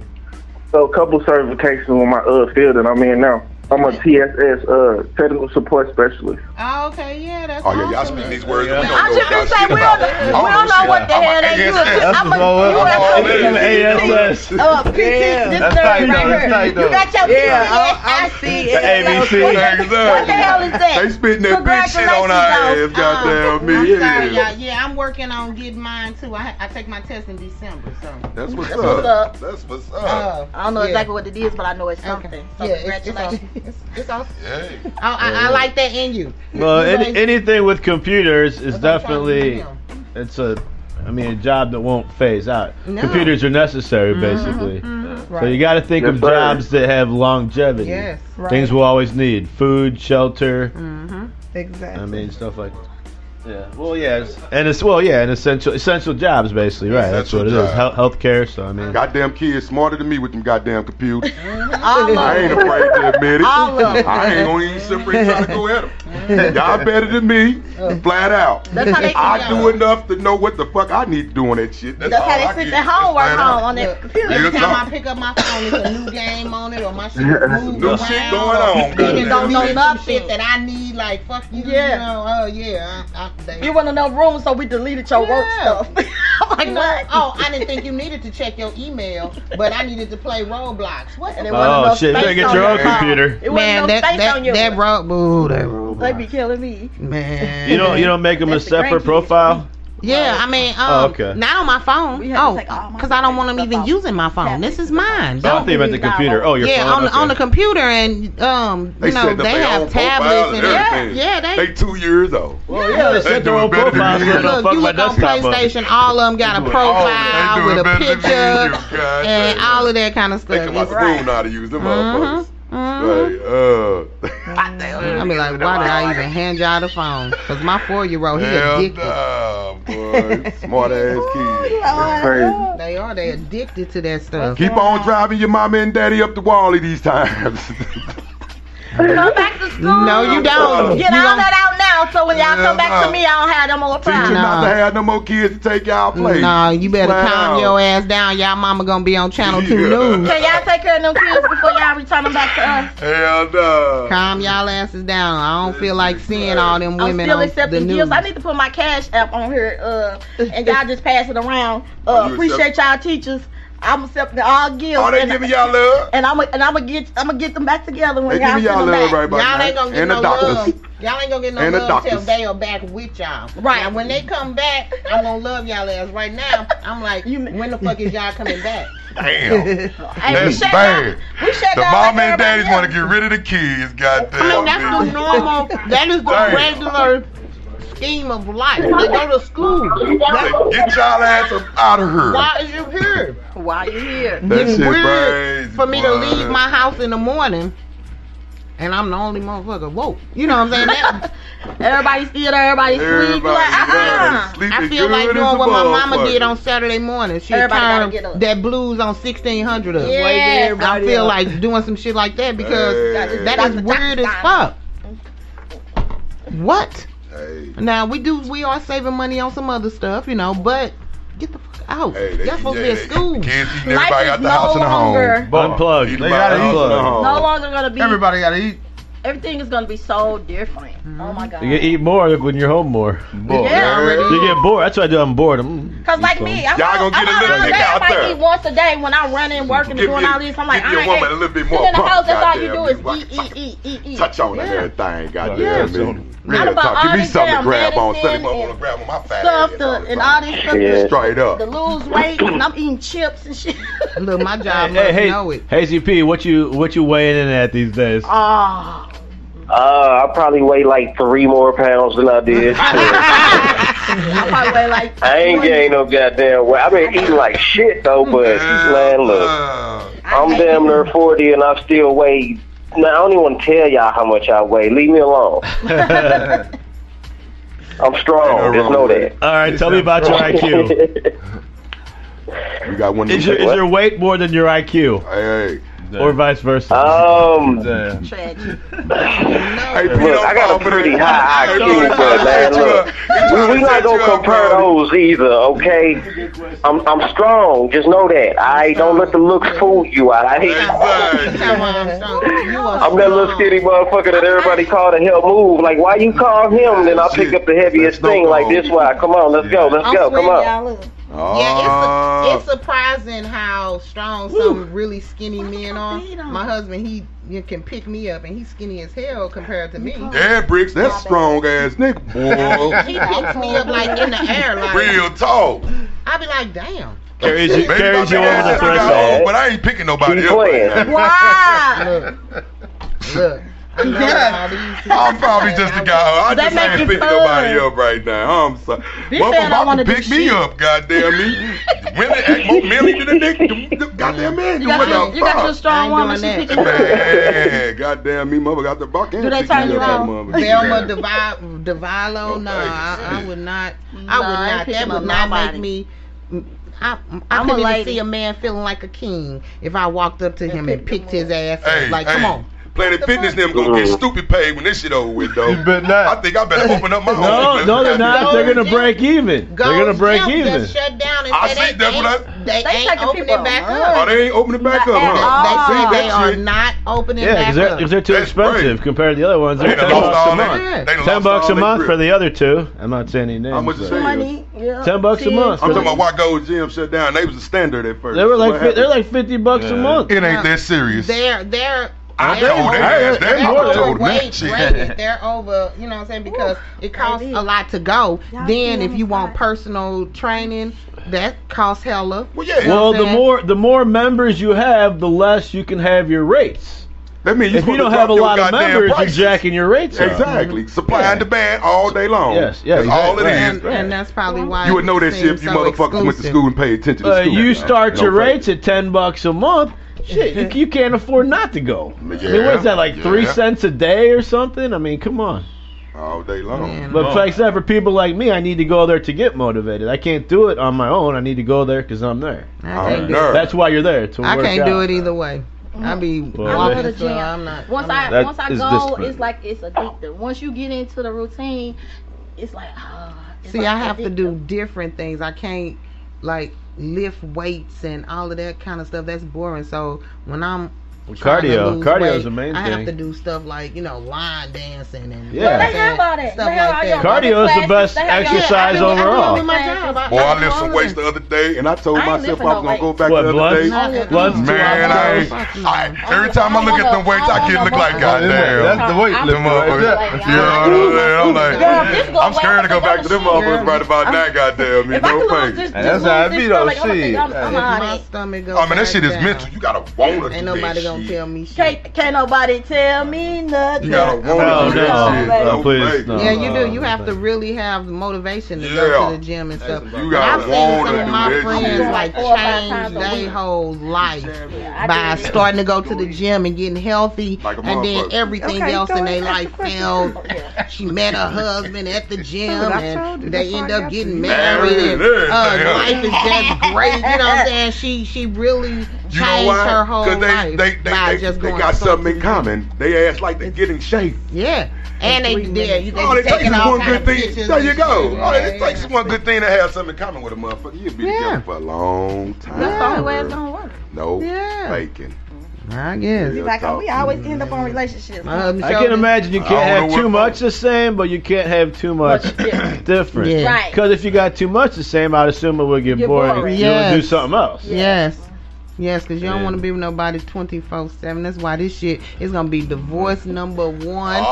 Speaker 10: a couple certifications with my uh field that I'm in now. I'm a TSS uh technical support specialist.
Speaker 9: Oh, okay, yeah, that's.
Speaker 7: Oh, yeah, y'all speaking these words. We don't
Speaker 10: I
Speaker 7: know
Speaker 10: just
Speaker 7: what y'all
Speaker 10: say,
Speaker 7: speaking
Speaker 10: we don't-
Speaker 7: about.
Speaker 10: we don't know what the
Speaker 7: I'm
Speaker 10: hell
Speaker 7: a
Speaker 10: that you-
Speaker 7: ASS.
Speaker 10: I'm a- you
Speaker 7: I'm
Speaker 10: are
Speaker 7: all
Speaker 10: taking
Speaker 7: in.
Speaker 3: ASS.
Speaker 6: Oh, PT, this
Speaker 3: That's
Speaker 6: nerd right
Speaker 3: tight, though. That's
Speaker 6: here.
Speaker 3: tight,
Speaker 6: You
Speaker 3: though.
Speaker 6: got your
Speaker 3: Yeah,
Speaker 9: Oh,
Speaker 6: I, see
Speaker 3: The ABC.
Speaker 6: What the hell is that?
Speaker 7: They spitting that big shit on our ass,
Speaker 9: Congratulations, y'all.
Speaker 7: goddamn
Speaker 9: Uh, I'm
Speaker 7: me.
Speaker 9: sorry,
Speaker 7: Yeah.
Speaker 9: y'all. Yeah, I'm working on getting mine too. I, I take my test in December, so.
Speaker 7: That's what's
Speaker 9: That's what's
Speaker 7: up. That's what's
Speaker 9: Uh,
Speaker 7: up.
Speaker 6: I don't know
Speaker 9: yeah.
Speaker 6: exactly what it is, but I know it's something. So
Speaker 9: Yeah, it's- it's all-
Speaker 6: congratulations.
Speaker 9: it's, it's awesome.
Speaker 7: Hey.
Speaker 9: Oh, I, I like that in you.
Speaker 3: Well,
Speaker 9: You
Speaker 3: any,
Speaker 9: guys-
Speaker 3: anything with computers is
Speaker 9: That's what I'm trying to
Speaker 3: definitely
Speaker 9: do.
Speaker 3: it's a, I mean, a job that won't phase out.
Speaker 9: No.
Speaker 3: Mm-hmm. Computers are necessary, basically.
Speaker 8: Mm-hmm.
Speaker 9: Mhm.
Speaker 3: So you got to think
Speaker 9: Yes,
Speaker 3: of
Speaker 9: sir.
Speaker 3: jobs that have longevity.
Speaker 9: Yes, right.
Speaker 3: Things we'll always need: food, shelter.
Speaker 9: Mm-hmm. Exactly.
Speaker 3: I mean, stuff like. Yeah. Well, yes. And it's well, yeah, and essential essential jobs basically, right? That's what it is. Health healthcare. So I mean,
Speaker 7: Goddamn kids smarter than me with them goddamn computers.
Speaker 3: Mm-hmm.
Speaker 9: All
Speaker 7: I ain't
Speaker 9: of
Speaker 7: afraid to admit it.
Speaker 9: All of them.
Speaker 7: I ain't gonna even separate trying to go at
Speaker 3: Mm-hmm.
Speaker 7: them. Y'all better than me, flat out.
Speaker 6: That's how they
Speaker 7: I
Speaker 6: feel.
Speaker 7: do enough to know what the fuck I need to do on that shit. That's,
Speaker 6: That's
Speaker 7: all
Speaker 6: how they
Speaker 7: I
Speaker 6: fix
Speaker 7: get.
Speaker 6: their homework
Speaker 7: That's flat
Speaker 6: home
Speaker 7: out.
Speaker 6: on their
Speaker 7: Yeah,
Speaker 8: Every
Speaker 7: it's
Speaker 8: time
Speaker 7: all-
Speaker 8: I pick up my phone, it's a new game on it or my shit
Speaker 7: New
Speaker 8: moved around.
Speaker 7: shit going on,
Speaker 8: Niggas
Speaker 7: goddamn.
Speaker 8: don't know
Speaker 7: Some
Speaker 8: nothing shit that I need. Like fuck you.
Speaker 6: Yeah.
Speaker 8: You know, oh yeah. I, I, they,
Speaker 6: You want enough room, so we deleted your work stuff. like
Speaker 8: You know,
Speaker 6: what?
Speaker 8: Oh, I didn't think you needed to check your email, but I needed to play Roblox. What?
Speaker 6: And
Speaker 8: the
Speaker 6: it
Speaker 8: fuck?
Speaker 3: Oh shit! You better get your own computer.
Speaker 6: It wasn't
Speaker 9: Man,
Speaker 6: no
Speaker 9: that
Speaker 6: space
Speaker 9: that
Speaker 6: on your
Speaker 9: that road, boo, that road,
Speaker 6: They be killing me.
Speaker 9: man.
Speaker 3: You don't you don't make them a separate profile.
Speaker 9: Yeah, I mean, um,
Speaker 3: Oh, okay.
Speaker 9: not on my phone. Oh, because I don't want them even using my phone. This is mine.
Speaker 3: So I think about the computer. Oh, your
Speaker 9: yeah,
Speaker 3: phone.
Speaker 9: on
Speaker 3: okay.
Speaker 9: on the computer, and um,
Speaker 7: They
Speaker 9: you know
Speaker 7: set up
Speaker 9: they
Speaker 7: their
Speaker 9: have
Speaker 7: own profiles
Speaker 9: tablets
Speaker 7: and
Speaker 9: and yeah,
Speaker 7: everything.
Speaker 9: yeah, they.
Speaker 7: They two years old.
Speaker 3: Well, yeah, they set their
Speaker 7: doing
Speaker 3: own
Speaker 7: better than
Speaker 3: profiles.
Speaker 7: you.
Speaker 3: so they don't fuck
Speaker 9: you
Speaker 3: my
Speaker 9: look on
Speaker 3: desktop up.
Speaker 9: PlayStation, all of them got a
Speaker 7: doing all- they
Speaker 9: profile
Speaker 7: doing
Speaker 9: with a
Speaker 7: better than me and
Speaker 9: picture
Speaker 7: you, God
Speaker 9: and
Speaker 7: damn.
Speaker 9: all of that kind of stuff.
Speaker 7: They come out
Speaker 9: It's-
Speaker 7: the room now to use them
Speaker 9: Mhm.
Speaker 7: motherfuckers. Like, uh,
Speaker 9: I be like, why did I even hand y'all the phone? Cause my four year old, he
Speaker 7: Hell
Speaker 9: addicted.
Speaker 7: boy, smart ass kids.
Speaker 9: They are. They addicted to that stuff.
Speaker 7: Keep on driving your mama and daddy up the wall at these times.
Speaker 6: Come back to school.
Speaker 7: No, you don't.
Speaker 6: Get
Speaker 7: You
Speaker 6: all
Speaker 7: don't.
Speaker 6: that out now, so when y'all
Speaker 7: Hell
Speaker 6: come back
Speaker 7: no.
Speaker 6: to me, I don't have them on
Speaker 7: Teach you
Speaker 6: file.
Speaker 7: not to have no more kids to take y'all place.
Speaker 9: Nah, you better
Speaker 7: Flat
Speaker 9: calm
Speaker 7: out.
Speaker 9: your ass down. Y'all mama gonna be on Channel Two
Speaker 7: Yeah.
Speaker 9: News.
Speaker 6: Can y'all take care of them kids before y'all return them back to us?
Speaker 7: Hell no.
Speaker 9: Calm y'all asses down. I don't feel like seeing all them
Speaker 6: I'm
Speaker 9: women
Speaker 6: still
Speaker 9: on the
Speaker 6: accepting
Speaker 9: news.
Speaker 6: gifts. I need to put my cash app on here, uh, and y'all just pass it around. Uh,
Speaker 9: Oh, you
Speaker 6: appreciate y'all teachers. I'm accepting all gifts.
Speaker 7: Oh, they
Speaker 6: and-
Speaker 7: giving y'all love?
Speaker 6: And I'm and I'm gonna get I'm gonna get them back together when
Speaker 7: They
Speaker 6: y'all
Speaker 7: giving
Speaker 6: send
Speaker 7: y'all
Speaker 6: them
Speaker 7: love
Speaker 6: back.
Speaker 7: right about
Speaker 8: Y'all ain't gonna get
Speaker 7: And
Speaker 8: no
Speaker 7: the doctors.
Speaker 8: love. Y'all ain't gonna get no
Speaker 7: And the
Speaker 8: love till
Speaker 7: doctors.
Speaker 8: they are back with y'all. Right. Now, when they come back, I'm gonna love y'all ass. Right now, I'm like, when the fuck is y'all coming back?
Speaker 7: Damn.
Speaker 8: we
Speaker 7: That's
Speaker 8: shut
Speaker 7: bad.
Speaker 8: we shut
Speaker 7: The
Speaker 8: down
Speaker 7: mom
Speaker 8: like
Speaker 7: and daddies want to get rid of the kids. Goddamn.
Speaker 9: I mean, that's the normal. That is the
Speaker 7: Damn.
Speaker 9: regular scheme of life. They go to school. That's-
Speaker 7: Get y'all ass up out of here.
Speaker 9: Why is you here?
Speaker 6: Why you here?
Speaker 7: That
Speaker 9: It's
Speaker 7: shit
Speaker 9: weird
Speaker 7: crazy,
Speaker 9: for me to
Speaker 7: boy.
Speaker 9: leave my house in the morning, and I'm the only motherfucker woke. You know what I'm saying? That,
Speaker 6: everybody's still there. Everybody's
Speaker 7: sleep. Like, uh-uh. sleeping
Speaker 9: I feel like
Speaker 7: good as
Speaker 9: doing
Speaker 7: a
Speaker 9: what my mama
Speaker 7: motherfucker.
Speaker 9: did on Saturday morning. She
Speaker 6: Everybody gotta get
Speaker 9: turned that blues on 1600 up.
Speaker 6: Yes.
Speaker 9: I
Speaker 6: Everybody
Speaker 9: feel
Speaker 6: up.
Speaker 9: like doing some shit like that because
Speaker 6: Hey.
Speaker 9: that is weird as fuck. What? Now we do. We are saving money on some other stuff, you know, but. Get the fuck out.
Speaker 7: they-
Speaker 9: Y'all supposed
Speaker 7: yeah,
Speaker 9: to be at
Speaker 7: they-
Speaker 9: school.
Speaker 7: kids eating Life everybody is out the house no and the home. longer-
Speaker 3: Unplug.
Speaker 7: Eat
Speaker 3: They
Speaker 7: my
Speaker 3: gotta
Speaker 7: house
Speaker 3: unplug.
Speaker 7: and a home.
Speaker 6: No longer gonna be.
Speaker 3: Everybody gotta eat.
Speaker 6: Everything is gonna be so different.
Speaker 9: Mm-hmm.
Speaker 6: Oh my god.
Speaker 3: You can eat more when you're home more.
Speaker 6: Yeah, already.
Speaker 3: You get bored. That's what I do. I'm bored. I'm,
Speaker 6: Cause like me, I'm
Speaker 3: Y'all
Speaker 6: out,
Speaker 3: gonna get
Speaker 6: I'm
Speaker 3: a little
Speaker 6: out all
Speaker 3: dick
Speaker 6: day.
Speaker 3: out
Speaker 6: I might
Speaker 3: there.
Speaker 6: eat once a day when I run in working and
Speaker 7: Give
Speaker 6: doing
Speaker 7: me-
Speaker 6: all this. I'm like,
Speaker 7: give
Speaker 6: I
Speaker 7: me a
Speaker 6: ain't
Speaker 7: woman
Speaker 6: ate.
Speaker 7: a little bit
Speaker 6: Sit
Speaker 7: more
Speaker 6: in the
Speaker 7: punk,
Speaker 6: house, that's all you do
Speaker 7: goddamn,
Speaker 6: is
Speaker 7: you
Speaker 6: eat, eat, eat, eat, eat.
Speaker 7: Touch on it and
Speaker 6: yeah.
Speaker 7: everything.
Speaker 3: Yeah.
Speaker 7: Goddamn. man.
Speaker 6: Not
Speaker 7: Real
Speaker 6: about
Speaker 7: talk. Give
Speaker 6: all
Speaker 7: me
Speaker 6: this
Speaker 7: something to
Speaker 6: damn
Speaker 7: grab on.
Speaker 6: medicine
Speaker 7: Something motherfucker to grab on my fat ass.
Speaker 6: Stuff to, and all this stuff.
Speaker 7: Yeah. Straight up.
Speaker 6: To lose weight, and I'm eating chips and shit.
Speaker 9: Look, my job
Speaker 3: hey, hey, hey, CP, what you what you weighing in at these days?
Speaker 6: Ah.
Speaker 10: Uh, I probably weigh like three more pounds than I did.
Speaker 6: I probably weigh like
Speaker 10: I ain't gained no goddamn weight. I've been eating like shit though, but man, look, I'm damn near forty and I still weigh. Now I don't even want to tell y'all how much I weigh. Leave me alone. I'm strong. Just know that.
Speaker 3: All right, tell me about your IQ.
Speaker 7: You got one.
Speaker 3: Is your is your weight more than your IQ? Or vice versa.
Speaker 10: Um.
Speaker 7: Hey,
Speaker 10: Look, I got a pretty high IQ, but man, look, we, we not gonna compare those either, okay? I'm I'm strong, just know that. I don't let the looks fool you. I I'm that little skinny motherfucker that everybody call to help move. Like, why you call him? Then I pick up the heaviest thing. Like this, why? Come on, let's go, let's
Speaker 9: I'm
Speaker 10: go, come
Speaker 9: sweating,
Speaker 10: on.
Speaker 9: y'all. Look.
Speaker 7: Uh,
Speaker 9: Yeah, it's, it's surprising how strong some really skinny men are. My husband, he you can pick me up, and he's skinny as hell compared to me.
Speaker 7: Yeah, Bricks, that's strong ass nigga,
Speaker 9: He
Speaker 7: boy.
Speaker 9: picks me up like in the air, like
Speaker 7: Real talk.
Speaker 9: I be like, damn.
Speaker 3: Carries you-
Speaker 7: Maybe
Speaker 3: carries
Speaker 7: my
Speaker 3: you
Speaker 7: bad
Speaker 3: over the
Speaker 7: ass I got
Speaker 3: threshold.
Speaker 7: old, But I ain't picking nobody
Speaker 3: Keep
Speaker 7: up.
Speaker 3: playing.
Speaker 7: Right now.
Speaker 9: Look,
Speaker 7: I'm probably just a guy. I
Speaker 6: They
Speaker 7: just
Speaker 6: make
Speaker 7: ain't
Speaker 6: it
Speaker 7: picking
Speaker 6: fun.
Speaker 7: nobody up right now. I'm sorry.
Speaker 6: Bitch
Speaker 7: Motherfucker
Speaker 6: said I
Speaker 7: about
Speaker 6: wanna
Speaker 7: to
Speaker 6: do
Speaker 7: pick me
Speaker 6: shit.
Speaker 7: up, goddamn me. Women act more manly than the dick. the- the Goddamn man,
Speaker 6: You got
Speaker 7: what
Speaker 6: your-
Speaker 7: the
Speaker 6: you got
Speaker 7: fuck?
Speaker 6: your strong I ain't woman, doing she that.
Speaker 7: Man, goddamn me, mother got the buck and
Speaker 9: Do they
Speaker 7: pick me
Speaker 9: turn you
Speaker 7: up, that
Speaker 9: on?
Speaker 7: mother.
Speaker 9: Velma Devi- Devillo? No, I, I would not. I would
Speaker 6: No, I ain't
Speaker 9: not. That
Speaker 6: picking
Speaker 9: would
Speaker 6: up
Speaker 9: not
Speaker 6: nobody.
Speaker 9: make me. I, I
Speaker 6: I'm a
Speaker 9: couldn't even
Speaker 6: lady.
Speaker 9: see a man feeling like a king if I walked up to him and picked his ass
Speaker 7: Hey,
Speaker 9: up. Like,
Speaker 7: hey,
Speaker 9: come on.
Speaker 7: Planet Fitness, them gonna get stupid paid when this shit over with, though. You
Speaker 3: better Mm-hmm. not.
Speaker 7: I think I better open up my
Speaker 3: No,
Speaker 7: own.
Speaker 3: no, they're not. They're gonna break even.
Speaker 7: Go
Speaker 3: They're gonna break
Speaker 7: Jim,
Speaker 3: even.
Speaker 7: that's
Speaker 9: Shut down and
Speaker 7: I
Speaker 9: say
Speaker 7: see.
Speaker 9: they
Speaker 7: That's what I.
Speaker 9: ain't- they ain't opening it back up.
Speaker 7: Oh, they ain't opening back up, huh?
Speaker 9: They say
Speaker 7: See, that
Speaker 9: they are
Speaker 7: shit-
Speaker 9: not opening
Speaker 3: Yeah,
Speaker 9: back
Speaker 3: because they're,
Speaker 9: up.
Speaker 3: 'cause they're too expensive compared to the other ones. They're
Speaker 7: They done
Speaker 3: ten
Speaker 7: lost
Speaker 3: bucks
Speaker 7: all
Speaker 3: a
Speaker 7: they-
Speaker 3: month.
Speaker 7: they done
Speaker 3: Ten
Speaker 7: lost
Speaker 3: bucks
Speaker 7: all
Speaker 3: a
Speaker 7: they
Speaker 3: month
Speaker 7: grip.
Speaker 3: for the other two. I'm not saying any names.
Speaker 7: How much
Speaker 3: but-
Speaker 7: is that?
Speaker 6: yeah.
Speaker 3: Ten bucks a month.
Speaker 7: I'm
Speaker 3: for
Speaker 7: talking
Speaker 3: the-
Speaker 7: about why Gold Gym shut down. They was a standard at first.
Speaker 3: They were like
Speaker 7: What
Speaker 3: fi- they're
Speaker 7: happened?
Speaker 3: like fifty bucks a
Speaker 7: Yeah.
Speaker 3: month.
Speaker 7: It ain't that serious.
Speaker 9: They're they're
Speaker 7: I
Speaker 9: they're
Speaker 7: told
Speaker 9: over-
Speaker 7: that.
Speaker 9: they're
Speaker 7: That- I told
Speaker 9: overweight
Speaker 7: that shit.
Speaker 9: rated. They're over, you know what I'm saying? Because it costs a lot to go. then if you want personal training, that costs hella. Well,
Speaker 3: Well, the more the more members you have, the less you can have your rates.
Speaker 7: That means you
Speaker 3: if you don't
Speaker 7: supposed to
Speaker 3: have a
Speaker 7: drop
Speaker 3: lot
Speaker 7: your
Speaker 3: of
Speaker 7: goddamn
Speaker 3: members,
Speaker 7: prices.
Speaker 3: you're jacking your rates. up.
Speaker 7: Exactly. Supply and demand all day long.
Speaker 3: Yes, yes,
Speaker 7: That's all it
Speaker 3: exactly.
Speaker 7: is.
Speaker 3: Right.
Speaker 9: and that's probably why
Speaker 7: You would know that
Speaker 9: it
Speaker 7: shit if
Speaker 9: seems
Speaker 7: you
Speaker 9: so
Speaker 7: motherfuckers went to
Speaker 9: exclusive.
Speaker 7: school and paid attention to
Speaker 3: Uh,
Speaker 7: school.
Speaker 3: you start
Speaker 7: No
Speaker 3: your
Speaker 7: fuck.
Speaker 3: rates at ten bucks a month. Shit, you, you can't afford not to go. I mean,
Speaker 7: Yeah,
Speaker 3: what's that like three
Speaker 7: yeah.
Speaker 3: cents a day or something? I mean, come on.
Speaker 7: all day long.
Speaker 3: But like I said, for people like me, I need to go there to get motivated. I can't do it on my own. I need to go there because I'm there.
Speaker 9: I can't do it.
Speaker 3: That's why you're there to
Speaker 9: I
Speaker 3: work
Speaker 9: can't
Speaker 3: out.
Speaker 9: do it either way. I be
Speaker 3: Well,
Speaker 9: walking,
Speaker 3: that-
Speaker 9: so I'm not.
Speaker 6: Once I
Speaker 3: That
Speaker 6: once I
Speaker 3: is
Speaker 6: go,
Speaker 3: discipline.
Speaker 6: it's like it's addictive. Once you get into the routine, it's like ah. it's
Speaker 9: See,
Speaker 6: like
Speaker 9: I have to
Speaker 6: addictive.
Speaker 9: do different things. I can't like lift weights and all of that kind of stuff. That's boring. So when I'm
Speaker 3: Well,
Speaker 9: trying to
Speaker 3: cardio-
Speaker 9: lose
Speaker 3: cardio is
Speaker 9: weight,
Speaker 3: the main
Speaker 9: I
Speaker 3: thing.
Speaker 9: have to do stuff like you know line dancing and
Speaker 3: Yeah. Well, they
Speaker 9: have all that. Stuff like that.
Speaker 3: Cardio is the best exercise overall.
Speaker 7: Boy, I lift some weights the other day, and I told
Speaker 9: I ain't
Speaker 7: myself I
Speaker 9: lifting no
Speaker 7: was gonna go back
Speaker 3: What,
Speaker 7: the other
Speaker 3: blunts?
Speaker 7: day.
Speaker 3: No, Blunts two
Speaker 7: man, I,
Speaker 3: hours.
Speaker 7: ain't- I every time I look at them weights, I get look like goddamn.
Speaker 12: That's the weight
Speaker 7: Them
Speaker 12: lift right
Speaker 7: motherfuckers.
Speaker 12: there.
Speaker 7: You know what I'm saying? I'm like, I'm scared to go back to them motherfuckers right about now, goddamn. You
Speaker 12: If I
Speaker 7: know,
Speaker 12: could lose
Speaker 7: thank
Speaker 12: this-
Speaker 7: you.
Speaker 12: Hey, that's how I be though. Shit.
Speaker 6: I'm
Speaker 9: If
Speaker 6: on
Speaker 9: my
Speaker 6: it.
Speaker 9: stomach goes
Speaker 7: I mean, that shit is
Speaker 9: down,
Speaker 7: mental. You gotta wanna
Speaker 9: Ain't
Speaker 7: do that
Speaker 9: nobody gonna
Speaker 7: shit.
Speaker 9: tell me shit.
Speaker 6: Can't, can't nobody tell me nothing.
Speaker 7: You gotta wanna
Speaker 3: No,
Speaker 7: do
Speaker 3: no,
Speaker 7: that shit.
Speaker 3: no,
Speaker 7: No
Speaker 3: please,
Speaker 7: fake.
Speaker 3: no.
Speaker 9: Yeah, you do. You have to really have the motivation to
Speaker 7: Yeah.
Speaker 9: go to the gym and stuff.
Speaker 7: You
Speaker 9: But I've
Speaker 7: gotta
Speaker 9: seen
Speaker 7: wanna
Speaker 9: some of
Speaker 7: do
Speaker 9: my
Speaker 7: that shit.
Speaker 9: friends like
Speaker 6: Four or five times
Speaker 9: change
Speaker 6: a
Speaker 9: their
Speaker 6: week.
Speaker 9: whole life
Speaker 6: I
Speaker 9: by
Speaker 6: do that.
Speaker 9: starting to go to the gym and getting healthy,
Speaker 6: a
Speaker 9: and then
Speaker 6: motherfucker.
Speaker 9: everything
Speaker 6: Okay,
Speaker 9: else
Speaker 6: so
Speaker 9: in their
Speaker 6: it's just a
Speaker 9: life
Speaker 6: question.
Speaker 9: fell. She met her husband at the gym,
Speaker 6: Dude, I told you,
Speaker 9: and
Speaker 6: that's
Speaker 9: they
Speaker 6: why
Speaker 9: end
Speaker 6: I
Speaker 9: up
Speaker 6: got
Speaker 9: getting
Speaker 6: you.
Speaker 9: married. and,
Speaker 7: Married,
Speaker 9: uh,
Speaker 7: yeah.
Speaker 9: life is just great. You know what I'm saying? She she really changed
Speaker 7: You know why?
Speaker 9: her whole
Speaker 7: 'Cause
Speaker 9: life
Speaker 7: they, they, they,
Speaker 9: by
Speaker 7: they,
Speaker 9: just
Speaker 7: they
Speaker 9: going
Speaker 7: got
Speaker 9: so
Speaker 7: something in common. They ass like to get in shape.
Speaker 9: Yeah. And they did. You
Speaker 7: All
Speaker 9: they
Speaker 7: it takes
Speaker 9: taking
Speaker 7: is
Speaker 9: all
Speaker 7: one
Speaker 9: kind
Speaker 7: good
Speaker 9: of
Speaker 7: thing.
Speaker 9: pictures.
Speaker 7: There you go. Oh, All
Speaker 9: Yeah.
Speaker 7: it takes is one good thing to have something in common with a motherfucker. You'll be together for a long time.
Speaker 6: That's the only way it's gonna work.
Speaker 7: No
Speaker 6: Yeah.
Speaker 7: faking.
Speaker 9: I guess.
Speaker 6: It's like oh, we always end up on relationships.
Speaker 3: I can imagine you
Speaker 7: I
Speaker 3: can't
Speaker 7: don't know
Speaker 3: have
Speaker 7: what
Speaker 3: too much the same, but you can't have too much different.
Speaker 6: Yeah. Right.
Speaker 3: Because if you got too much the same, I'd assume it would get
Speaker 9: Get
Speaker 3: boring.
Speaker 9: boring.
Speaker 3: You would do
Speaker 9: Yes.
Speaker 3: something else.
Speaker 9: Yes. Yes, because you don't
Speaker 3: Yeah.
Speaker 9: want to be with nobody 24 7. That's why this shit is going to be divorce number one.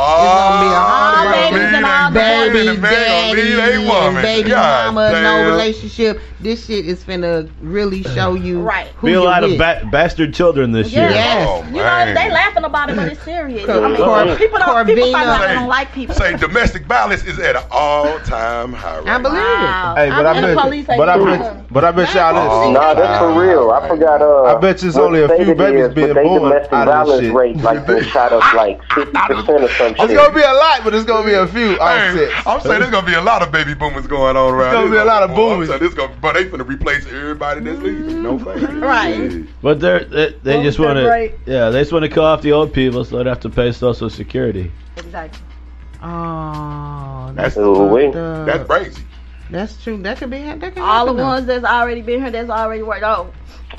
Speaker 7: Oh,
Speaker 9: it's going to be
Speaker 7: babies and
Speaker 9: a
Speaker 7: all
Speaker 9: whole
Speaker 7: babies.
Speaker 9: baby, baby,
Speaker 7: Baby, the man gonna leave they
Speaker 9: daddy, and
Speaker 7: woman.
Speaker 9: baby
Speaker 7: God
Speaker 9: mama,
Speaker 7: damn.
Speaker 9: no relationship. This shit is finna really show you right. who
Speaker 3: Be a
Speaker 9: you
Speaker 3: lot
Speaker 9: with.
Speaker 3: of ba- bastard children this
Speaker 9: Yeah.
Speaker 3: year.
Speaker 9: Yes.
Speaker 7: Oh,
Speaker 6: You know,
Speaker 7: man.
Speaker 6: they laughing about it, but it's serious. I mean,
Speaker 7: Cor-
Speaker 6: people don't, people find out
Speaker 7: Say-
Speaker 6: they don't like people.
Speaker 7: Say domestic violence is at an all-time high. Right
Speaker 9: believe
Speaker 6: Wow.
Speaker 12: Hey, but I
Speaker 6: And the
Speaker 12: bet,
Speaker 6: police ain't
Speaker 12: but I
Speaker 6: doing
Speaker 12: bet, but I bet y'all
Speaker 10: Oh,
Speaker 12: this.
Speaker 10: nah, that's for real. I forgot. Uh,
Speaker 12: I bet there's
Speaker 10: what
Speaker 12: only a
Speaker 10: state
Speaker 12: few
Speaker 10: it
Speaker 12: babies
Speaker 10: is,
Speaker 12: being
Speaker 10: but they
Speaker 12: born
Speaker 10: domestic
Speaker 12: out of this
Speaker 10: violence
Speaker 12: shit.
Speaker 10: rate like been shot up like fifty percent or some
Speaker 12: It's
Speaker 10: shit.
Speaker 12: gonna be a lot, but it's gonna be a few offsets.
Speaker 7: I'm saying there's gonna be a lot of baby boomers going on around.
Speaker 12: gonna be a lot of
Speaker 7: boomers. This gonna, but they finna replace everybody that's
Speaker 6: Mm-hmm.
Speaker 7: leaving. No thanks.
Speaker 6: Right.
Speaker 3: But they're, they, they
Speaker 6: Well,
Speaker 3: just
Speaker 6: they're
Speaker 3: want
Speaker 6: great.
Speaker 3: to, yeah, they just want to cut off the old people so they'd have to pay Social Security.
Speaker 6: Exactly.
Speaker 9: Oh,
Speaker 7: that's
Speaker 9: fucked up.
Speaker 7: That's crazy.
Speaker 9: That's true. That could be that could
Speaker 6: All the
Speaker 9: happen.
Speaker 6: ones that's already been here, that's already worked. Oh,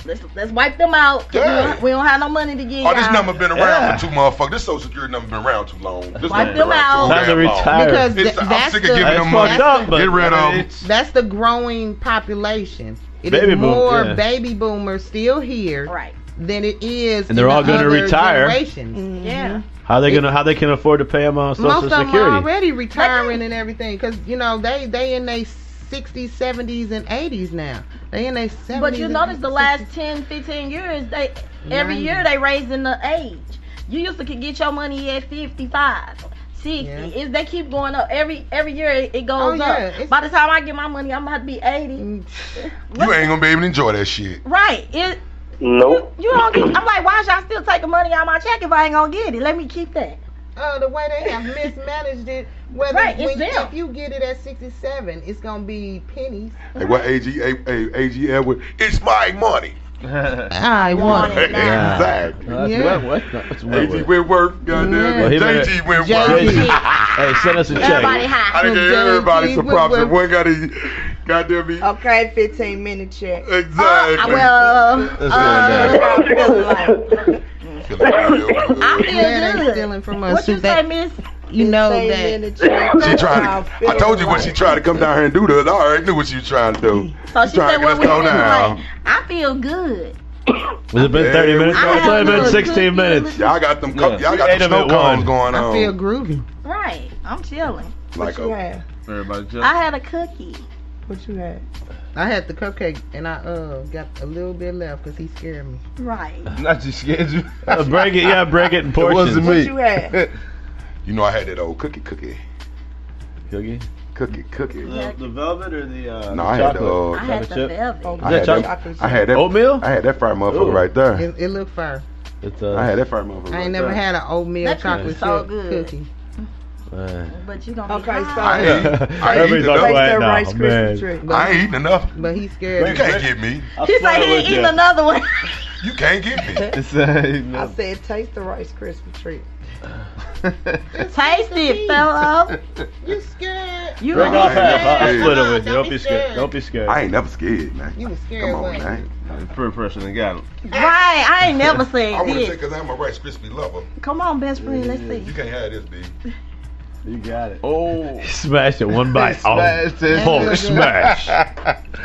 Speaker 6: let's, let's wipe them out. 'cause we
Speaker 7: Yeah.
Speaker 6: don't- We don't have no money to give.
Speaker 7: Oh, this
Speaker 6: y'all.
Speaker 7: number been around for too motherfuckers. This social security number been around too long. This
Speaker 6: Wipe
Speaker 7: number
Speaker 6: them
Speaker 7: been
Speaker 6: out.
Speaker 7: around too
Speaker 3: Time to
Speaker 7: damn long.
Speaker 3: retire.
Speaker 9: Because
Speaker 7: It's-
Speaker 9: th-
Speaker 7: I'm
Speaker 9: that's
Speaker 7: sick
Speaker 9: the,
Speaker 7: of giving them money.
Speaker 3: fucked up, but-
Speaker 7: Get rid of them.
Speaker 9: That's the growing population. It is
Speaker 3: Baby boom-
Speaker 9: more
Speaker 3: yeah.
Speaker 9: baby boomers still here right. than it is.
Speaker 3: And they're
Speaker 9: in
Speaker 3: all
Speaker 9: the
Speaker 3: gonna
Speaker 9: other
Speaker 3: retire.
Speaker 9: generations.
Speaker 6: Mm-hmm.
Speaker 9: Yeah.
Speaker 3: How they gonna, how they can afford to pay them on Social
Speaker 9: Most of them are
Speaker 3: Security?
Speaker 9: already retiring and everything because, you know, they, they in their 60s, 70s, and 80s now. They in their 70s.
Speaker 6: But you
Speaker 9: and
Speaker 6: notice the last 10, 15 years, they every
Speaker 9: Ninety.
Speaker 6: year they raising the age. You used to could get your money at 55. 60.
Speaker 9: Yeah.
Speaker 6: It's, they keep going up. Every every year it, it
Speaker 9: Oh,
Speaker 6: goes
Speaker 9: yeah. Mm.
Speaker 6: up. By the time I get my money, I'm about to be 80.
Speaker 7: You ain't gonna be able to enjoy that shit.
Speaker 6: Right. It
Speaker 7: Nope.
Speaker 6: you don't get I'm like, why should I still take the money out of my check if I ain't gonna get it? Let me keep that.
Speaker 9: Oh, the way they have mismanaged it. Whether
Speaker 6: Right,
Speaker 9: when,
Speaker 6: it's them.
Speaker 9: if you get it at 67, it's gonna be pennies.
Speaker 7: Hey, what AG, A, A, AG Edward? It's my money.
Speaker 9: I want it now.
Speaker 7: exactly.
Speaker 3: No, that's
Speaker 9: Yeah.
Speaker 3: what, what? No, that's what,
Speaker 7: AG
Speaker 3: what.
Speaker 7: Wentworth, goddamn
Speaker 3: Well, he
Speaker 7: it.
Speaker 3: better-
Speaker 7: JG Wentworth.
Speaker 3: hey, send us a check.
Speaker 7: Everybody high. I done gave everybody some props, and one got a goddamn me.
Speaker 11: Okay, 15 minute check. Uh,
Speaker 7: Exactly.
Speaker 11: well,
Speaker 9: I feel good. Stealing from us.
Speaker 6: What
Speaker 9: you say,
Speaker 6: Miss?
Speaker 9: You know
Speaker 11: Fifteen
Speaker 9: that.
Speaker 7: She tried to. I told you when she tried to come down here and do this. I already knew what she was trying to do.
Speaker 6: So she
Speaker 7: trying
Speaker 6: said
Speaker 7: to get
Speaker 6: what
Speaker 7: us
Speaker 6: we
Speaker 7: thrown
Speaker 6: like,
Speaker 7: down.
Speaker 6: I feel good.
Speaker 3: Has it been 30 minutes?
Speaker 7: I
Speaker 3: It's
Speaker 7: have
Speaker 3: only been
Speaker 7: no
Speaker 3: 16 minutes.
Speaker 7: Y'all got them. co- Y'all
Speaker 3: We
Speaker 7: got
Speaker 3: ate
Speaker 7: them
Speaker 3: them
Speaker 7: snow
Speaker 3: at
Speaker 7: cones
Speaker 3: one.
Speaker 7: going
Speaker 3: I
Speaker 7: on.
Speaker 3: feel
Speaker 9: groovy.
Speaker 6: Right. I'm chilling.
Speaker 7: Like
Speaker 9: you had?
Speaker 3: Everybody
Speaker 6: I had a cookie.
Speaker 9: What you had? I had the cupcake and I uh got a little bit left because he scared me.
Speaker 6: Right.
Speaker 3: Not just scared you. Uh, break it, yeah, break it in
Speaker 7: It
Speaker 3: portions.
Speaker 7: wasn't me.
Speaker 9: had?
Speaker 7: you know, I had that old cookie, cookie,
Speaker 3: cookie,
Speaker 7: cookie, cookie.
Speaker 3: The, the velvet or the uh,
Speaker 7: No, I had the, uh, I had the
Speaker 3: velvet.
Speaker 7: I had, that, I had that oatmeal. I had that fried motherfucker
Speaker 3: Ooh.
Speaker 7: right there.
Speaker 9: It, it looked fire.
Speaker 3: It's, uh,
Speaker 7: I had that fried motherfucker.
Speaker 9: I
Speaker 7: right
Speaker 9: ain't never
Speaker 7: there.
Speaker 9: had an oatmeal
Speaker 6: That
Speaker 9: chocolate
Speaker 6: is so
Speaker 9: chip
Speaker 6: good.
Speaker 9: cookie.
Speaker 6: But you gonna
Speaker 11: okay,
Speaker 6: be
Speaker 11: so
Speaker 7: I ain't, I ain't
Speaker 3: Everybody's
Speaker 7: eating
Speaker 3: all
Speaker 7: enough.
Speaker 3: quiet now, man.
Speaker 7: I ain't eating enough.
Speaker 9: But he
Speaker 7: You
Speaker 9: scared me.
Speaker 7: can't get me.
Speaker 6: He said he eating another one.
Speaker 7: You can't get me.
Speaker 3: uh,
Speaker 11: I said taste the Rice Krispie treat.
Speaker 6: Taste it, fella.
Speaker 9: You scared.
Speaker 6: You
Speaker 3: Break
Speaker 6: gonna
Speaker 3: off
Speaker 6: be scared.
Speaker 3: half. I'll- I'll split it with you.
Speaker 6: Don't
Speaker 3: Don't
Speaker 6: be
Speaker 3: be scared.
Speaker 6: scared.
Speaker 3: Don't be scared.
Speaker 7: I ain't never scared, man.
Speaker 9: You was scared.
Speaker 7: Come on,
Speaker 9: wasn't you?
Speaker 7: man.
Speaker 3: First person that got him.
Speaker 6: Right, I ain't never said
Speaker 7: I want to
Speaker 6: this.
Speaker 7: say because I'm a Rice Krispie lover.
Speaker 6: Come on, best friend, let's see.
Speaker 7: You can't have this, B.
Speaker 3: You got it.
Speaker 7: Oh.
Speaker 3: Smashed it one bite.
Speaker 7: Smashed
Speaker 3: oh,
Speaker 7: it.
Speaker 3: Hulk smash.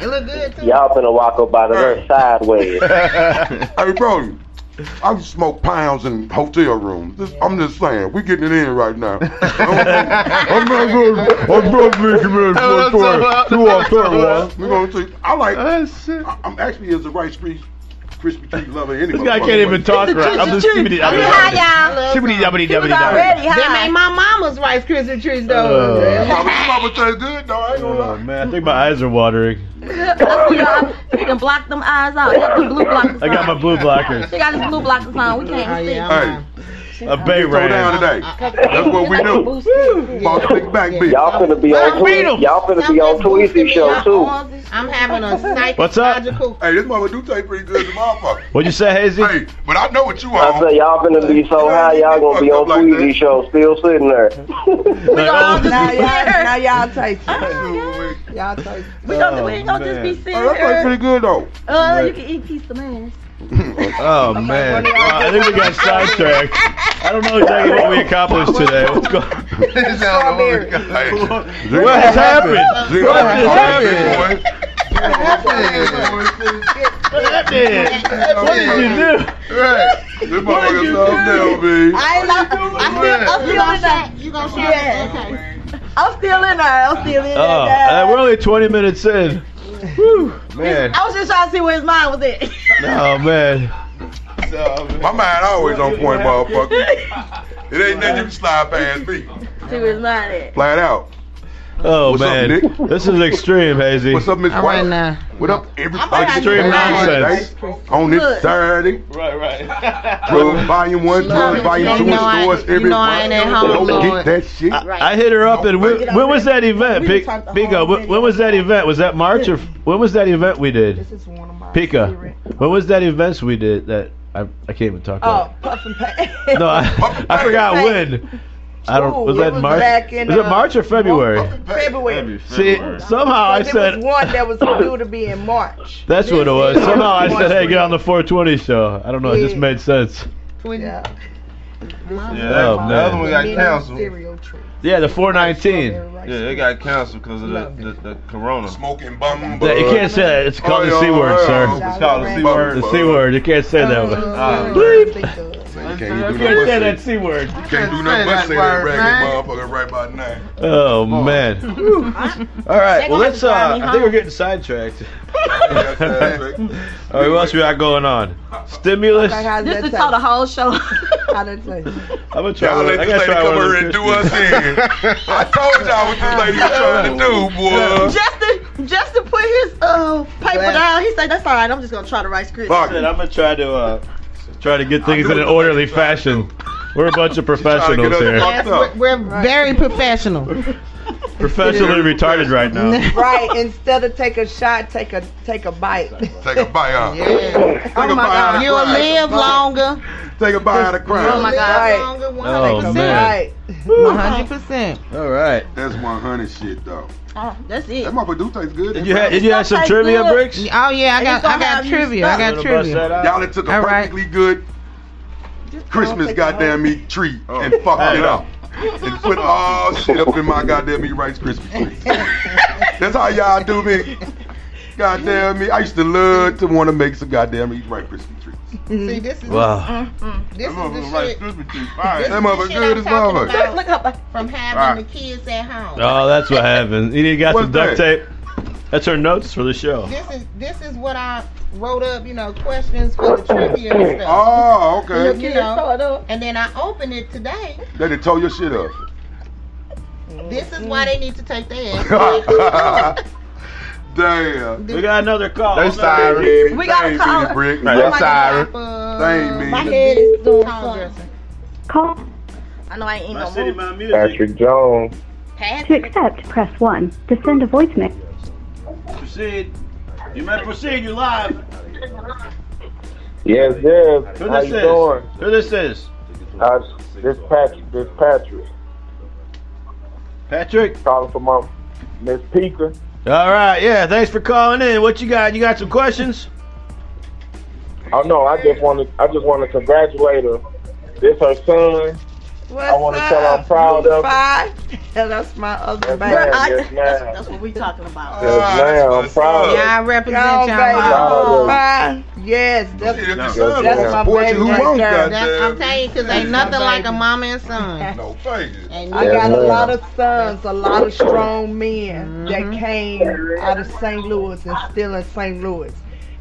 Speaker 9: It looked good too.
Speaker 10: Y'all finna walk up by the earth sideways.
Speaker 7: hey, bro. I smoke pounds in hotel rooms. This, I'm just saying, we getting it in right now. I'm not going. I'm not thinking about
Speaker 3: That's
Speaker 7: two or
Speaker 3: all right.
Speaker 7: three. We gonna see. I like. I- I'm actually is a rice Krispie crispy treat lover. Anyway,
Speaker 3: This guy can't even talk right. I'm just shibbity
Speaker 6: I'm high, y'all.
Speaker 3: Shibbity dabbity
Speaker 6: He was
Speaker 3: dabbity
Speaker 6: already
Speaker 3: dabbity.
Speaker 9: Them
Speaker 6: high.
Speaker 9: ain't my mama's Rice Krispie treats though.
Speaker 7: Uh. Mama tastes good though. I ain't gonna
Speaker 3: Oh, man, I think my eyes are watering.
Speaker 6: You can block them eyes out. You got these blue blockers
Speaker 3: I got my blue blockers.
Speaker 6: on. She got these blue blockers on. We can't see.
Speaker 3: A bay
Speaker 7: Throw down
Speaker 3: ram.
Speaker 7: today. That's what we do. Boss Big Back beat.
Speaker 10: Y'all finna be on Twe- y'all finna be on Tweezy show too.
Speaker 9: I'm having a psychic.
Speaker 3: What's up?
Speaker 7: Hey, this mama do taste pretty good, as a motherfucker.
Speaker 3: What'd you say, Hazy?
Speaker 7: Hey, but I know what you
Speaker 10: I
Speaker 7: on.
Speaker 10: said y'all finna be so high, y'all gonna be on Tweezy show still sitting there.
Speaker 11: Now y'all, now y'all taste
Speaker 6: Oh,
Speaker 11: it. Y'all taste it.
Speaker 6: We gonna, we ain't gonna just be sitting
Speaker 7: Hey, that tastes
Speaker 6: here.
Speaker 7: pretty good though.
Speaker 6: Uh, you can eat piece of man.
Speaker 3: Oh man, Uh, I think we got sidetracked. I don't know exactly what we accomplished today. What's going?
Speaker 7: Strawberry.
Speaker 3: What has happened? What has happened?
Speaker 7: happened?
Speaker 3: What happened? What did you do?
Speaker 7: Right. This motherfucker so down, B.
Speaker 6: I ain't like,
Speaker 7: I'm
Speaker 6: still, I'm still in there. You gonna share Okay. I'm still in there. I'm still in there.
Speaker 3: Oh, uh, we're only 20 minutes in. Whew, man.
Speaker 6: I was just trying to see where his mind was at.
Speaker 3: Oh man.
Speaker 7: My mind always on point, motherfucker. It ain't nothing you can slide past me.
Speaker 6: see where his mind at.
Speaker 7: Flat out.
Speaker 3: Oh
Speaker 7: What's up,
Speaker 3: man.
Speaker 7: Nick?
Speaker 3: this is extreme, Hazy.
Speaker 7: What's up, Miss
Speaker 9: All
Speaker 7: White?
Speaker 9: right now.
Speaker 7: What up, everybody?
Speaker 3: about to Extreme get my nonsense.
Speaker 7: On
Speaker 9: Look.
Speaker 7: this Saturday,
Speaker 3: Right, right.
Speaker 7: Bro, volume one,
Speaker 9: Look,
Speaker 7: two, volume
Speaker 9: you
Speaker 7: two,
Speaker 9: know I-
Speaker 7: and stores
Speaker 9: you
Speaker 7: every
Speaker 9: know I ain't at home,
Speaker 7: Don't
Speaker 9: Lord.
Speaker 7: get that shit.
Speaker 3: I hit her up, and when, when was that event,
Speaker 7: We
Speaker 3: Pic-
Speaker 7: talked the
Speaker 3: Pico? When, when was that event? Was that March or when was that event we did? This is one of my Pico. When was that event we did that I I can't even talk about?
Speaker 11: Oh, puff and pass.
Speaker 8: Oh.
Speaker 3: it. No, I, I forgot when. I don't. Was
Speaker 11: Ooh, it
Speaker 3: that
Speaker 11: was
Speaker 3: March?
Speaker 11: back in,
Speaker 3: was it
Speaker 11: uh,
Speaker 3: March or February?
Speaker 11: February.
Speaker 3: See, somehow
Speaker 11: But
Speaker 3: I
Speaker 11: there
Speaker 3: said
Speaker 11: was one that was due to be in March.
Speaker 3: that's what it was. Somehow I said, hey, get on the 420 show. I don't know. It just
Speaker 11: Yeah.
Speaker 3: made sense.
Speaker 11: Yeah.
Speaker 3: Oh, man.
Speaker 18: the other one got
Speaker 11: Mini
Speaker 18: canceled.
Speaker 11: cereal treat.
Speaker 3: Yeah, the 419.
Speaker 18: Yeah, they got canceled because of the, the, the corona.
Speaker 7: Smoking bum.
Speaker 3: Yeah, you can't say that. It's
Speaker 7: Oh,
Speaker 3: called the C word, sir.
Speaker 18: It's called the C word.
Speaker 3: The C word. You can't say that one.
Speaker 18: Ah.
Speaker 3: Bleep.
Speaker 7: Uh, You can't do
Speaker 3: You can't
Speaker 7: nothing but
Speaker 3: say
Speaker 7: say
Speaker 3: that C word.
Speaker 7: You can't do nothing but say that ragged motherfucker right by now.
Speaker 3: Oh man. All right. Well, let's. Uh,
Speaker 7: drive me
Speaker 3: I think we're
Speaker 7: home.
Speaker 3: getting sidetracked. All right. What else we got going on? Stimulus.
Speaker 6: This is how the whole show. how
Speaker 3: I'm gonna try.
Speaker 7: Y'all
Speaker 3: one.
Speaker 7: let
Speaker 3: I gotta
Speaker 7: this lady
Speaker 3: try
Speaker 7: come
Speaker 3: one of
Speaker 7: over
Speaker 3: them
Speaker 7: and do us in. I told y'all what this lady was trying to do, boy.
Speaker 6: Justin, Justin put his uh, paper down. He said, "That's all right. I'm just gonna try to write scripts."
Speaker 3: I said, I'm gonna try to uh, try to get things in an orderly fashion. We're a bunch of professionals
Speaker 8: Yes,
Speaker 3: here.
Speaker 8: we're, we're very professional.
Speaker 3: Professionally retarded right now.
Speaker 11: right. Instead of take a shot, take a take a bite.
Speaker 7: Take a bite out.
Speaker 11: oh my God.
Speaker 8: You'll live longer.
Speaker 7: Take a bite out of crime.
Speaker 8: Oh my
Speaker 11: Right.
Speaker 8: God.
Speaker 3: Oh man.
Speaker 8: Right. 100%.
Speaker 3: All right.
Speaker 7: That's 100 shit, though.
Speaker 8: Uh-huh.
Speaker 6: Oh, that's it.
Speaker 7: That motherfucker do taste good.
Speaker 3: Did you have, did you have some trivia, Bricks?
Speaker 8: Oh yeah, I
Speaker 7: And
Speaker 8: got
Speaker 7: it's gonna
Speaker 8: I got
Speaker 7: have you
Speaker 8: trivia. I
Speaker 7: stuck.
Speaker 8: got
Speaker 7: Little bust
Speaker 8: trivia.
Speaker 7: that out. Y'all done took a perfectly good Christmas goddamn me treat
Speaker 3: Oh.
Speaker 7: and fucked it up. And put all shit up in my goddamn me Rice Krispie treat. That's how y'all do me. Goddamn me. I used to love to want to make some goddamn me Rice Krispie treats.
Speaker 8: See,
Speaker 9: this is Mm-hmm.
Speaker 7: Wow.
Speaker 9: This is the
Speaker 7: Rice
Speaker 9: shit.
Speaker 7: Krispie treats.
Speaker 9: This is
Speaker 7: That
Speaker 9: the
Speaker 7: motherfucker
Speaker 9: shit
Speaker 7: good
Speaker 9: I'm
Speaker 7: as
Speaker 9: talking
Speaker 7: motherfucker.
Speaker 9: about uh, From having
Speaker 3: All
Speaker 9: the kids at home.
Speaker 3: Oh, that's what happened. You got some duct
Speaker 7: What's
Speaker 3: tape. That's her notes for the show.
Speaker 9: This is this is what I wrote up, you know, questions for the trivia and stuff.
Speaker 7: Oh, okay.
Speaker 9: You know, and then I opened it today.
Speaker 7: They done tore your shit up.
Speaker 9: This is
Speaker 8: Mm-hmm.
Speaker 9: why they need to take their ass.
Speaker 7: Damn.
Speaker 3: We got another call.
Speaker 7: They siren.
Speaker 9: We got a
Speaker 7: They ain't
Speaker 9: caller.
Speaker 7: mean it, Brick.
Speaker 9: Right.
Speaker 7: They
Speaker 9: Somebody
Speaker 7: siren.
Speaker 9: got,
Speaker 7: They ain't mean
Speaker 6: My
Speaker 7: it.
Speaker 6: head is doing
Speaker 9: something.
Speaker 1: Call
Speaker 6: I know I ain't no move.
Speaker 10: Patrick Jones.
Speaker 6: Pass.
Speaker 1: to accept, press 1. To send a voice message.
Speaker 3: Proceed. You may proceed. You live.
Speaker 10: Yes, yes.
Speaker 3: Who
Speaker 10: How
Speaker 3: this
Speaker 10: you
Speaker 3: is?
Speaker 10: doing?
Speaker 3: Who this is?
Speaker 10: Uh, this Patrick. This Patrick.
Speaker 3: Patrick.
Speaker 10: Calling for my Miss Pika.
Speaker 3: All right. Yeah. Thanks for calling in. What you got? You got some questions?
Speaker 10: Oh no, I just want to. I just want to congratulate her. This her son. I want to tell her I'm proud of her.
Speaker 8: Yeah, that's my other
Speaker 10: ma'am.
Speaker 8: baby.
Speaker 10: Yes, ma'am.
Speaker 6: That's what we talking about.
Speaker 10: Yes, ma'am. I'm proud of her.
Speaker 8: Y'all represent y'all.
Speaker 10: Y'all
Speaker 8: Bye. Yes, that's,
Speaker 7: that's,
Speaker 8: that's,
Speaker 10: son was
Speaker 8: my
Speaker 7: supporting
Speaker 8: baby.
Speaker 7: who
Speaker 8: right
Speaker 7: won't,
Speaker 8: there.
Speaker 7: goddamn.
Speaker 8: I'm telling you, because ain't nothing like a mama and son.
Speaker 7: No fingers.
Speaker 11: I
Speaker 8: Yeah,
Speaker 11: got a
Speaker 8: man.
Speaker 11: lot of sons, a lot of strong men
Speaker 6: Mm-hmm.
Speaker 11: that came out of St. Louis and still in St. Louis.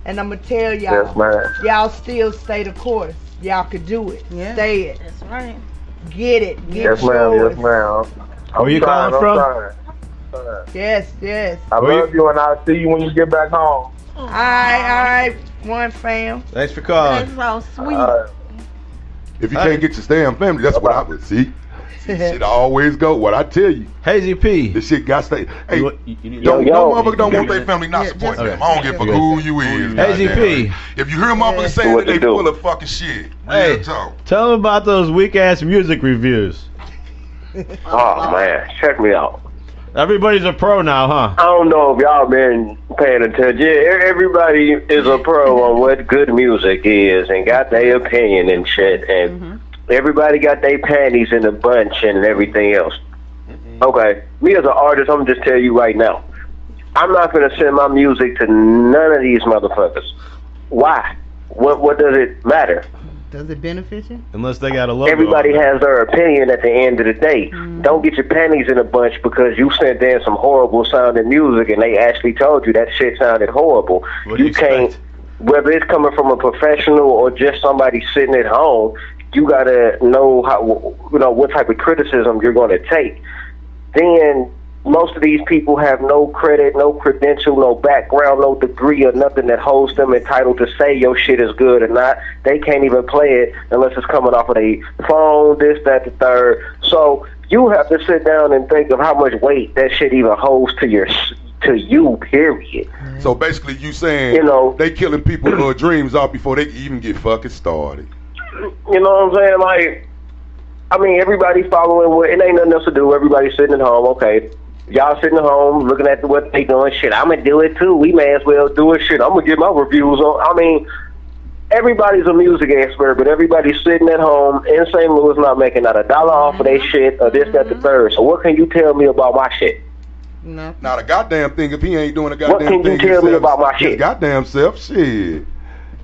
Speaker 11: And I'm gonna tell y'all,
Speaker 10: Yes, ma'am.
Speaker 11: y'all still stay the course. Y'all could do it. Stay it.
Speaker 6: That's right.
Speaker 11: Get it. Get
Speaker 10: Yes, ma'am.
Speaker 11: yours.
Speaker 10: Yes, ma'am. I'm
Speaker 3: Where you
Speaker 10: trying,
Speaker 3: calling
Speaker 10: I'm
Speaker 3: from?
Speaker 10: trying.
Speaker 11: Yes, yes.
Speaker 10: I love you, and I'll see you when you get back home.
Speaker 6: Oh,
Speaker 11: All right, all right, one fam.
Speaker 3: Thanks for
Speaker 11: That's
Speaker 3: calling.
Speaker 11: so sweet.
Speaker 7: If you can't get your stay family, that's what I would see. Shit always go. What I tell you.
Speaker 3: Hazy P.
Speaker 7: This shit got stay. Hey,
Speaker 3: Yo,
Speaker 7: don't,
Speaker 3: yo.
Speaker 7: no motherfucker don't want their family not supporting
Speaker 3: okay.
Speaker 7: them. I don't give a fuck
Speaker 3: Yeah.
Speaker 7: who you is.
Speaker 3: Hazy P.
Speaker 7: goddamn. If you hear a motherfucker saying
Speaker 10: What
Speaker 7: that
Speaker 10: to
Speaker 7: they
Speaker 10: do.
Speaker 7: full of fucking shit,
Speaker 3: Hey, tell them about those weak ass music reviews.
Speaker 10: Oh man, check me out.
Speaker 3: Everybody's a pro now, huh?
Speaker 10: I don't know if y'all been paying attention. Yeah, e- everybody is a pro on what good music is and got their opinion and shit. And everybody got their panties in a bunch and everything else.
Speaker 3: Mm-hmm.
Speaker 10: Okay, me as an artist, I'm just tell you right now, I'm not gonna send my music to none of these motherfuckers. Why? What What does it matter?
Speaker 8: Does it benefit you?
Speaker 3: Unless they got a logo.
Speaker 10: Everybody
Speaker 3: on it.
Speaker 10: has their opinion at the end of the day. Don't get your panties in a bunch because you sent in some horrible sounding music and they actually told you that shit sounded horrible. you can't, whether it's coming from a professional or just somebody sitting at home, you gotta know how, you know, what type of criticism you're gonna take. Then most of these people have no credit, no credential, no background, no degree or nothing that holds them entitled to say your shit is good or not. They can't even play it unless it's coming off of their phone, this, that, the third. So you have to sit down and think of how much weight that shit even holds to your s- to you. Period.
Speaker 7: So basically, you saying
Speaker 10: You know
Speaker 7: they killing people little dreams off before they even get fucking started.
Speaker 10: You know what I'm saying? Like, I mean, everybody following what it ain't nothing else to do. Everybody sitting at home. Okay, y'all sitting at home looking at what they doing. Shit, I'm gonna do it too. We may as well do it. Shit, I'm gonna get my reviews on. I mean, everybody's a music expert, but everybody's sitting at home in St. Louis, not making not a dollar off of their shit or this, that, the third. So what can you tell me about my shit?
Speaker 7: Not a goddamn thing if he ain't doing a
Speaker 10: What
Speaker 7: goddamn
Speaker 10: can you
Speaker 7: thing.
Speaker 10: tell me
Speaker 7: himself.
Speaker 10: about my
Speaker 7: His
Speaker 10: shit?
Speaker 7: Goddamn self, shit.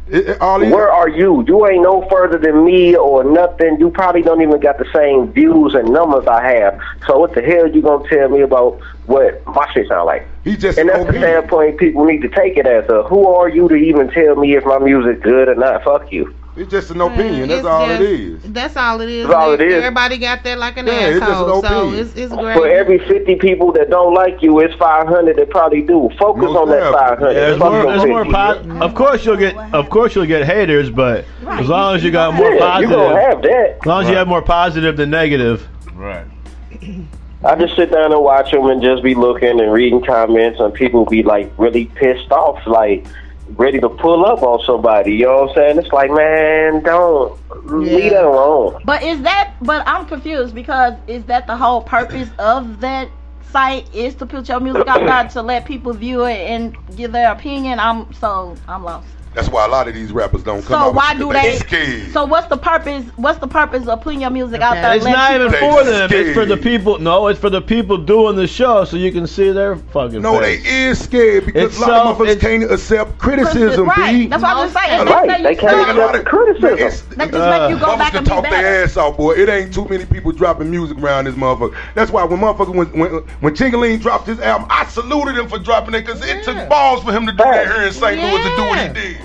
Speaker 10: Where are you? You ain't no further than me or nothing. You probably don't even got the same views and numbers I have. So what the hell you gonna tell me about what my shit sound like?
Speaker 7: He just
Speaker 10: and that's the standpoint people need to take it as. A, who are you to even tell me if my music good or not? Fuck you.
Speaker 7: It's just an opinion. That's
Speaker 9: It's
Speaker 7: all it
Speaker 9: just-
Speaker 7: is.
Speaker 9: That's all it is.
Speaker 10: That's all it is.
Speaker 9: Everybody got that like an
Speaker 10: Yeah, it's just an
Speaker 9: asshole. so
Speaker 10: opinion.
Speaker 9: it's, it's
Speaker 10: For
Speaker 9: great.
Speaker 10: every 50 people that don't like you, it's 500 that probably do. Focus on that 500.
Speaker 3: Yeah, there's
Speaker 10: Fuck
Speaker 3: more,
Speaker 10: them
Speaker 3: there's more
Speaker 10: 50.
Speaker 3: po- of course you'll get of course you'll get haters, but as long as you got more
Speaker 10: Yeah, you
Speaker 3: positive,
Speaker 10: gonna have that.
Speaker 3: as long as you
Speaker 10: Right.
Speaker 3: have more positive than negative,
Speaker 12: right?
Speaker 10: I just sit down and watch them and just be looking and reading comments, and people be like really pissed off, like ready to pull up on somebody. You know what I'm saying? It's like, man, don't leave that alone.
Speaker 6: But is that? But I'm confused because is that the whole purpose of that site is to put your music out there to let people view it and give their opinion? I'm so I'm lost.
Speaker 7: That's why a lot of these rappers don't come
Speaker 6: So
Speaker 7: out
Speaker 6: why
Speaker 7: with
Speaker 6: do
Speaker 7: shit.
Speaker 6: they?
Speaker 7: scared.
Speaker 6: So what's the purpose? What's the purpose of putting your music out there?
Speaker 3: it's
Speaker 6: letting
Speaker 3: not even
Speaker 6: people-
Speaker 3: for them. It's for the people. No, it's for the people doing the show, so you can see their fucking.
Speaker 7: No,
Speaker 3: face.
Speaker 7: they is scared because
Speaker 3: It's
Speaker 7: a lot
Speaker 3: so-
Speaker 7: of motherfuckers can't accept criticism. B.
Speaker 6: Right. That's what I'm just saying.
Speaker 7: A
Speaker 6: That's
Speaker 7: lot-
Speaker 6: how you start.
Speaker 7: criticism. It's,
Speaker 6: That just make you go
Speaker 7: motherfuckers
Speaker 6: back and be
Speaker 7: talk
Speaker 6: better.
Speaker 7: their ass off, boy. It ain't too many people dropping music around this motherfucker. That's why when motherfucker when when, when Chingaling dropped his album, I saluted him for dropping it because it took balls for him to do that here in St. Louis to do what he did.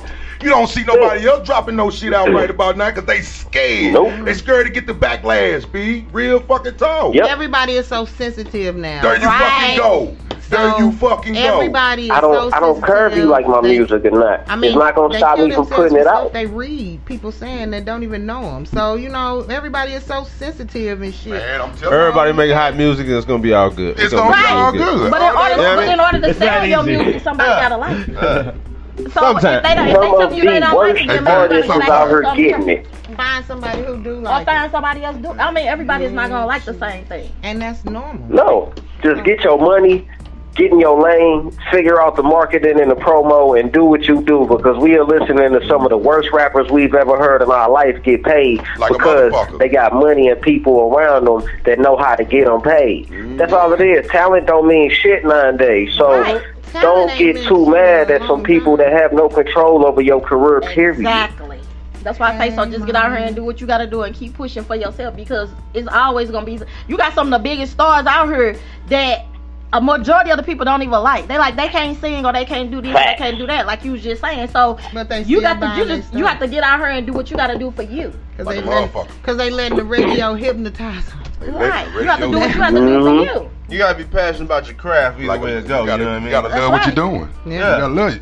Speaker 7: You don't see nobody else dropping no shit out right about now because they scared. They scared to get the backlash, B. Real fucking talk.
Speaker 9: Everybody is so sensitive now.
Speaker 7: Oh. There you
Speaker 9: right?
Speaker 7: fucking go. there you fucking go.
Speaker 9: Everybody is
Speaker 10: I don't,
Speaker 9: so
Speaker 10: I don't care if you
Speaker 9: sensitive.
Speaker 10: like my music or not.
Speaker 9: I mean,
Speaker 10: it's not gonna
Speaker 9: they
Speaker 10: stop
Speaker 9: kill
Speaker 10: me from
Speaker 9: themselves
Speaker 10: putting it
Speaker 9: stuff
Speaker 10: out.
Speaker 9: They read people saying that don't even know them. So you know, everybody is so sensitive and shit.
Speaker 8: Everybody make hot music and it's gonna be all good. It's,
Speaker 9: gonna be all good.
Speaker 6: But in order,
Speaker 8: Yeah,
Speaker 6: but in order to
Speaker 8: it's
Speaker 6: sell
Speaker 8: not
Speaker 6: your
Speaker 8: easy.
Speaker 6: music, somebody gotta like it. So if
Speaker 8: Sometimes.
Speaker 6: they don't, if they
Speaker 8: Some of
Speaker 6: something you
Speaker 8: the
Speaker 6: they don't like,
Speaker 8: worst
Speaker 6: it, then
Speaker 8: artists
Speaker 6: somebody
Speaker 8: out
Speaker 6: else
Speaker 8: here
Speaker 6: something
Speaker 8: getting
Speaker 6: else.
Speaker 9: Find somebody who do
Speaker 6: Or
Speaker 9: like. Mm-hmm.
Speaker 6: find somebody else do. I mean, everybody's not gonna like the same thing.
Speaker 9: And that's normal.
Speaker 10: No, just get your money, get in your lane, figure out the marketing and the promo, and do what you do because we are listening to some of the worst rappers we've ever heard in our life get paid because they got money and people around them that know how to get them paid. That's all it is. Talent don't mean shit nowadays. So. Don't get too mad at some people that have no control over your career, period.
Speaker 6: Exactly. That's why I say so. Just get out here and do what you gotta do and keep pushing for yourself because it's always gonna be. You got some of the biggest stars out here that a majority of the people don't even like. They like they can't sing or they can't do this, or they
Speaker 9: Facts.
Speaker 6: can't do that. Like you was just saying. So you
Speaker 9: still
Speaker 6: got to
Speaker 9: buying
Speaker 6: you
Speaker 9: their
Speaker 6: just you have to get out here and do what you gotta do for you.
Speaker 9: Cause they let, cause they letting the radio hypnotize them.
Speaker 6: Right. You have to do what you have to do for
Speaker 10: Mm-hmm.
Speaker 6: you.
Speaker 12: You gotta be passionate about your craft either way it goes. You, know what I mean?
Speaker 7: You gotta love what you're doing.
Speaker 12: Yeah.
Speaker 7: You gotta love it.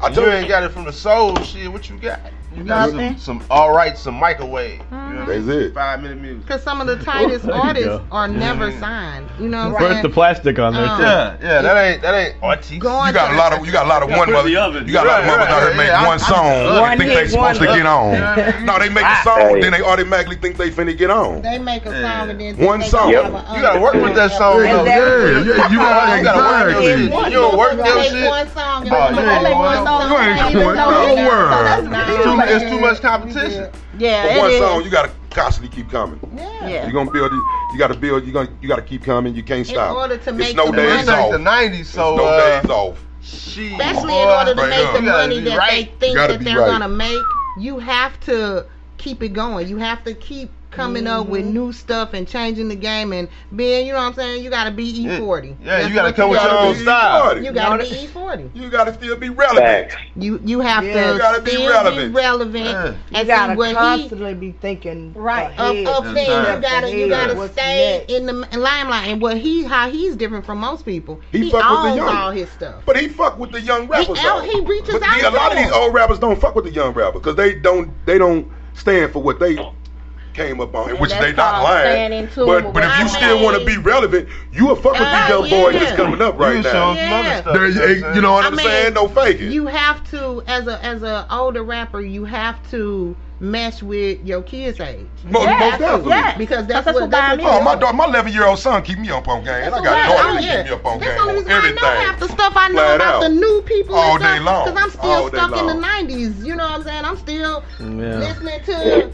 Speaker 7: I
Speaker 12: you
Speaker 7: told
Speaker 12: ain't got it from the soul, shit. What you got? You got
Speaker 9: Nothing.
Speaker 12: some, some all right, some microwave. You know what I mean?
Speaker 7: That's it.
Speaker 12: Five minute music.
Speaker 9: Cause some of the tightest
Speaker 12: There you
Speaker 9: artists
Speaker 12: go.
Speaker 9: are never
Speaker 7: Mm.
Speaker 9: signed. You know what I'm
Speaker 3: Burnt
Speaker 9: saying?
Speaker 3: the plastic
Speaker 6: Uh.
Speaker 3: on there
Speaker 12: Yeah,
Speaker 3: too.
Speaker 12: yeah, that ain't that ain't artsy. You
Speaker 9: Going
Speaker 7: got a lot of you got a lot of one mother. You got a lot of mothers out here make one song
Speaker 12: One
Speaker 7: and think they
Speaker 12: hit
Speaker 7: supposed to
Speaker 12: wonder.
Speaker 7: get on. No, they make a song, then they automatically think they finna get on.
Speaker 9: They make a song and then think
Speaker 7: One
Speaker 9: they
Speaker 7: song.
Speaker 9: gonna have a
Speaker 12: You gotta work with that song.
Speaker 7: Yeah,
Speaker 12: though.
Speaker 7: yeah, yeah, you gotta-
Speaker 12: You gotta work your
Speaker 7: exactly.
Speaker 12: shit. You don't work your
Speaker 9: Make
Speaker 12: shit.
Speaker 9: one song and
Speaker 12: Oh,
Speaker 9: then
Speaker 12: you ain't
Speaker 9: make one
Speaker 12: going
Speaker 9: song.
Speaker 12: nowhere.
Speaker 9: and
Speaker 7: ain't
Speaker 9: then
Speaker 7: going
Speaker 9: don't get it. So that's
Speaker 7: nowhere.
Speaker 9: not
Speaker 12: It's too,
Speaker 9: fair.
Speaker 12: it's too much competition.
Speaker 7: For
Speaker 9: Yeah,
Speaker 7: one
Speaker 9: it is.
Speaker 7: song, you gotta constantly keep coming. You're gonna build it. You gotta build. You gonna you gotta keep coming. You can't stop.
Speaker 9: order to
Speaker 7: It's
Speaker 9: make
Speaker 7: no
Speaker 9: the
Speaker 7: days
Speaker 9: money.
Speaker 7: off.
Speaker 12: The 90s, so.
Speaker 7: no
Speaker 12: uh,
Speaker 7: days off.
Speaker 9: Especially in order to
Speaker 7: Right
Speaker 9: make
Speaker 7: up.
Speaker 9: the
Speaker 7: You gotta
Speaker 9: money
Speaker 7: be
Speaker 9: that
Speaker 7: right.
Speaker 9: they think
Speaker 7: Gotta
Speaker 9: that
Speaker 7: be
Speaker 9: they're
Speaker 7: right.
Speaker 9: gonna make, you have to keep it going. You have to keep coming up with
Speaker 7: Mm-hmm.
Speaker 9: new stuff and changing the game and being, you know what I'm saying? You gotta be E40.
Speaker 12: Yeah,
Speaker 9: That's
Speaker 12: you gotta
Speaker 9: what
Speaker 12: come with your
Speaker 9: gotta
Speaker 12: own
Speaker 9: be.
Speaker 12: style.
Speaker 9: You
Speaker 12: You
Speaker 9: gotta
Speaker 12: know
Speaker 9: be E40.
Speaker 7: You gotta still be relevant.
Speaker 9: You you have
Speaker 11: Yeah.
Speaker 9: to
Speaker 11: You gotta be
Speaker 9: still
Speaker 11: relevant.
Speaker 9: be relevant.
Speaker 11: You
Speaker 9: and see
Speaker 11: gotta
Speaker 9: what he-
Speaker 11: constantly be thinking right
Speaker 9: of, of things. You gotta you gotta
Speaker 11: What's
Speaker 9: stay in the m- limelight. And what he how he's different from most people.
Speaker 7: He
Speaker 9: He,
Speaker 7: fuck with the
Speaker 9: owns
Speaker 7: young.
Speaker 9: all his stuff.
Speaker 7: But he fuck with the young rappers.
Speaker 9: He-
Speaker 7: though.
Speaker 9: he reaches
Speaker 7: but
Speaker 9: out
Speaker 7: yeah, a lot of
Speaker 9: to
Speaker 7: these
Speaker 9: them.
Speaker 7: old rappers don't fuck with the young rapper because they don't they don't stand for what they came up on, which
Speaker 9: that's
Speaker 7: they not
Speaker 9: called staying in
Speaker 7: lying.
Speaker 9: tune
Speaker 7: But
Speaker 9: with
Speaker 7: but if
Speaker 9: what
Speaker 7: you
Speaker 9: I
Speaker 7: still want to be relevant, you a fuck with
Speaker 9: Ah,
Speaker 7: these young boys
Speaker 9: yeah.
Speaker 7: that's coming up right
Speaker 12: You
Speaker 7: now.
Speaker 12: show some other Yeah. stuff,
Speaker 7: There-
Speaker 12: you know what I'm
Speaker 7: you know what
Speaker 9: I
Speaker 7: I'm
Speaker 9: mean,
Speaker 7: saying? No faking.
Speaker 9: You have to, as a as a older rapper, you have to mesh with your kids' age.
Speaker 7: Mo-
Speaker 9: You
Speaker 7: most
Speaker 9: have to.
Speaker 7: definitely. Yeah.
Speaker 9: because that's, what, that's what
Speaker 7: Oh, my daughter, my 11 year old son keep me up on game. I got
Speaker 9: what-
Speaker 7: daughter
Speaker 9: oh,
Speaker 7: that
Speaker 9: yeah.
Speaker 7: keep me up on
Speaker 9: That's
Speaker 7: game
Speaker 9: the
Speaker 7: on
Speaker 9: reason why I know
Speaker 7: everything.
Speaker 9: half the stuff I know
Speaker 7: Flat
Speaker 9: about
Speaker 7: out.
Speaker 9: the new people
Speaker 7: All
Speaker 9: and
Speaker 7: day long.
Speaker 9: Because I'm still
Speaker 7: All day
Speaker 9: stuck in
Speaker 7: long.
Speaker 9: the '90s. You know what I'm saying? I'm still
Speaker 3: Yeah.
Speaker 9: listening to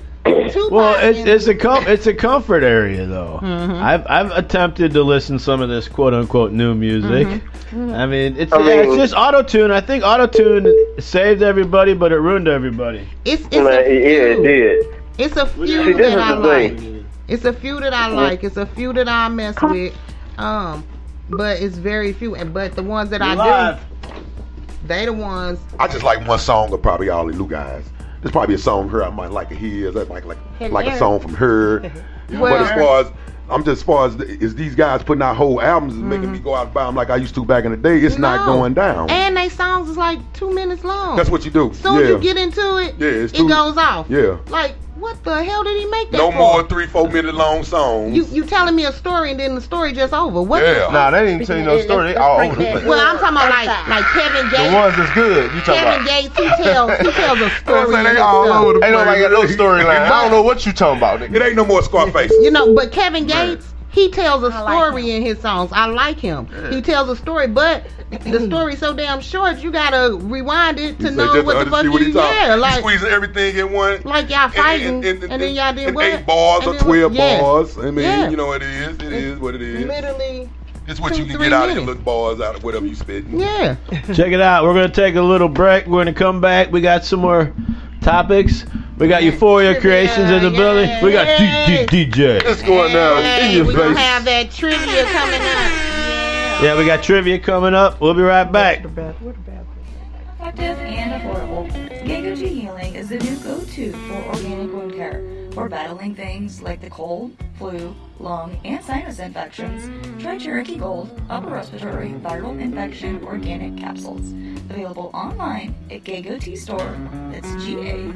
Speaker 3: well, it's, it's a com- it's a comfort area though.
Speaker 9: Mhm.
Speaker 3: I've I've attempted to listen to some of this quote unquote new music.
Speaker 9: Mm-hmm.
Speaker 3: I mean, it's,
Speaker 9: I
Speaker 3: yeah, it's
Speaker 9: mean-
Speaker 3: just auto tune. I think auto tune saved everybody, but it ruined everybody.
Speaker 9: It's it's
Speaker 3: Man,
Speaker 9: a
Speaker 3: it-
Speaker 9: few.
Speaker 3: yeah, it
Speaker 9: It's a few
Speaker 3: See, this
Speaker 9: that I
Speaker 3: is the
Speaker 9: like.
Speaker 3: thing.
Speaker 9: It's a few that I
Speaker 3: Mhm.
Speaker 9: like. It's a few that I mess with. Um, but it's very few. And but the ones that I
Speaker 3: Live.
Speaker 9: do, they the ones.
Speaker 7: I just like one song of probably all the new guys. There's probably a song her I might like of his. I like like like a
Speaker 9: Hilarious.
Speaker 7: song from her. but as
Speaker 9: Well-
Speaker 7: far as I'm just as far as is these guys putting out whole albums and making me go out and buy them like I used to back in the day. It's not going down.
Speaker 9: Mm. And they songs is like two minutes long.
Speaker 7: That's what you do.
Speaker 9: Soon
Speaker 7: yeah.
Speaker 9: you get into it,
Speaker 7: Yeah, it's
Speaker 9: it
Speaker 7: too-
Speaker 9: goes off.
Speaker 7: yeah.
Speaker 9: Like what the hell did he make that
Speaker 7: No
Speaker 9: for?
Speaker 7: more three four minute long songs.
Speaker 9: You you telling me a story and then the story just over? What? the-
Speaker 7: Yeah. Nah, they didn't tell you no story. They all over the place.
Speaker 9: Well, I'm talking about like like Kevin Gates.
Speaker 7: The ones that's good. You
Speaker 9: Kevin Gates, he tells he tells a story. and stuff.
Speaker 7: Ain't nobody got no storyline.
Speaker 9: I don't
Speaker 7: know what you talking about. It ain't no more Scarface.
Speaker 9: You know, but Kevin Gates, he tells a story in his songs. I like him. He tells a story, but the story's so damn short, you gotta rewind it to
Speaker 7: You say
Speaker 9: know
Speaker 7: just
Speaker 9: what the fuck
Speaker 7: understand
Speaker 9: you
Speaker 7: what he talking.
Speaker 9: yeah,
Speaker 7: You
Speaker 9: like
Speaker 7: squeezing everything in one.
Speaker 9: Like y'all fighting, and, then y'all did
Speaker 7: And
Speaker 9: what?
Speaker 7: eight bars
Speaker 9: And
Speaker 7: or
Speaker 9: then
Speaker 7: twelve
Speaker 9: what- yeah.
Speaker 7: bars. I mean,
Speaker 9: Yeah.
Speaker 7: you know it is. It is what it is.
Speaker 9: Literally.
Speaker 7: It's what
Speaker 9: two,
Speaker 7: you can
Speaker 9: three
Speaker 7: get out of your little bars out of whatever you spit.
Speaker 9: Yeah.
Speaker 3: Check it out. We're gonna take a little break. We're gonna come back. We got some more topics. We got Euphoria Creations in the building. We got D- D- DJ. It's going down in your
Speaker 9: we gonna
Speaker 3: face.
Speaker 9: have that trivia coming up.
Speaker 3: Yeah, we got trivia coming up. We'll be right back.
Speaker 13: Effective and affordable, Gigaji Healing is the new go-to for organic wound care. For battling things like the cold, flu, lung, and sinus infections, try Cherokee Gold Upper Respiratory Viral Infection Organic Capsules. Available online at Gago Tea Store. That's G-A-G-O-T-I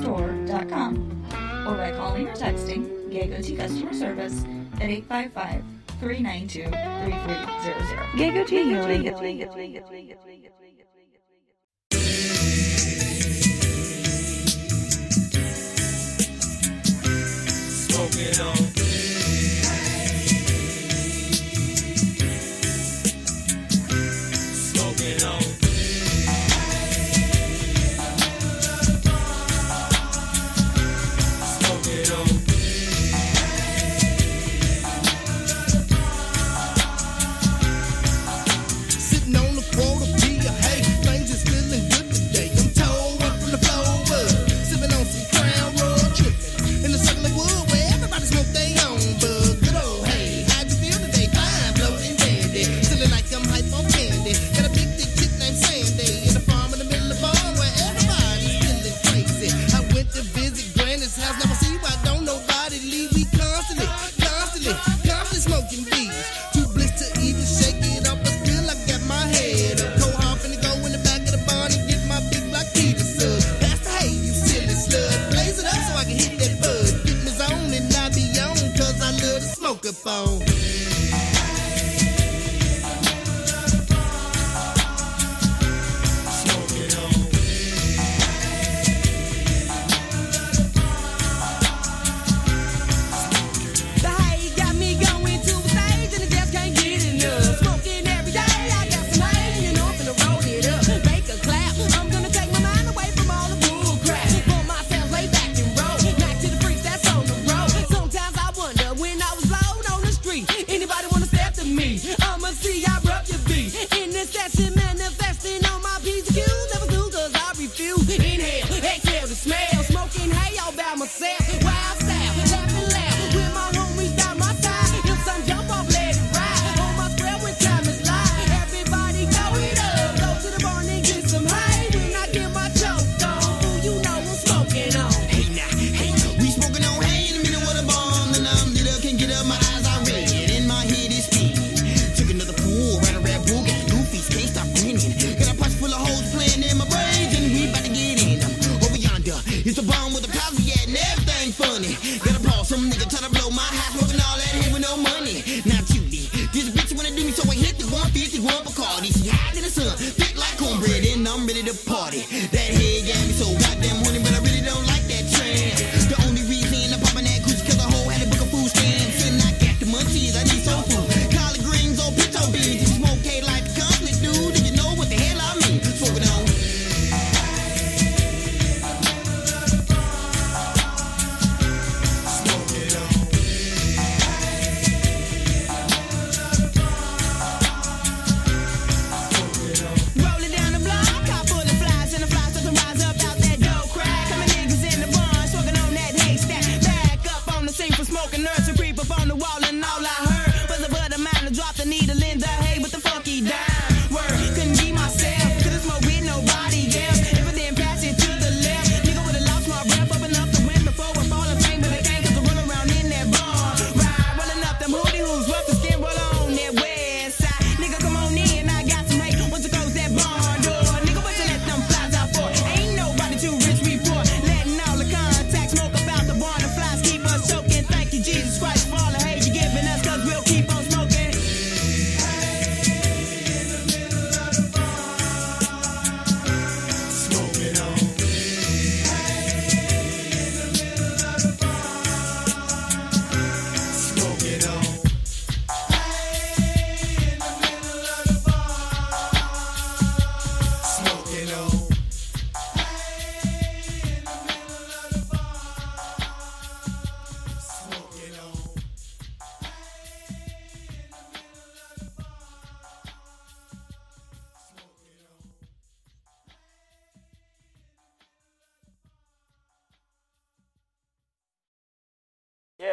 Speaker 13: store.com. Or by calling or texting Gago Tea Customer Service at 855 392 3300. Gago Tea Healing.
Speaker 19: Smoke it on. Smoke it on. Smoke it on.
Speaker 4: Sitting on the quota be a hey, things is feeling good today. I'm told up from the flow up, sipping on some crown royal tripping in the circle of wood where everybody smoke they own bud. Good old hey, how'd you feel today? Fine, bloating dandy, feeling like I'm hype on candy. Got a big dick chick named Sandy in the farm in the middle of the barn where everybody's feeling crazy. I went to visit Granny's house, never see why don't nobody leave me constantly, constantly, constantly smoking weed. Too bliss to even shake it off, but still I got my head up. Go off and go in the back of the barn and get my big black heater slug. That's the hay, you silly slug. Blaze it up so I can hit that bud. Get in the zone and I be on, cause I love to smoke up on. The hay got me going to a stage and I just can't get enough. Smoking every day, I got some hay, you know I'm finna roll it up, make a clap. I'm gonna take my mind away from all the bull crap. For myself, lay back and roll, back to the freaks that's on the road. Sometimes I wonder when I was alone on the street, anybody wanna step to me? I'ma see I rub your beat in this session, manifesting on my P's and Q's. Never do 'cause I refuse. Inhale, exhale the smell, smoking hay all by myself. Wild style, laughing loud with my homies by my side. If some jump off, let it ride. On my square when time is live. Everybody go it up. Go to the barn and get some hay. When I get my choke on, fool, you know I'm smoking on. Hey now, hey, we smoking on hay in the middle of the bomb. And I'm lit up, can't get up, my eyes are red. And in my head is pink. Took another pool, ran a red bull, got goofies, can't stop grinning. Got a punch full of holes playing in my brains, and we about to get in them. Over yonder, it's a bomb with a posse at, and everything funny. Got a ball, some nigga tryna blow my high, smoking all that hay with no money. Now, cutie, this bitch wanna do me, so I hit the 151 Bacardi. She high to the sun, thick like cornbread, and I'm ready to party. That head got me so goddamn horny, but I really don't like that trend. The only reason I'm popping that coochie, cause a hoe had a book of food stamps, and I got the munchies, I need soul food. Collard greens or pinto beans, you smoke K like a conflict, dude, and you know what the hell I mean. Smoking on.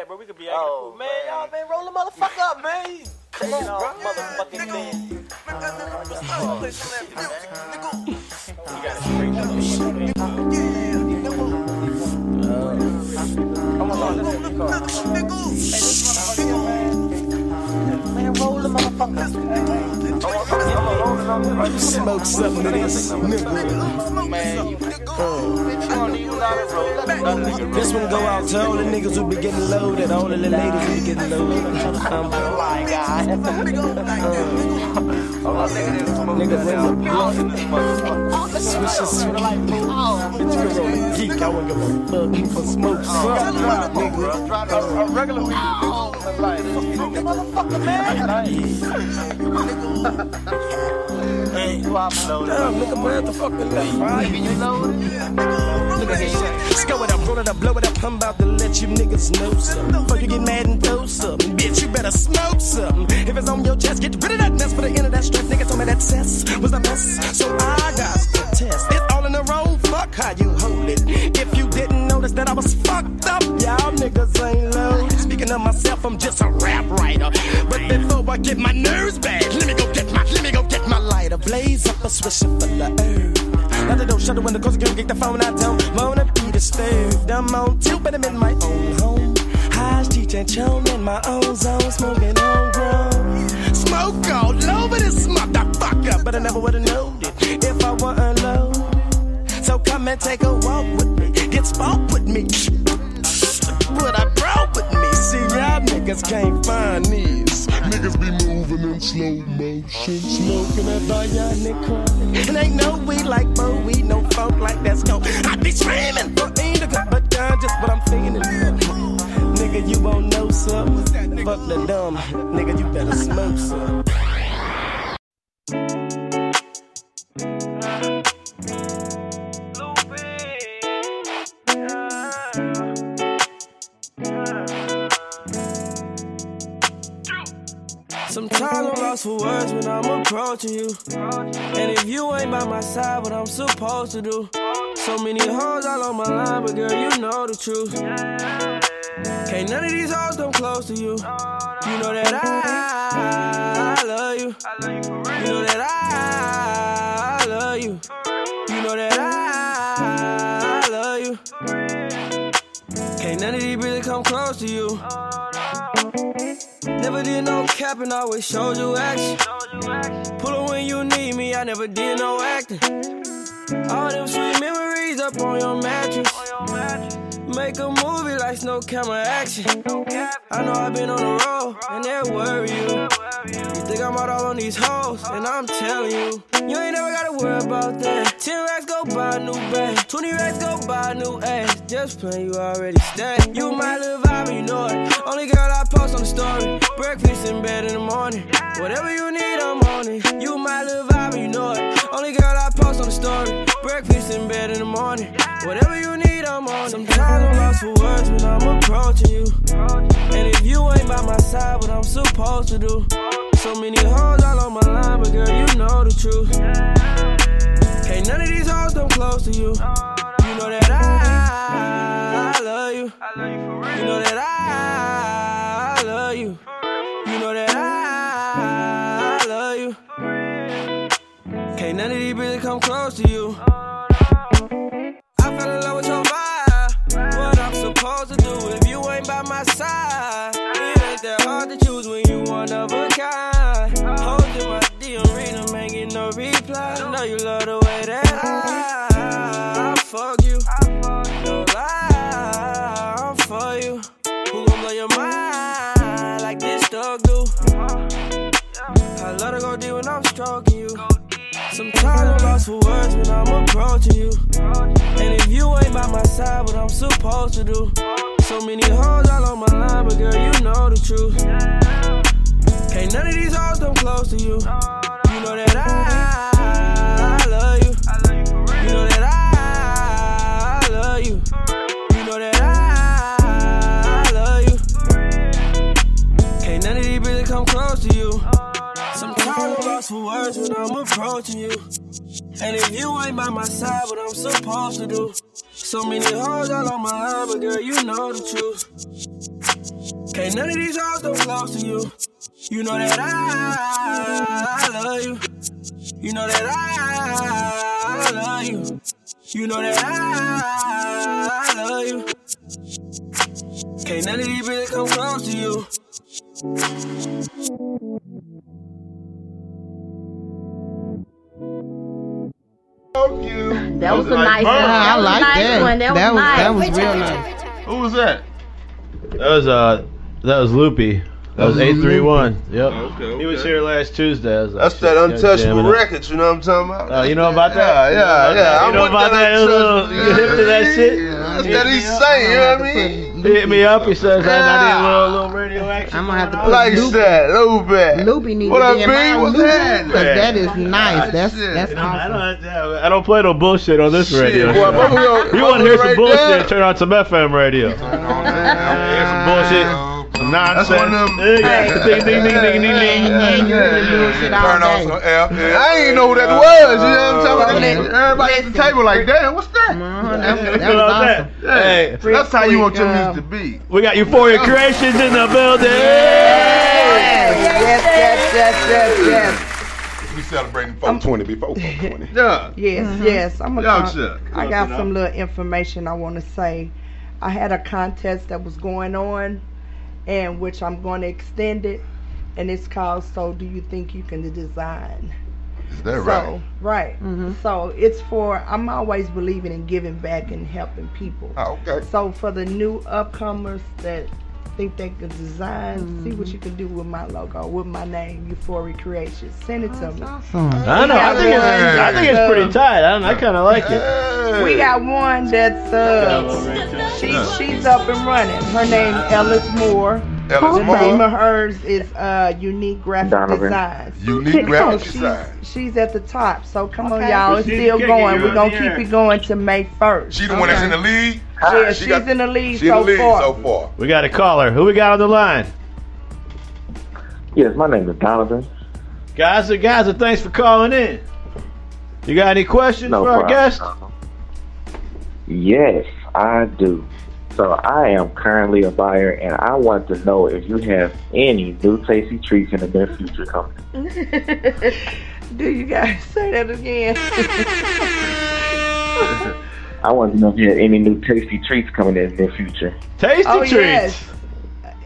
Speaker 8: bro. We could be acting
Speaker 4: Oh.
Speaker 8: cool, man. Y'all, man, roll the motherfucker up, man. Come on, bro. Motherfucking man.
Speaker 4: Smokes up with this nigga. Man, you
Speaker 8: This
Speaker 4: one go out to all the niggas who be getting loaded, all the little ladies who be getting loaded. Uh, I'm Oh my God. Niggas in the blunt in this motherfucker. Swish and swirl like me.
Speaker 8: Oh.
Speaker 4: Bitch, you a geek. I wouldn't give a fuck for smoke. Drop, nigga. A regular weed. Motherfucker, man. Hey, you are loaded. Damn, nigga, motherfucker, man. You loaded? Look at that. Scow it up, roll it up, blow it up. I'm about to let you niggas know something. Before you get mad and throw something. Bitch, you better smoke something. If it's on your chest, get rid of that mess. For the end of that stress, nigga told me that cess was the best. So I got the test. It's all in the wrong. Fuck how you hold it. If you didn't notice that I was fucked up, y'all niggas ain't low. Speaking of myself, I'm just a rap writer. But before I get my nerves back, let me go get my, let me go get my lighter. Blaze up a swisher for the herb. Now they don't shut the window, cause I can't get the phone. I don't wanna be disturbed. I'm on tilt, but I'm in my own home. Highs, teach and chone in my own zone, smoking homegrown. Smoke all over this motherfucker, but I never would've known it if I weren't alone. So come and take a walk with me, get spark with me. What I brought with me, see y'all niggas can't find these. Niggas be moving in slow motion, smoking a bionic chronic. And ain't no weed like Bowie, no funk like that scope. I be screaming for indica, but God, just what I'm feeling. Nigga, you won't know something. Fuck the dumb, nigga, you better smoke some.
Speaker 5: Sometimes I'm lost for words when I'm approaching you. And if you ain't by my side, what I'm supposed to do. So many hoes all on my line, but girl, you know the truth. Can't none of these hoes come close to you. You know that I, I love you. You know that I, I love you. You know that I, I love you. Can't none of these bitches come close to you. Never did no cap and always showed you action. Pull up when you need me, I never did no acting. All them sweet memories up on your mattress. Make a movie like snow camera action. I know I've been on the road and they worry you. You think I'm out all on these hoes, and I'm telling you, you ain't never gotta worry about that. 10 racks go buy a new bag, 20 racks go buy a new ass. Just playing, you already stacked. You might live vibe, and you know it. Only girl I post on the story. Breakfast in bed in the morning. Whatever you need, I'm on it. You might live vibe, and you know it. Only girl I post on the story. Breakfast in bed in the morning. Whatever you need, I'm on it. Sometimes I'm lost for words when I'm approaching you. And if you ain't by my side, what I'm supposed to do. So many hoes all on my line, but girl, you know the truth. Can't none of these hoes come close to you. You know that I, I love you. You know that I, I love you. You know that I, I love you. Can't none of these bitches come close to you. I fell in love with your vibe. What I'm supposed to do if you ain't by my side? It ain't that hard to choose when you one of a kind. Holding my DM, read 'em, ain't get no reply. I know you love the way that I, I fuck you. No lie, I'm for you. Who gon' blow your mind like this dog do? I love to go deep when I'm stroking you. Sometimes I'm lost for words when I'm approaching you. And if you ain't by my side, what I'm supposed to do. So many hoes all on my line, but girl, you know the truth. Can't none of these hoes come close to you. You know that I, I love you. You know that I, I love you. You know that I, I love you. Can't none of these bitches come close to you. Sometimes I'm lost for words when I'm approaching you. And if you ain't by my side, what I'm supposed to do. So many hoes all on my line, but girl, you know the truth. Ain't none of these hoes don't belong to you. You know that I love you. You know that I love you. You know that I love you. Can't none of these bitches come close to you.
Speaker 6: That was a
Speaker 18: Like,
Speaker 6: nice one.
Speaker 18: burn.
Speaker 6: That
Speaker 18: I
Speaker 6: was a
Speaker 18: like
Speaker 6: nice
Speaker 18: that.
Speaker 6: one. That,
Speaker 18: That
Speaker 6: was
Speaker 18: was-
Speaker 6: nice.
Speaker 18: that was real nice. Who was that?
Speaker 3: That was uh, that was Loopy. That was eight three one. Yep.
Speaker 20: okay.
Speaker 3: He was here last Tuesday. I was like,
Speaker 20: That's
Speaker 3: shit,
Speaker 20: that
Speaker 3: God
Speaker 20: untouchable
Speaker 3: damn it.
Speaker 20: records, you know what I'm talking
Speaker 3: Uh,
Speaker 20: about?
Speaker 3: you know about that?
Speaker 20: Yeah, yeah, yeah.
Speaker 3: You know about that? You hip to that shit?
Speaker 20: That's that he's saying, you know what I mean?
Speaker 3: He hit me up. He says, man, I need a little,
Speaker 9: little
Speaker 3: radio action.
Speaker 9: I'm gonna have to put
Speaker 20: Like
Speaker 9: Ah. Loopy-
Speaker 20: that, little bit.
Speaker 9: Loopy needs
Speaker 20: What
Speaker 9: to
Speaker 20: up,
Speaker 9: be in
Speaker 20: B?
Speaker 9: my
Speaker 20: What's
Speaker 9: Loopy,
Speaker 20: happening?
Speaker 9: 'cause that is nice. That's
Speaker 20: Shit.
Speaker 9: that's
Speaker 3: I don't, yeah, I don't play no bullshit on this
Speaker 20: Shit,
Speaker 3: radio.
Speaker 20: boy, but we on-
Speaker 3: you want
Speaker 20: but
Speaker 3: to
Speaker 20: we
Speaker 3: hear some
Speaker 20: right
Speaker 3: bullshit?
Speaker 20: there.
Speaker 3: Turn on some FM radio. Hear some bullshit. some Nonsense. Yeah, ding, ding, ding, ding, ding, ding.
Speaker 7: Turn off some F.
Speaker 12: I ain't know who
Speaker 3: Uh,
Speaker 12: that was. You know
Speaker 18: Oh,
Speaker 12: what I'm talking about? Everybody at the table uh, like, damn, what's that?
Speaker 3: that was awesome. Hey,
Speaker 12: Yeah. that's how you want your music to
Speaker 7: be.
Speaker 3: We got Euphoria Creations in the building.
Speaker 7: yes, yes, yes, yes, yes. We celebrating 420 before 420.
Speaker 20: Yeah.
Speaker 11: Yes,
Speaker 9: Mm-hmm.
Speaker 7: Mhm.
Speaker 11: yes. I'm
Speaker 7: Yeah,
Speaker 11: gonna.
Speaker 7: sure.
Speaker 11: I got
Speaker 7: Yeah.
Speaker 11: some little information I want to say. I had a contest that was going on, and which I'm going to extend it, and it's called "So Do You Think You Can Design."
Speaker 7: Is that
Speaker 11: so,
Speaker 7: right?
Speaker 11: Right. So it's for I'm always believing in giving back and helping people.
Speaker 7: Oh, okay.
Speaker 11: So for the new upcomers that think they could design, see what you can do with my logo, with my name, Euphoria Creations. Send it to me.
Speaker 3: Hmm, I don't know. I think, it's, I think it's pretty tight. I, don't, I kind of like it.
Speaker 11: We got one that's uh, she, she's up and running. Her name Ellis Moore.
Speaker 7: Ellis
Speaker 11: the
Speaker 7: Moore.
Speaker 11: name of hers is uh, Unique Graphic
Speaker 7: Donovan.
Speaker 11: Designs.
Speaker 7: Unique Graphic
Speaker 11: she's,
Speaker 7: Design.
Speaker 11: She's at the top. So come on,
Speaker 7: Okay.
Speaker 11: y'all. It's
Speaker 7: She's
Speaker 11: still
Speaker 7: kicking
Speaker 11: going.
Speaker 7: you
Speaker 11: We're
Speaker 7: out
Speaker 11: gonna
Speaker 7: the air.
Speaker 11: keep it going to May first.
Speaker 7: She the one that's in the league.
Speaker 11: Yeah,
Speaker 7: She
Speaker 11: she's
Speaker 7: got-
Speaker 11: in the lead
Speaker 7: she
Speaker 11: so
Speaker 7: the lead
Speaker 11: far.
Speaker 7: so far.
Speaker 3: We got a caller. Who we got on the line?
Speaker 21: Yes, my name is Donovan.
Speaker 3: Guys, guys, thanks for calling in. You got any questions
Speaker 21: No
Speaker 3: for our
Speaker 21: problem.
Speaker 3: guest?
Speaker 21: Yes, I do. So I am currently a buyer, and I want to know if you have any new tasty treats in the near future coming.
Speaker 11: Do you guys say that again?
Speaker 21: I want to know if you have any new tasty treats coming in the near future.
Speaker 3: Tasty
Speaker 11: oh yes.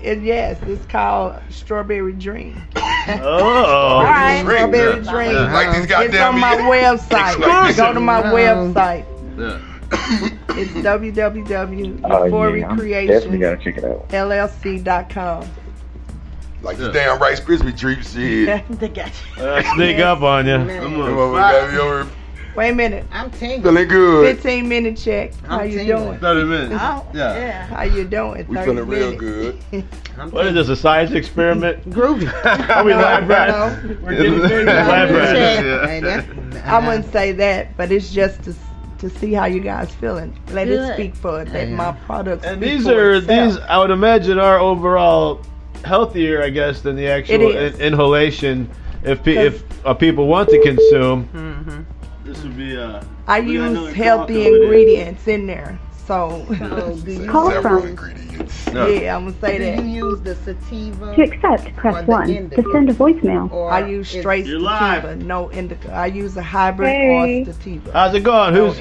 Speaker 11: And yes, it's called Strawberry Dream.
Speaker 21: Oh.
Speaker 11: All right,
Speaker 21: Dream,
Speaker 11: Strawberry
Speaker 21: yeah.
Speaker 11: Dream.
Speaker 21: Yeah. Like these
Speaker 11: it's
Speaker 21: goddamn
Speaker 11: on my website.
Speaker 21: Exclusive.
Speaker 11: Go to my
Speaker 21: Yeah.
Speaker 11: website.
Speaker 21: Yeah.
Speaker 11: It's
Speaker 21: Oh, yeah. I'm definitely
Speaker 11: www.euphoricreationsllc.com.
Speaker 21: gotta check it out.
Speaker 7: Like the damn Rice Krispie treat shit.
Speaker 11: they got you.
Speaker 3: sneak up on you.
Speaker 11: Wait a minute.
Speaker 8: I'm tingled.
Speaker 7: Feeling good.
Speaker 11: 15 minute check. How
Speaker 8: I'm
Speaker 11: you
Speaker 8: tingling.
Speaker 11: doing?
Speaker 7: 30 minutes.
Speaker 11: Oh,
Speaker 7: Yeah.
Speaker 11: How you doing?
Speaker 7: We
Speaker 11: 30
Speaker 7: feeling real
Speaker 11: minutes.
Speaker 7: good.
Speaker 3: What is this? A science experiment?
Speaker 9: Groovy.
Speaker 3: Are we live, Brad?
Speaker 11: Hello.
Speaker 3: We're getting big. Live, Brad.
Speaker 11: I wouldn't say that, but it's just to to see how you guys feeling. Let
Speaker 6: Good.
Speaker 11: it speak for it. Let my products.
Speaker 3: And
Speaker 11: speak
Speaker 3: these
Speaker 11: for
Speaker 3: are
Speaker 11: itself.
Speaker 3: these. I would imagine are overall healthier, I guess, than the actual
Speaker 11: is.
Speaker 3: in- inhalation. If pe- if uh, people want to consume, This would be uh
Speaker 11: I
Speaker 3: we got another
Speaker 11: use
Speaker 3: call
Speaker 11: healthy
Speaker 3: coming in.
Speaker 11: ingredients in there. So
Speaker 1: Call
Speaker 11: Several
Speaker 1: from-
Speaker 7: ingredients.
Speaker 11: Yeah, I'm gonna say
Speaker 8: Do
Speaker 11: that.
Speaker 8: you use the sativa?
Speaker 1: To accept, press 1. To send a voicemail,
Speaker 11: I use straight
Speaker 8: You're
Speaker 11: sativa, no indica. I use a hybrid
Speaker 1: Hey.
Speaker 11: or sativa.
Speaker 3: How's it going? Who's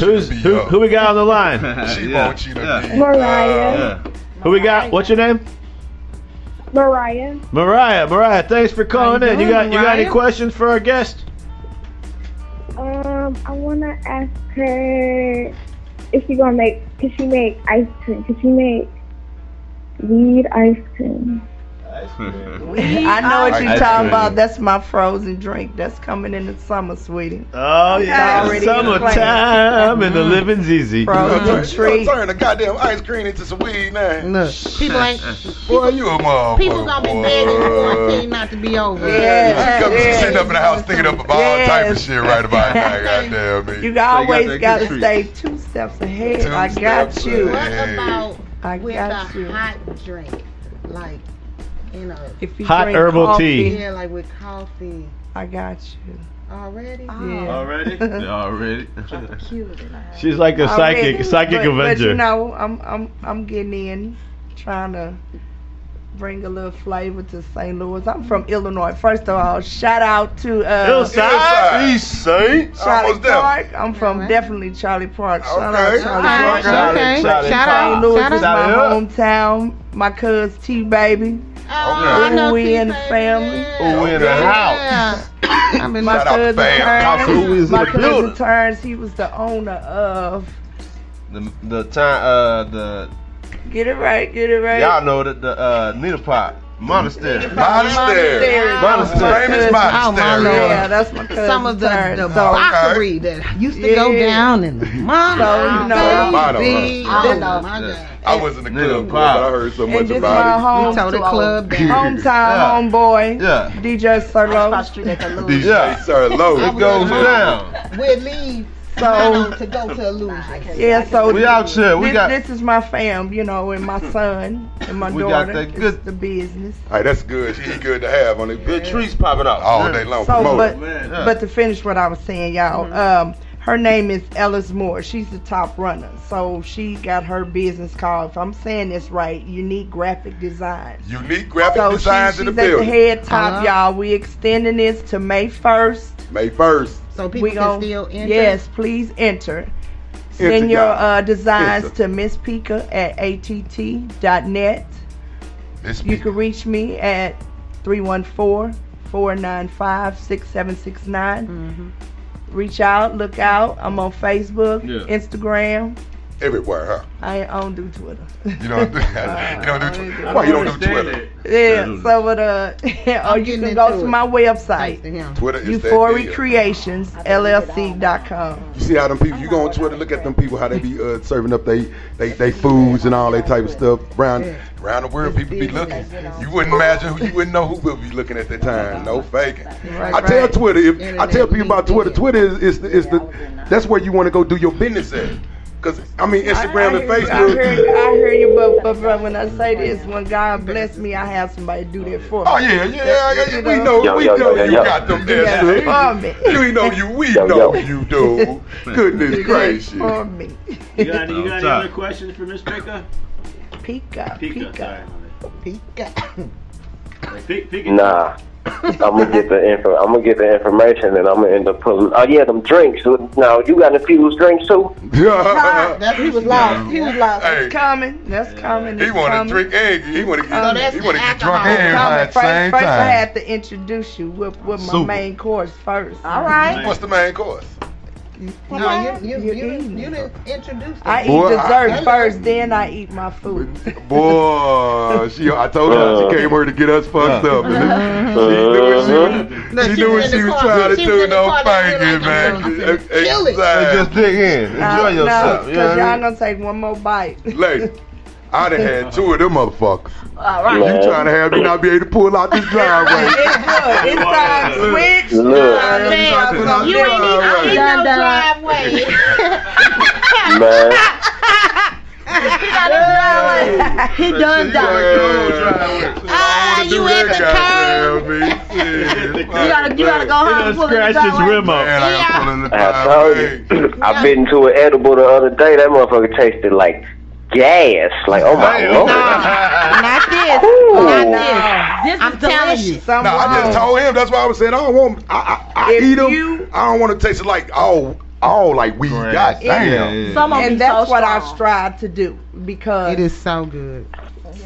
Speaker 3: who's who, who we got on the line?
Speaker 7: She wants you to be.
Speaker 1: Mariah.
Speaker 3: Yeah. Who we got? What's your name?
Speaker 1: Mariah.
Speaker 3: Mariah. Mariah, thanks for calling
Speaker 1: How you
Speaker 3: in. You got
Speaker 1: doing,
Speaker 3: you got any
Speaker 1: Mariah?
Speaker 3: questions for our guest?
Speaker 14: Um, I wanna ask her if she gonna make, could she make ice cream? Could she make weed ice cream?
Speaker 11: I know what
Speaker 14: Ice
Speaker 11: you're talking
Speaker 14: cream.
Speaker 11: about. That's my frozen drink. That's coming in the summer, sweetie.
Speaker 3: Oh yeah,
Speaker 11: Already
Speaker 3: summertime and the living's easy.
Speaker 7: Turn-
Speaker 11: treat.
Speaker 7: Turn the goddamn ice cream into some weed now.
Speaker 9: Look, people ain't.
Speaker 7: Boy, you a motherfucker.
Speaker 9: People gonna be mad at
Speaker 7: boy.
Speaker 9: quarantine not to be over.
Speaker 7: Yeah, she come- she sitting up in the house thinking up about all type of shit right about now. Goddamn me.
Speaker 11: You always got to stay two steps ahead.
Speaker 7: Two
Speaker 11: I got
Speaker 7: steps
Speaker 11: you.
Speaker 7: ahead.
Speaker 8: about
Speaker 7: What
Speaker 11: I
Speaker 8: with
Speaker 11: got
Speaker 8: a
Speaker 11: you.
Speaker 8: hot drink, like you know,
Speaker 11: If you
Speaker 3: Hot
Speaker 11: drink
Speaker 3: herbal
Speaker 11: coffee,
Speaker 3: tea.
Speaker 8: yeah, like with coffee
Speaker 11: I got you.
Speaker 8: already.
Speaker 12: Oh.
Speaker 3: Already?
Speaker 7: Already.
Speaker 3: She's like the
Speaker 11: Already.
Speaker 3: psychic psychic
Speaker 11: but, But you
Speaker 3: avenger.
Speaker 11: know, I'm I'm I'm getting in, trying to bring a little flavor to St. Louis. I'm from Illinois. First of all, shout out to uh,
Speaker 7: Hillside. East Saint.
Speaker 11: Charlie
Speaker 7: Almost there.
Speaker 11: Park. I'm from definitely Charlie Park. Shout out
Speaker 7: Okay.
Speaker 11: Charlie
Speaker 7: Okay.
Speaker 11: Park.
Speaker 7: Shout out Okay. Charlie Shout Park. out.
Speaker 11: St. Louis
Speaker 7: Shout
Speaker 11: is
Speaker 7: out.
Speaker 11: my
Speaker 7: Shout out.
Speaker 11: hometown. My cuz T Baby.
Speaker 7: Oh, I know
Speaker 11: we in the family.
Speaker 7: Ooh, we in the
Speaker 11: Yeah.
Speaker 7: house.
Speaker 11: I'm in my
Speaker 7: Shout out
Speaker 11: cousin
Speaker 7: fam. House who is
Speaker 11: Turns.
Speaker 7: in
Speaker 11: My
Speaker 7: the
Speaker 11: cousin
Speaker 7: building.
Speaker 11: Turns. He was the owner of.
Speaker 18: The the time uh the
Speaker 11: Get it right. Get it right.
Speaker 18: y'all know that the uh needle pot monastery
Speaker 11: Monastery.
Speaker 18: monastery
Speaker 11: Famous monastery. Yeah, that's my cousin.
Speaker 9: Some of the,
Speaker 11: Turns.
Speaker 9: the
Speaker 11: So-
Speaker 9: mockery that used to go
Speaker 11: Yeah.
Speaker 9: down in the
Speaker 11: So, you know,
Speaker 9: baby.
Speaker 11: I
Speaker 9: Oh,
Speaker 11: know.
Speaker 9: my God.
Speaker 7: I was in the club, but I heard so much
Speaker 11: and just
Speaker 7: about
Speaker 11: my home
Speaker 9: We told the
Speaker 11: to-
Speaker 9: club down.
Speaker 11: hometown
Speaker 7: Yeah.
Speaker 11: homeboy,
Speaker 7: Yeah.
Speaker 11: DJ
Speaker 7: it.
Speaker 11: Serlo.
Speaker 7: DJ yeah. Low.
Speaker 9: I
Speaker 7: It
Speaker 9: was
Speaker 7: goes
Speaker 9: like,
Speaker 7: down.
Speaker 9: We leave
Speaker 11: So-
Speaker 9: to go to illusion.
Speaker 11: Yeah, so
Speaker 7: We out here, we
Speaker 11: this,
Speaker 7: got-
Speaker 11: this is my fam, you know, and my son and my
Speaker 7: We got
Speaker 11: daughter.
Speaker 7: that
Speaker 11: It's
Speaker 7: good-
Speaker 11: the business.
Speaker 7: Hey, that's good. It's good to have on it.
Speaker 18: Good trees popping out
Speaker 7: all day long.
Speaker 11: So,
Speaker 7: promote
Speaker 11: but
Speaker 7: it.
Speaker 11: but to finish what I was saying, y'all,
Speaker 7: Mm-hmm.
Speaker 11: um, her name is Ellis Moore. She's the top runner. So she got her business called, if I'm saying this right, Unique Graphic Design.
Speaker 7: unique graphic
Speaker 11: so she-
Speaker 7: designs
Speaker 11: she's
Speaker 7: in the
Speaker 11: at
Speaker 7: building.
Speaker 11: the head top,
Speaker 9: Uh-huh.
Speaker 11: y'all. We extending this to May first.
Speaker 7: May first.
Speaker 9: So
Speaker 11: people
Speaker 9: can still enter?
Speaker 11: Yes, please enter.
Speaker 7: Enter,
Speaker 11: Send your
Speaker 7: y'all.
Speaker 11: uh, designs
Speaker 7: Enter.
Speaker 11: to Miss Pika at att.net. You can reach me at 314-495-6769. Reach out, look out. I'm on Facebook,
Speaker 7: Yeah.
Speaker 11: Instagram.
Speaker 7: Everywhere, huh?
Speaker 11: I don't do Twitter.
Speaker 7: You don't do, you don't do Twitter. Why you don't do Twitter?
Speaker 11: Yeah, so with uh, or you can go to my website,
Speaker 7: Twitter is that
Speaker 11: Euphoria
Speaker 7: deal.
Speaker 11: Creations LLC.com.
Speaker 7: You see how them people? You go on Twitter, look at them people how they be uh, serving up they they, they foods and all that type of stuff. Round round the world, people be looking. You wouldn't imagine, who, you wouldn't know who will be looking at that time. No faking. I tell Twitter, if I tell people about Twitter, Twitter is, is the is the that's where you want to go do your business at. Cause I mean Instagram and
Speaker 11: I heard,
Speaker 7: Facebook.
Speaker 11: I heard you, but, but, but when I say this, when God bless me, I have somebody do that for me.
Speaker 7: Oh yeah, yeah, yeah, yeah,
Speaker 11: You
Speaker 7: we know,
Speaker 10: Yo,
Speaker 7: we
Speaker 10: yo,
Speaker 7: know
Speaker 10: yo, yo,
Speaker 7: you
Speaker 10: yo.
Speaker 7: got them
Speaker 10: Do that
Speaker 7: there.
Speaker 11: for me.
Speaker 7: We know you, we
Speaker 10: Yo,
Speaker 7: know
Speaker 10: yo.
Speaker 7: you do. Goodness gracious.
Speaker 11: For me.
Speaker 10: You got, any- you got any
Speaker 7: Outside.
Speaker 10: other questions for Miss Pika?
Speaker 11: Pika.
Speaker 10: Pika. Sorry.
Speaker 9: Pika.
Speaker 10: Like, Pika. Pika.
Speaker 22: Nah. I'm gonna get the info. I'm gonna get the information, and I'm gonna end up pulling. Oh yeah, them drinks. Now you got infused drinks too.
Speaker 11: That's, he was lost. He was lost. It's coming. That's coming.
Speaker 7: He
Speaker 11: It's
Speaker 7: want
Speaker 11: coming.
Speaker 7: to drink egg. He want to
Speaker 11: Oh,
Speaker 7: get.
Speaker 11: that's
Speaker 7: He want to get drunk
Speaker 11: Coming.
Speaker 7: and high at the
Speaker 11: First,
Speaker 7: same
Speaker 11: first I
Speaker 7: time.
Speaker 11: had to introduce you with, with my
Speaker 7: Super.
Speaker 11: main course first. All
Speaker 7: right. What's the main course?
Speaker 8: No, you, you, you, didn't- you didn't introduce
Speaker 11: I eat
Speaker 7: Boy,
Speaker 11: dessert
Speaker 7: I-
Speaker 11: first, then I eat my food.
Speaker 7: Boy, she. I told her she came here to get us fucked up. She knew what she was. She
Speaker 11: she
Speaker 7: knew
Speaker 11: was
Speaker 7: what
Speaker 11: in
Speaker 7: she
Speaker 11: the
Speaker 7: was
Speaker 11: car.
Speaker 7: trying to
Speaker 11: She was
Speaker 7: do.
Speaker 11: in the
Speaker 7: No
Speaker 11: car, they
Speaker 7: thinking, man.
Speaker 11: Chill it.
Speaker 7: Exactly. Just dig in.
Speaker 11: Uh, No, because y'all gonna take one more bite.
Speaker 7: Lady, I done had two of them motherfuckers.
Speaker 11: All
Speaker 7: You trying to have me not be able to pull out this driveway?
Speaker 11: It's time switch.
Speaker 7: Look.
Speaker 11: time
Speaker 7: Man,
Speaker 11: switch.
Speaker 7: you ain't even- I ain't
Speaker 11: driveway.
Speaker 7: no
Speaker 10: Man.
Speaker 6: He got his driveway. He done done. Ah, you in the curb.
Speaker 7: You
Speaker 6: gotta, you gotta go home and pull in the driveway.
Speaker 7: Man, I am pulling the
Speaker 10: I
Speaker 7: told
Speaker 22: you. I've been to an edible the other day. That motherfucker tasted like gas. Like oh my lord.
Speaker 6: Not this. Not this. This is delicious.
Speaker 7: No, I just told him. That's why I was saying I don't want. I I, I eat them. I don't want to taste it like all all like we God damn.
Speaker 11: Some
Speaker 9: of
Speaker 11: and
Speaker 9: them
Speaker 11: that's
Speaker 9: so
Speaker 11: what I
Speaker 9: strong.
Speaker 11: strive to do because
Speaker 9: It is so good.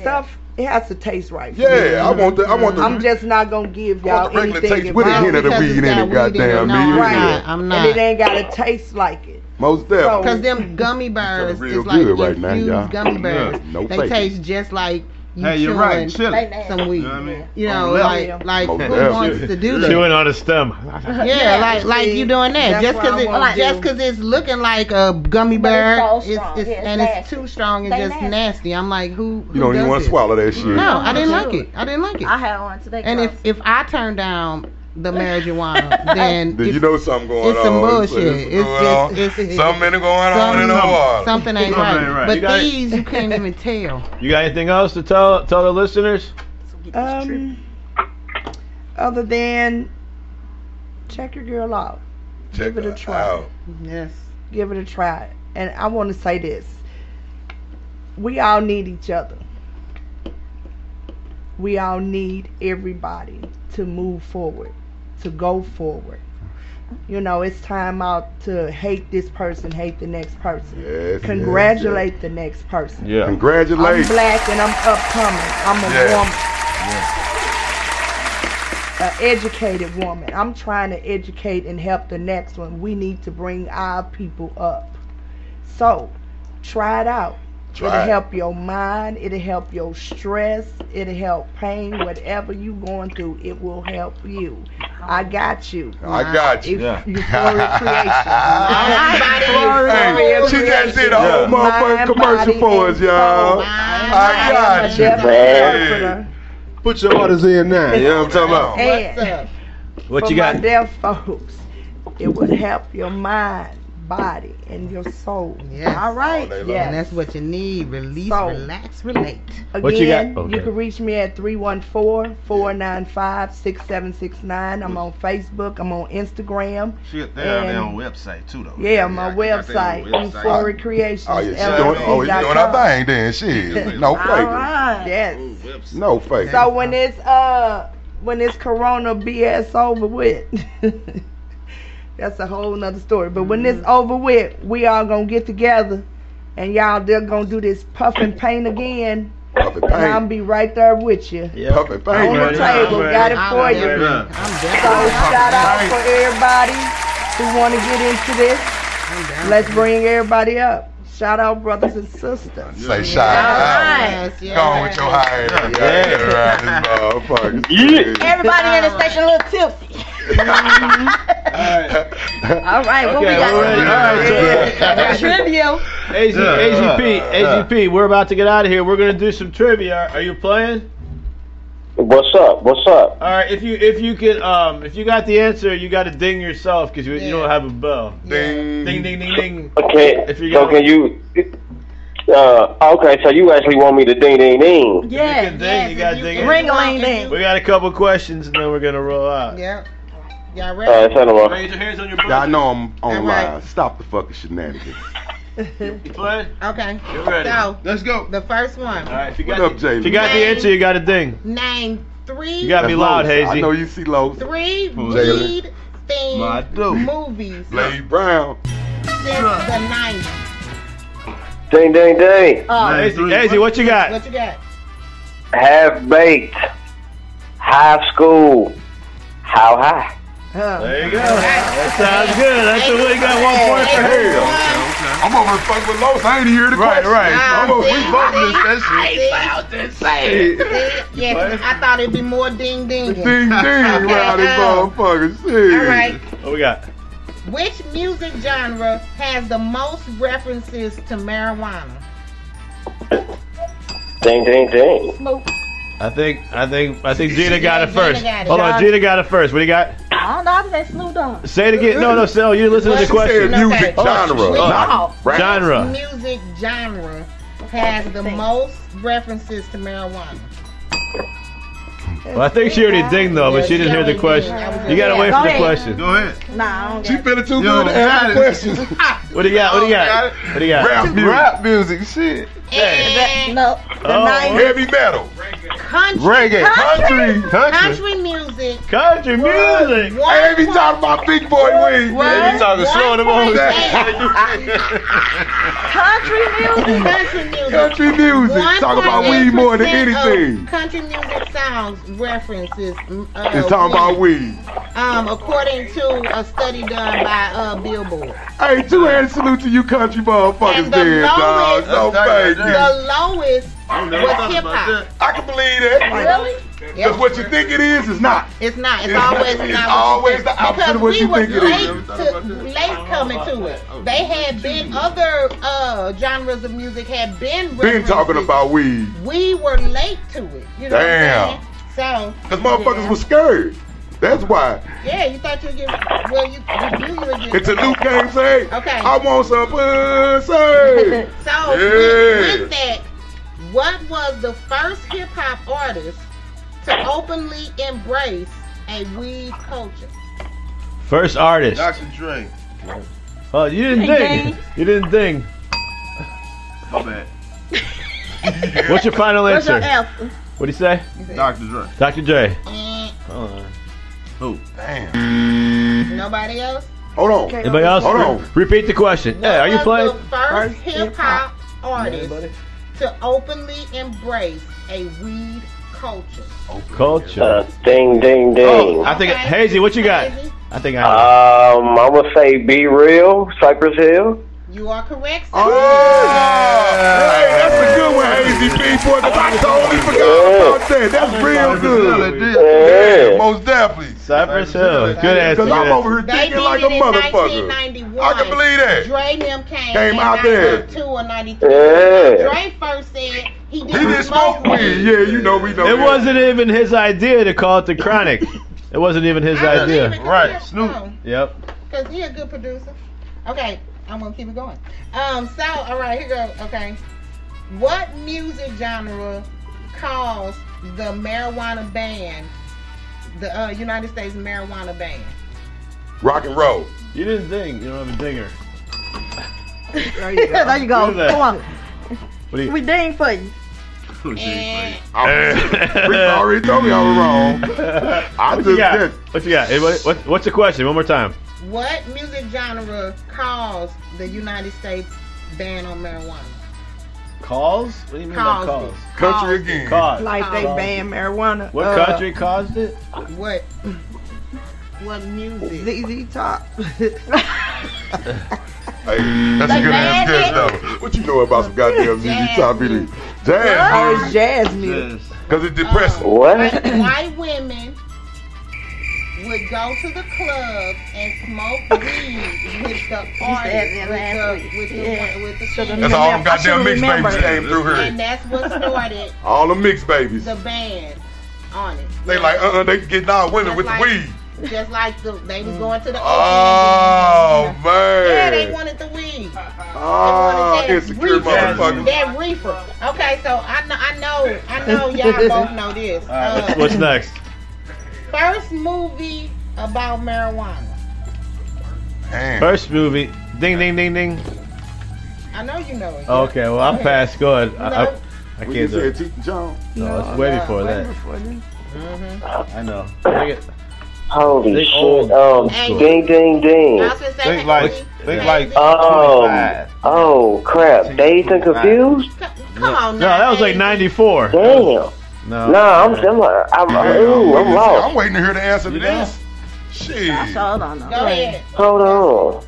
Speaker 11: stuff it has to taste right. for
Speaker 7: Yeah,
Speaker 11: me.
Speaker 7: I want the- I want the-
Speaker 11: I'm just not gonna give
Speaker 7: I
Speaker 11: y'all
Speaker 7: want the regular
Speaker 11: anything.
Speaker 7: taste
Speaker 11: if
Speaker 7: with a
Speaker 11: I
Speaker 7: hint of the
Speaker 11: don't-
Speaker 7: weed in it. Goddamn,
Speaker 9: no,
Speaker 7: me.
Speaker 9: I'm
Speaker 7: yeah.
Speaker 9: not, I'm
Speaker 11: And it ain't gotta taste like it.
Speaker 7: Most definitely.
Speaker 9: Because them gummy bears
Speaker 7: real
Speaker 9: is like
Speaker 7: good right now,
Speaker 9: infused
Speaker 7: y'all.
Speaker 9: gummy bears.
Speaker 7: Yeah, no
Speaker 9: they
Speaker 7: faking.
Speaker 9: taste just like you
Speaker 3: Hey, you're
Speaker 9: chewing
Speaker 3: right, chili.
Speaker 9: some weed. You know,
Speaker 3: Yeah.
Speaker 9: like like
Speaker 3: Oh,
Speaker 9: who
Speaker 3: yeah.
Speaker 9: wants to do that?
Speaker 3: Chewing on a stem.
Speaker 9: Yeah, like like you doing that
Speaker 6: That's
Speaker 9: just
Speaker 6: what
Speaker 9: because
Speaker 6: I
Speaker 9: it
Speaker 6: wanna
Speaker 9: just
Speaker 6: do.
Speaker 9: because it's looking like a gummy
Speaker 6: But it's
Speaker 9: bear,
Speaker 6: so
Speaker 9: it's,
Speaker 6: strong.
Speaker 9: it's,
Speaker 6: Yeah, it's
Speaker 9: and it's too strong and
Speaker 6: They
Speaker 9: just nasty.
Speaker 6: nasty.
Speaker 9: I'm like, who? who
Speaker 7: You don't even
Speaker 9: does
Speaker 7: want
Speaker 9: this?
Speaker 7: to swallow that shit.
Speaker 9: No, I didn't like it. I didn't like it.
Speaker 6: I had one today.
Speaker 9: And if if I turn down the marijuana, then
Speaker 7: Then you know something going
Speaker 9: it's
Speaker 7: on.
Speaker 9: some
Speaker 7: It's,
Speaker 9: bullshit. It's
Speaker 7: going
Speaker 9: just-
Speaker 7: on.
Speaker 9: it's-
Speaker 7: something going on in the
Speaker 3: something-
Speaker 7: water.
Speaker 9: something ain't
Speaker 3: Something ain't
Speaker 9: right.
Speaker 3: right.
Speaker 9: But
Speaker 3: You gotta-
Speaker 9: these you can't even tell.
Speaker 3: You got anything else to tell tell the listeners?
Speaker 11: Um, other than check your girl out.
Speaker 7: Check
Speaker 11: Give it a
Speaker 7: her
Speaker 11: try.
Speaker 7: out.
Speaker 9: Yes.
Speaker 11: Give it a try. And I want to say this. We all need each other. we all need everybody to move forward, to go forward. You know, it's time out to hate this person, hate the next person.
Speaker 7: yes,
Speaker 11: Congratulate the next person.
Speaker 7: Yeah.
Speaker 11: I'm
Speaker 7: Congratulations.
Speaker 11: black and I'm upcoming. I'm a
Speaker 7: Yeah.
Speaker 11: woman. An educated woman. I'm trying to educate and help the next one. We need to bring our people up. So, try it out.
Speaker 7: Try
Speaker 11: it'll
Speaker 7: it.
Speaker 11: help your mind. It'll help your stress. It'll help pain. Whatever you going through, it will help you. I got you.
Speaker 7: I got you.
Speaker 11: Euph- Euphoric
Speaker 7: Hey,
Speaker 11: creation.
Speaker 7: she just did a whole
Speaker 11: Yeah.
Speaker 7: motherfucking commercial for us, y'all. I got you, man. Put your orders in now. You know what I'm talking about?
Speaker 11: And
Speaker 7: What
Speaker 11: for
Speaker 7: you got?
Speaker 11: my deaf folks, it would help your mind, body, and your soul. All right. yes.
Speaker 9: And that's what you need. Release,
Speaker 11: So-
Speaker 9: relax, relate.
Speaker 11: Again,
Speaker 9: What you got? Okay.
Speaker 11: you can reach me at 314-495-6769. I'm on Facebook. I'm on Instagram.
Speaker 18: Shit, they are on their
Speaker 11: And-
Speaker 18: own website too, though.
Speaker 11: Yeah, my website, Euphoric Creations.
Speaker 7: Oh, yeah, she doing, oh, you doing her thing then. Shit. No
Speaker 11: All
Speaker 7: fake.
Speaker 11: right. Yes.
Speaker 7: No fake.
Speaker 11: So when it's uh when it's corona BS over with that's a whole nother story. But when it's over with, we all gonna get together and y'all they're gonna do this puff and paint again.
Speaker 7: Puff
Speaker 11: and I'll be right there with you.
Speaker 7: Puff and
Speaker 11: On
Speaker 7: paint.
Speaker 11: the table, got it for you. So shout out for everybody who wanna get into this. Let's bring everybody up. Shout out brothers and sisters.
Speaker 7: Say shout out.
Speaker 11: Yes,
Speaker 7: Go on with your high ass. Yeah, right, this motherfucker.
Speaker 6: Everybody in the station a little tipsy. All right, what we
Speaker 3: Mm-hmm. Okay,
Speaker 6: got?
Speaker 3: we're ready. All right, so-
Speaker 6: Trivia.
Speaker 3: AZ,
Speaker 6: Yeah.
Speaker 3: AZP,
Speaker 6: Yeah.
Speaker 3: AZP, we're about to get out of here. We're gonna do some trivia. Are you playing?
Speaker 10: What's up? What's up?
Speaker 3: All right. If you if you could um if you got the answer, you got to ding yourself because you, you don't have a bell.
Speaker 7: Ding.
Speaker 3: Ding ding ding ding.
Speaker 10: Okay.
Speaker 3: If you
Speaker 10: so
Speaker 3: got
Speaker 10: can you? Uh, okay, so you actually want me to ding ding ding?
Speaker 6: Yeah.
Speaker 3: ding, you got ding. it.
Speaker 6: Ring-a-ling-ding.
Speaker 3: We got a couple questions and then we're gonna roll out.
Speaker 9: Yep. Y'all
Speaker 7: All right, send 'em up.
Speaker 3: Raise your hands on your
Speaker 7: Y'all know I'm on
Speaker 9: right.
Speaker 7: live. Stop the fucking shenanigans.
Speaker 9: Okay.
Speaker 3: You ready?
Speaker 9: So
Speaker 3: let's go.
Speaker 9: The first one.
Speaker 3: All right. If you
Speaker 7: What
Speaker 3: got,
Speaker 7: up,
Speaker 3: the,
Speaker 7: Jalen?
Speaker 3: if you got the answer, you got a ding.
Speaker 9: Name three.
Speaker 3: You gotta be
Speaker 7: That's
Speaker 3: loud,
Speaker 7: Lowe's.
Speaker 3: Hazy.
Speaker 7: I know you see Lowe's.
Speaker 9: Three
Speaker 7: Jalen.
Speaker 9: lead
Speaker 7: My
Speaker 9: themed
Speaker 7: dude.
Speaker 9: movies
Speaker 7: Blade Brown.
Speaker 9: since the nineties.
Speaker 10: Ding ding ding.
Speaker 3: Oh. Daisy, what you got?
Speaker 9: What you got?
Speaker 10: Half baked. High school. How high?
Speaker 3: There you go. That sounds good. That's the way you got one point for her.
Speaker 7: I'm over fucking with Lowe's. I ain't hear the
Speaker 3: Right,
Speaker 7: question.
Speaker 3: right.
Speaker 7: I'm over we both in this
Speaker 9: See?
Speaker 7: shit.
Speaker 9: See? Yeah, 'cause I thought it'd be more ding ding.
Speaker 7: Ding ding round this motherfucker. Shit.
Speaker 9: All right.
Speaker 3: What we got?
Speaker 9: Which music genre has the most references to marijuana?
Speaker 10: Ding ding ding.
Speaker 9: Smoke.
Speaker 3: I think I think I think Gina got it
Speaker 6: Gina
Speaker 3: first.
Speaker 6: got it.
Speaker 3: Hold on,
Speaker 6: Y'all-
Speaker 3: Gina got it first. What do you got?
Speaker 6: I don't know. I was at Snoop Dogg.
Speaker 3: Say it again. No, no, Sal, you didn't listen to the
Speaker 7: She said
Speaker 3: question.
Speaker 7: music
Speaker 3: Oh,
Speaker 7: genre,
Speaker 3: oh,
Speaker 7: not rap.
Speaker 3: Genre.
Speaker 9: Music genre has the most references to marijuana.
Speaker 3: Well, I think she already dinged though, but she didn't hear the question. You got to wait
Speaker 6: Go
Speaker 3: for the
Speaker 6: ahead.
Speaker 3: question.
Speaker 6: Go
Speaker 3: ahead.
Speaker 6: Nah, I don't
Speaker 7: She
Speaker 6: got it.
Speaker 7: feeling too
Speaker 3: Yo,
Speaker 7: good to ask
Speaker 3: got it.
Speaker 7: questions.
Speaker 3: What do you got? What do you got? What do you got?
Speaker 7: Rap music. Rap music. Shit.
Speaker 9: And
Speaker 6: no,
Speaker 9: the
Speaker 7: Oh,
Speaker 9: 90s
Speaker 7: Heavy metal.
Speaker 9: country,
Speaker 7: Reggae.
Speaker 9: country,
Speaker 7: Country. Country.
Speaker 9: music.
Speaker 3: Country music.
Speaker 9: One
Speaker 7: Hey, they be talking about big boy wings.
Speaker 9: What?
Speaker 7: They be talking slow them on
Speaker 9: Country music. Country music.
Speaker 7: Country music. Talk about weed more
Speaker 9: 1.8%
Speaker 7: than
Speaker 9: of
Speaker 7: anything.
Speaker 9: Country music songs references. mm, Uh,
Speaker 7: It's talking about weed.
Speaker 9: Um, according to a study done by uh, Billboard.
Speaker 7: Hey, two hands salute to you country motherfuckers
Speaker 9: And the
Speaker 7: there, dog.
Speaker 9: lowest,
Speaker 7: So thank
Speaker 9: the
Speaker 7: you.
Speaker 9: lowest
Speaker 7: never
Speaker 9: was
Speaker 7: thought
Speaker 9: hip hop.
Speaker 7: I can believe that.
Speaker 9: Really?
Speaker 7: Because what you think it is, is not.
Speaker 9: It's not. It's always
Speaker 7: It's
Speaker 9: not
Speaker 7: always the
Speaker 9: because
Speaker 7: opposite of what
Speaker 9: we
Speaker 7: you
Speaker 9: was
Speaker 7: think it is.
Speaker 9: late To, late coming to it. They had been other uh, genres of music had been
Speaker 7: Been talking about weed.
Speaker 9: We were late to it. You know
Speaker 7: Damn.
Speaker 9: What I'm saying?
Speaker 7: Because motherfuckers was scared. That's why.
Speaker 9: So yeah, you thought you get well, you you knew you would get.
Speaker 7: Until Luke came say,
Speaker 9: Okay.
Speaker 7: I want some pussy.
Speaker 9: So with, with that, what was the first hip hop artist to openly embrace a weed culture?
Speaker 3: First artist.
Speaker 18: Dr. Dre.
Speaker 3: Oh, you didn't
Speaker 18: Hey,
Speaker 3: ding. You didn't ding.
Speaker 18: My bad.
Speaker 3: What's your final
Speaker 6: What's your
Speaker 3: answer?
Speaker 6: answer?
Speaker 3: What'd he say?
Speaker 7: Dr. Dre.
Speaker 3: Dr. J.
Speaker 7: Who? Oh, Damn.
Speaker 3: Mm-hmm.
Speaker 9: Nobody else?
Speaker 7: Hold on.
Speaker 9: Okay,
Speaker 3: Anybody else?
Speaker 7: Hold
Speaker 3: Re-
Speaker 7: on.
Speaker 3: Repeat the question. Yeah, are you
Speaker 9: Who
Speaker 3: playing?
Speaker 9: was The first hip hop artist to openly embrace a weed culture.
Speaker 3: Culture.
Speaker 10: Uh, ding, ding, ding.
Speaker 3: Oh, I think Hazy. What you got? I think I.
Speaker 10: Um, I'm gonna say be real, Cypress Hill.
Speaker 9: You are correct.
Speaker 7: Oh, hey, that's a good one, Hazy B. Boy, 'cause I totally forgot about that. That's real good. Yeah, most definitely.
Speaker 3: Cypress Hill. Good answer.
Speaker 7: Because I'm
Speaker 3: good
Speaker 7: over here
Speaker 9: They
Speaker 7: thinking
Speaker 9: did
Speaker 7: like a
Speaker 9: it in
Speaker 7: motherfucker.
Speaker 9: 1991.
Speaker 7: I can believe that.
Speaker 9: Dre and them came,
Speaker 7: Came
Speaker 9: in
Speaker 7: out there.
Speaker 9: 92 or 93.
Speaker 3: Yeah.
Speaker 9: Dre first said he did,
Speaker 7: didn't smoke weed. Yeah, you know we know.
Speaker 3: It
Speaker 7: that.
Speaker 3: wasn't even his idea to call it the chronic. It wasn't even his idea.
Speaker 9: Right, Snoop.
Speaker 3: Yep.
Speaker 9: Because he a good producer. Okay, I'm going to keep it going. Um, so, all right, here goes. Okay. What music genre caused the marijuana ban, the uh, United States marijuana ban?
Speaker 7: Rock and roll.
Speaker 3: You didn't ding. You don't have a dinger.
Speaker 6: There you go.
Speaker 3: Look at that.
Speaker 6: Come on.
Speaker 3: What do you-
Speaker 6: We ding for you.
Speaker 7: Rick already told me I was wrong.
Speaker 3: what
Speaker 7: I just
Speaker 3: you got?
Speaker 7: guessed.
Speaker 3: What you got? Hey, what- what- what's the question? One more time.
Speaker 9: What music genre caused the United States ban on marijuana?
Speaker 3: Calls? What do you mean
Speaker 9: Caused
Speaker 3: by calls?
Speaker 9: it.
Speaker 7: Country again.
Speaker 3: Cause.
Speaker 8: Like they
Speaker 3: Caused
Speaker 8: banned
Speaker 3: it.
Speaker 8: marijuana.
Speaker 3: What
Speaker 8: uh,
Speaker 3: country caused it?
Speaker 9: What? What music?
Speaker 8: ZZ Top.
Speaker 7: Hey, that's a
Speaker 8: They
Speaker 7: good ass guess,
Speaker 8: mad
Speaker 7: though. What you know about some goddamn ZZ Top music? Jazz
Speaker 8: What?
Speaker 7: music.
Speaker 8: Jazz music.
Speaker 7: Because it's depressing.
Speaker 10: Oh.
Speaker 9: White, white women would go to the club and smoke weed with the artist, with the, with the, with the female.
Speaker 7: That's all them goddamn mixed babies came through
Speaker 9: And
Speaker 7: here.
Speaker 9: that's what started
Speaker 7: All the mixed babies.
Speaker 9: the ban on it.
Speaker 7: They like, uh-uh, they getting all women with the weed.
Speaker 9: Just like the, they was going to the
Speaker 7: Oh, man.
Speaker 9: Yeah, they wanted the weed.
Speaker 7: Oh,
Speaker 9: They wanted that
Speaker 7: insecure
Speaker 9: reefer.
Speaker 7: motherfuckers.
Speaker 9: That reefer. Okay, so I know, I know, I know y'all both know this.
Speaker 3: All right,
Speaker 9: Uh,
Speaker 3: what's, what's next?
Speaker 9: First movie about marijuana.
Speaker 3: First movie. Ding, ding, ding, ding.
Speaker 9: I know you know it.
Speaker 3: Okay, well, I'm past. Go ahead. I, I, I
Speaker 7: When
Speaker 3: can't do
Speaker 7: you said
Speaker 3: it.
Speaker 7: Cheech and Chong.
Speaker 3: No, it's way before that.
Speaker 9: Mm-hmm.
Speaker 3: I know. I think it-
Speaker 10: Holy
Speaker 3: They
Speaker 10: shit!
Speaker 3: old.
Speaker 10: Um,
Speaker 3: Hey.
Speaker 10: ding, ding, ding.
Speaker 23: Think like, think like.
Speaker 10: Um, oh crap! Dazed and confused.
Speaker 9: Come on,
Speaker 3: no, Oh, that was like 94.
Speaker 10: Damn.
Speaker 3: No.
Speaker 10: No, I'm, I'm, I'm, I'm, ooh, I'm
Speaker 7: I'm
Speaker 10: lost.
Speaker 7: waiting to hear the answer to this. Shit.
Speaker 6: Hold on.
Speaker 9: Go ahead.
Speaker 10: Hold on.
Speaker 9: Go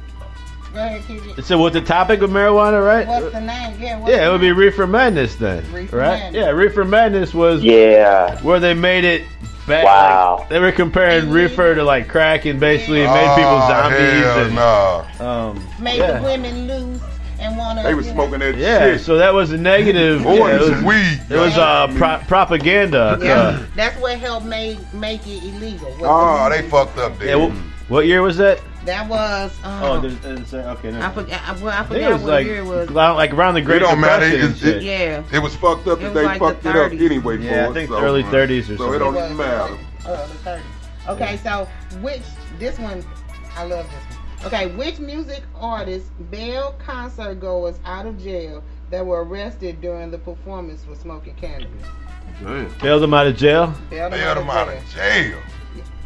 Speaker 9: ahead, KJ.
Speaker 3: So, with the topic of marijuana, right?
Speaker 9: What's the name? Yeah, what's
Speaker 3: Yeah, it
Speaker 9: the
Speaker 3: would be Reefer Madness then,
Speaker 9: Reefer
Speaker 3: right?
Speaker 9: Madness.
Speaker 3: Yeah, Reefer Madness was
Speaker 10: yeah
Speaker 3: where they made it. Bad.
Speaker 10: Wow.
Speaker 3: like, they were comparing Reefer to like crack and basically made people
Speaker 7: Oh,
Speaker 3: zombies
Speaker 7: hell
Speaker 3: and um,
Speaker 9: name? Make
Speaker 3: yeah.
Speaker 9: the women loose and want to.
Speaker 7: They was smoking that
Speaker 3: Yeah,
Speaker 7: shit.
Speaker 3: so that was a negative.
Speaker 7: Boy,
Speaker 3: yeah, it
Speaker 7: it's
Speaker 3: was,
Speaker 7: weed.
Speaker 3: It was uh, pro- propaganda. Uh,
Speaker 9: That's what helped make make it illegal. was the
Speaker 7: Oh,
Speaker 9: movie.
Speaker 7: they fucked up
Speaker 3: yeah,
Speaker 7: there.
Speaker 3: w- what year was that?
Speaker 9: That was. Um,
Speaker 3: Oh, there's, there's, okay.
Speaker 9: I forgot. I, well, I
Speaker 3: I think
Speaker 9: forgot
Speaker 3: it was
Speaker 9: what
Speaker 3: like,
Speaker 9: year it was.
Speaker 3: around- like around the Great
Speaker 7: It don't matter.
Speaker 3: Depression.
Speaker 7: It's- it-
Speaker 9: Yeah.
Speaker 7: It was fucked up
Speaker 9: It was
Speaker 7: if they
Speaker 9: like the
Speaker 7: fucked it up
Speaker 9: 30s.
Speaker 7: anyway for
Speaker 3: Yeah, I
Speaker 7: us,
Speaker 3: think
Speaker 7: so, uh,
Speaker 3: early 30s or
Speaker 7: So it
Speaker 3: something.
Speaker 7: don't even matter.
Speaker 9: Uh, the 30s. Okay, so which this one, I love this one. Okay, which music artist bailed concert goers out of jail that were arrested during the performance for smoking cannabis?
Speaker 3: Bailed them out of jail.
Speaker 9: Bailed them
Speaker 7: Bailed
Speaker 9: out of
Speaker 7: them out
Speaker 9: jail.
Speaker 7: of jail.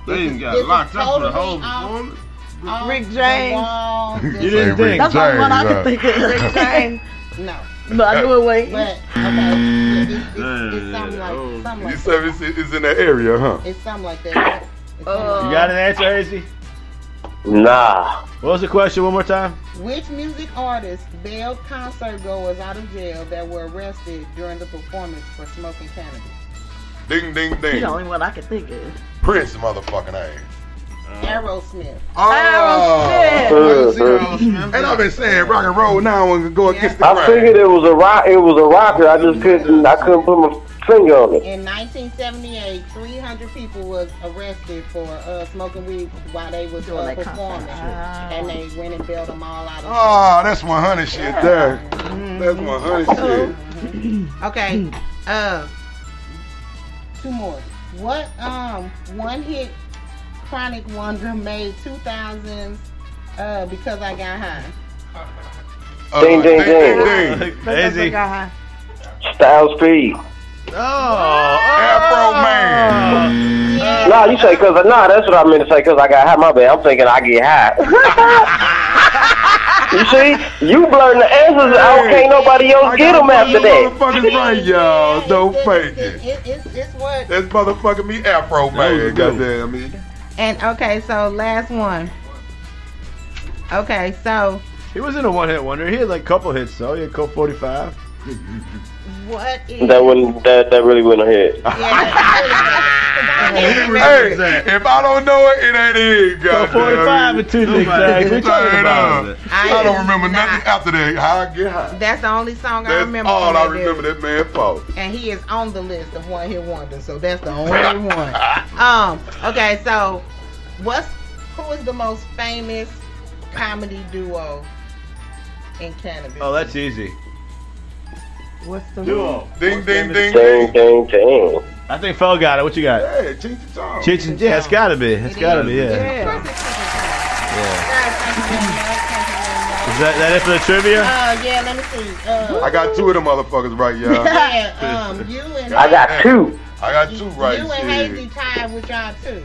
Speaker 23: They even
Speaker 9: This
Speaker 23: got
Speaker 9: is
Speaker 23: locked up for the whole
Speaker 9: totally off-
Speaker 23: performance.
Speaker 9: off
Speaker 8: Rick
Speaker 9: the
Speaker 8: James.
Speaker 9: wall.
Speaker 3: You
Speaker 9: This-
Speaker 3: didn't think.
Speaker 6: That's the only one I could think of.
Speaker 9: Rick James. No.
Speaker 6: No, I knew it wasn't.
Speaker 9: But okay, it's, it's, it's something like something
Speaker 7: Oh, You
Speaker 9: like
Speaker 7: said it's, it's in that area, huh?
Speaker 9: it's something like that. It's something like
Speaker 3: You got an answer, Hazy?
Speaker 10: Nah.
Speaker 3: What was the question? One more time.
Speaker 9: Which music artist bailed concert goers out of jail that were arrested during the performance for smoking cannabis?
Speaker 7: Ding, ding,
Speaker 6: He's
Speaker 7: ding.
Speaker 6: the only one I could think of.
Speaker 7: Prince motherfucking ass.
Speaker 9: Aerosmith.
Speaker 7: Oh, and I've been saying rock and roll now and go against the
Speaker 10: I
Speaker 7: grain.
Speaker 10: figured it was a rock. It was a rocker. I just couldn't. I couldn't put my finger on it.
Speaker 9: In 1978, 300 people was arrested for uh, smoking weed while they was uh, performing, and they
Speaker 6: Oh.
Speaker 9: went and bailed them all out. Of
Speaker 7: Oh, that's 100 shit there. That's 100 shit.
Speaker 9: okay, uh, two more. What um one hit chronic wonder made 2000s uh because I got high.
Speaker 10: Ding, ding, ding.
Speaker 7: Ding.
Speaker 3: Hazy.
Speaker 10: Styles P.
Speaker 3: Oh,
Speaker 10: No, you say because nah, that's what I meant to say because I got high. My bad. I'm thinking I get high. you see, you blurting the answers out. Can't nobody else
Speaker 7: I
Speaker 10: get
Speaker 7: got
Speaker 10: them after
Speaker 7: you
Speaker 10: that.
Speaker 7: Motherfuckers right, y'all. Don't fake it.
Speaker 9: It's, it's what.
Speaker 7: That's motherfucking me Afro man. Goddamn me.
Speaker 9: And okay, so last one. Okay, so
Speaker 3: He wasn't a one hit wonder. He had like a couple hits, though. He had Coke 45.
Speaker 9: what is?
Speaker 10: That wouldn't. That that really wouldn't hit.
Speaker 7: Hey, if I don't know it, it ain't in. Goddamn.
Speaker 3: 45 and two things, Zach. What you talking
Speaker 7: Turn
Speaker 3: about?
Speaker 7: up. I don't remember nothing after that. How I get high.
Speaker 9: That's the only song I
Speaker 7: That's
Speaker 9: remember.
Speaker 7: all
Speaker 9: from
Speaker 7: I
Speaker 9: that dude.
Speaker 7: remember that man for.
Speaker 9: And he is on the list of one hit wonders, so that's the only one. Um. Okay, so what's who is the most famous comedy duo in cannabis?
Speaker 7: Uh,
Speaker 3: Oh, that's easy.
Speaker 9: What's the
Speaker 3: Duo.
Speaker 7: Ding, ding, ding,
Speaker 10: ding, ding, ding.
Speaker 3: I think Fell got it. What you got?
Speaker 7: Hey, Cheech and Chong.
Speaker 3: Chich and yeah, it's gotta be. It's
Speaker 7: It
Speaker 3: gotta
Speaker 7: is.
Speaker 3: be, yeah.
Speaker 7: Yeah.
Speaker 3: Is that, that it for the trivia?
Speaker 9: Uh, yeah, let me see. Uh,
Speaker 7: I got two of them motherfuckers right, y'all.
Speaker 9: yeah, um, you and
Speaker 10: two.
Speaker 7: I got two right.
Speaker 9: you and Hazy tied with y'all too.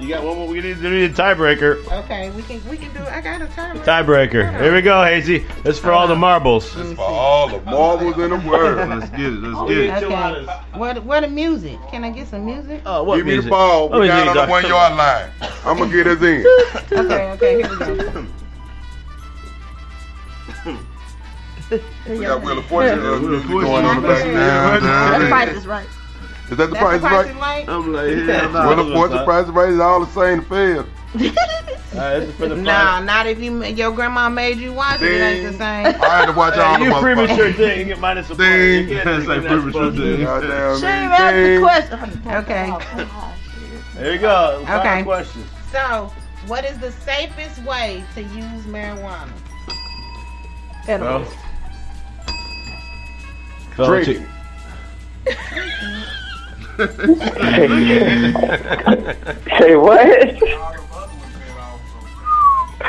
Speaker 3: You got one more. We need, we need a tiebreaker.
Speaker 9: Okay, we can we can do. I got a time.
Speaker 3: Tiebreaker. Here we go, Hazy. That's for all the marbles.
Speaker 7: That's for all the marbles in the world.
Speaker 3: Let's get it. Let's
Speaker 9: Okay. What what the music? Can I get some music?
Speaker 3: Oh,
Speaker 7: Give me the ball.
Speaker 3: What
Speaker 7: We down
Speaker 3: music,
Speaker 7: on the
Speaker 3: Doc?
Speaker 7: one
Speaker 3: Come
Speaker 7: yard line. I'm gonna get us in.
Speaker 9: Okay, okay, here we go.
Speaker 7: We got Wheel of Fortune. uh, music going on in the back
Speaker 12: That's
Speaker 7: now.
Speaker 12: Price is Right.
Speaker 7: Is that the
Speaker 12: That's the
Speaker 7: price
Speaker 12: Price
Speaker 7: right?
Speaker 12: is Right?
Speaker 3: I'm
Speaker 7: Well,
Speaker 3: like,
Speaker 7: of course, the price right is all the same to fail.
Speaker 9: Nah, not if you your grandma made you watch it. It ain't the same.
Speaker 7: I had to watch all the
Speaker 3: you premature
Speaker 7: motherfuckers.
Speaker 3: thing. You get minus a point. You can't
Speaker 7: Ding.
Speaker 3: drink,
Speaker 7: That's
Speaker 3: you're
Speaker 7: like
Speaker 3: not
Speaker 7: premature
Speaker 3: supposed to.
Speaker 7: thing. Goddamn
Speaker 9: She
Speaker 7: me.
Speaker 9: asked the
Speaker 7: Ding.
Speaker 9: question. oh, Okay.
Speaker 3: There you go. Final
Speaker 9: Okay.
Speaker 3: question.
Speaker 9: So, what is the safest way to use marijuana?
Speaker 3: Well,
Speaker 4: Drink.
Speaker 3: Drink.
Speaker 10: Say what?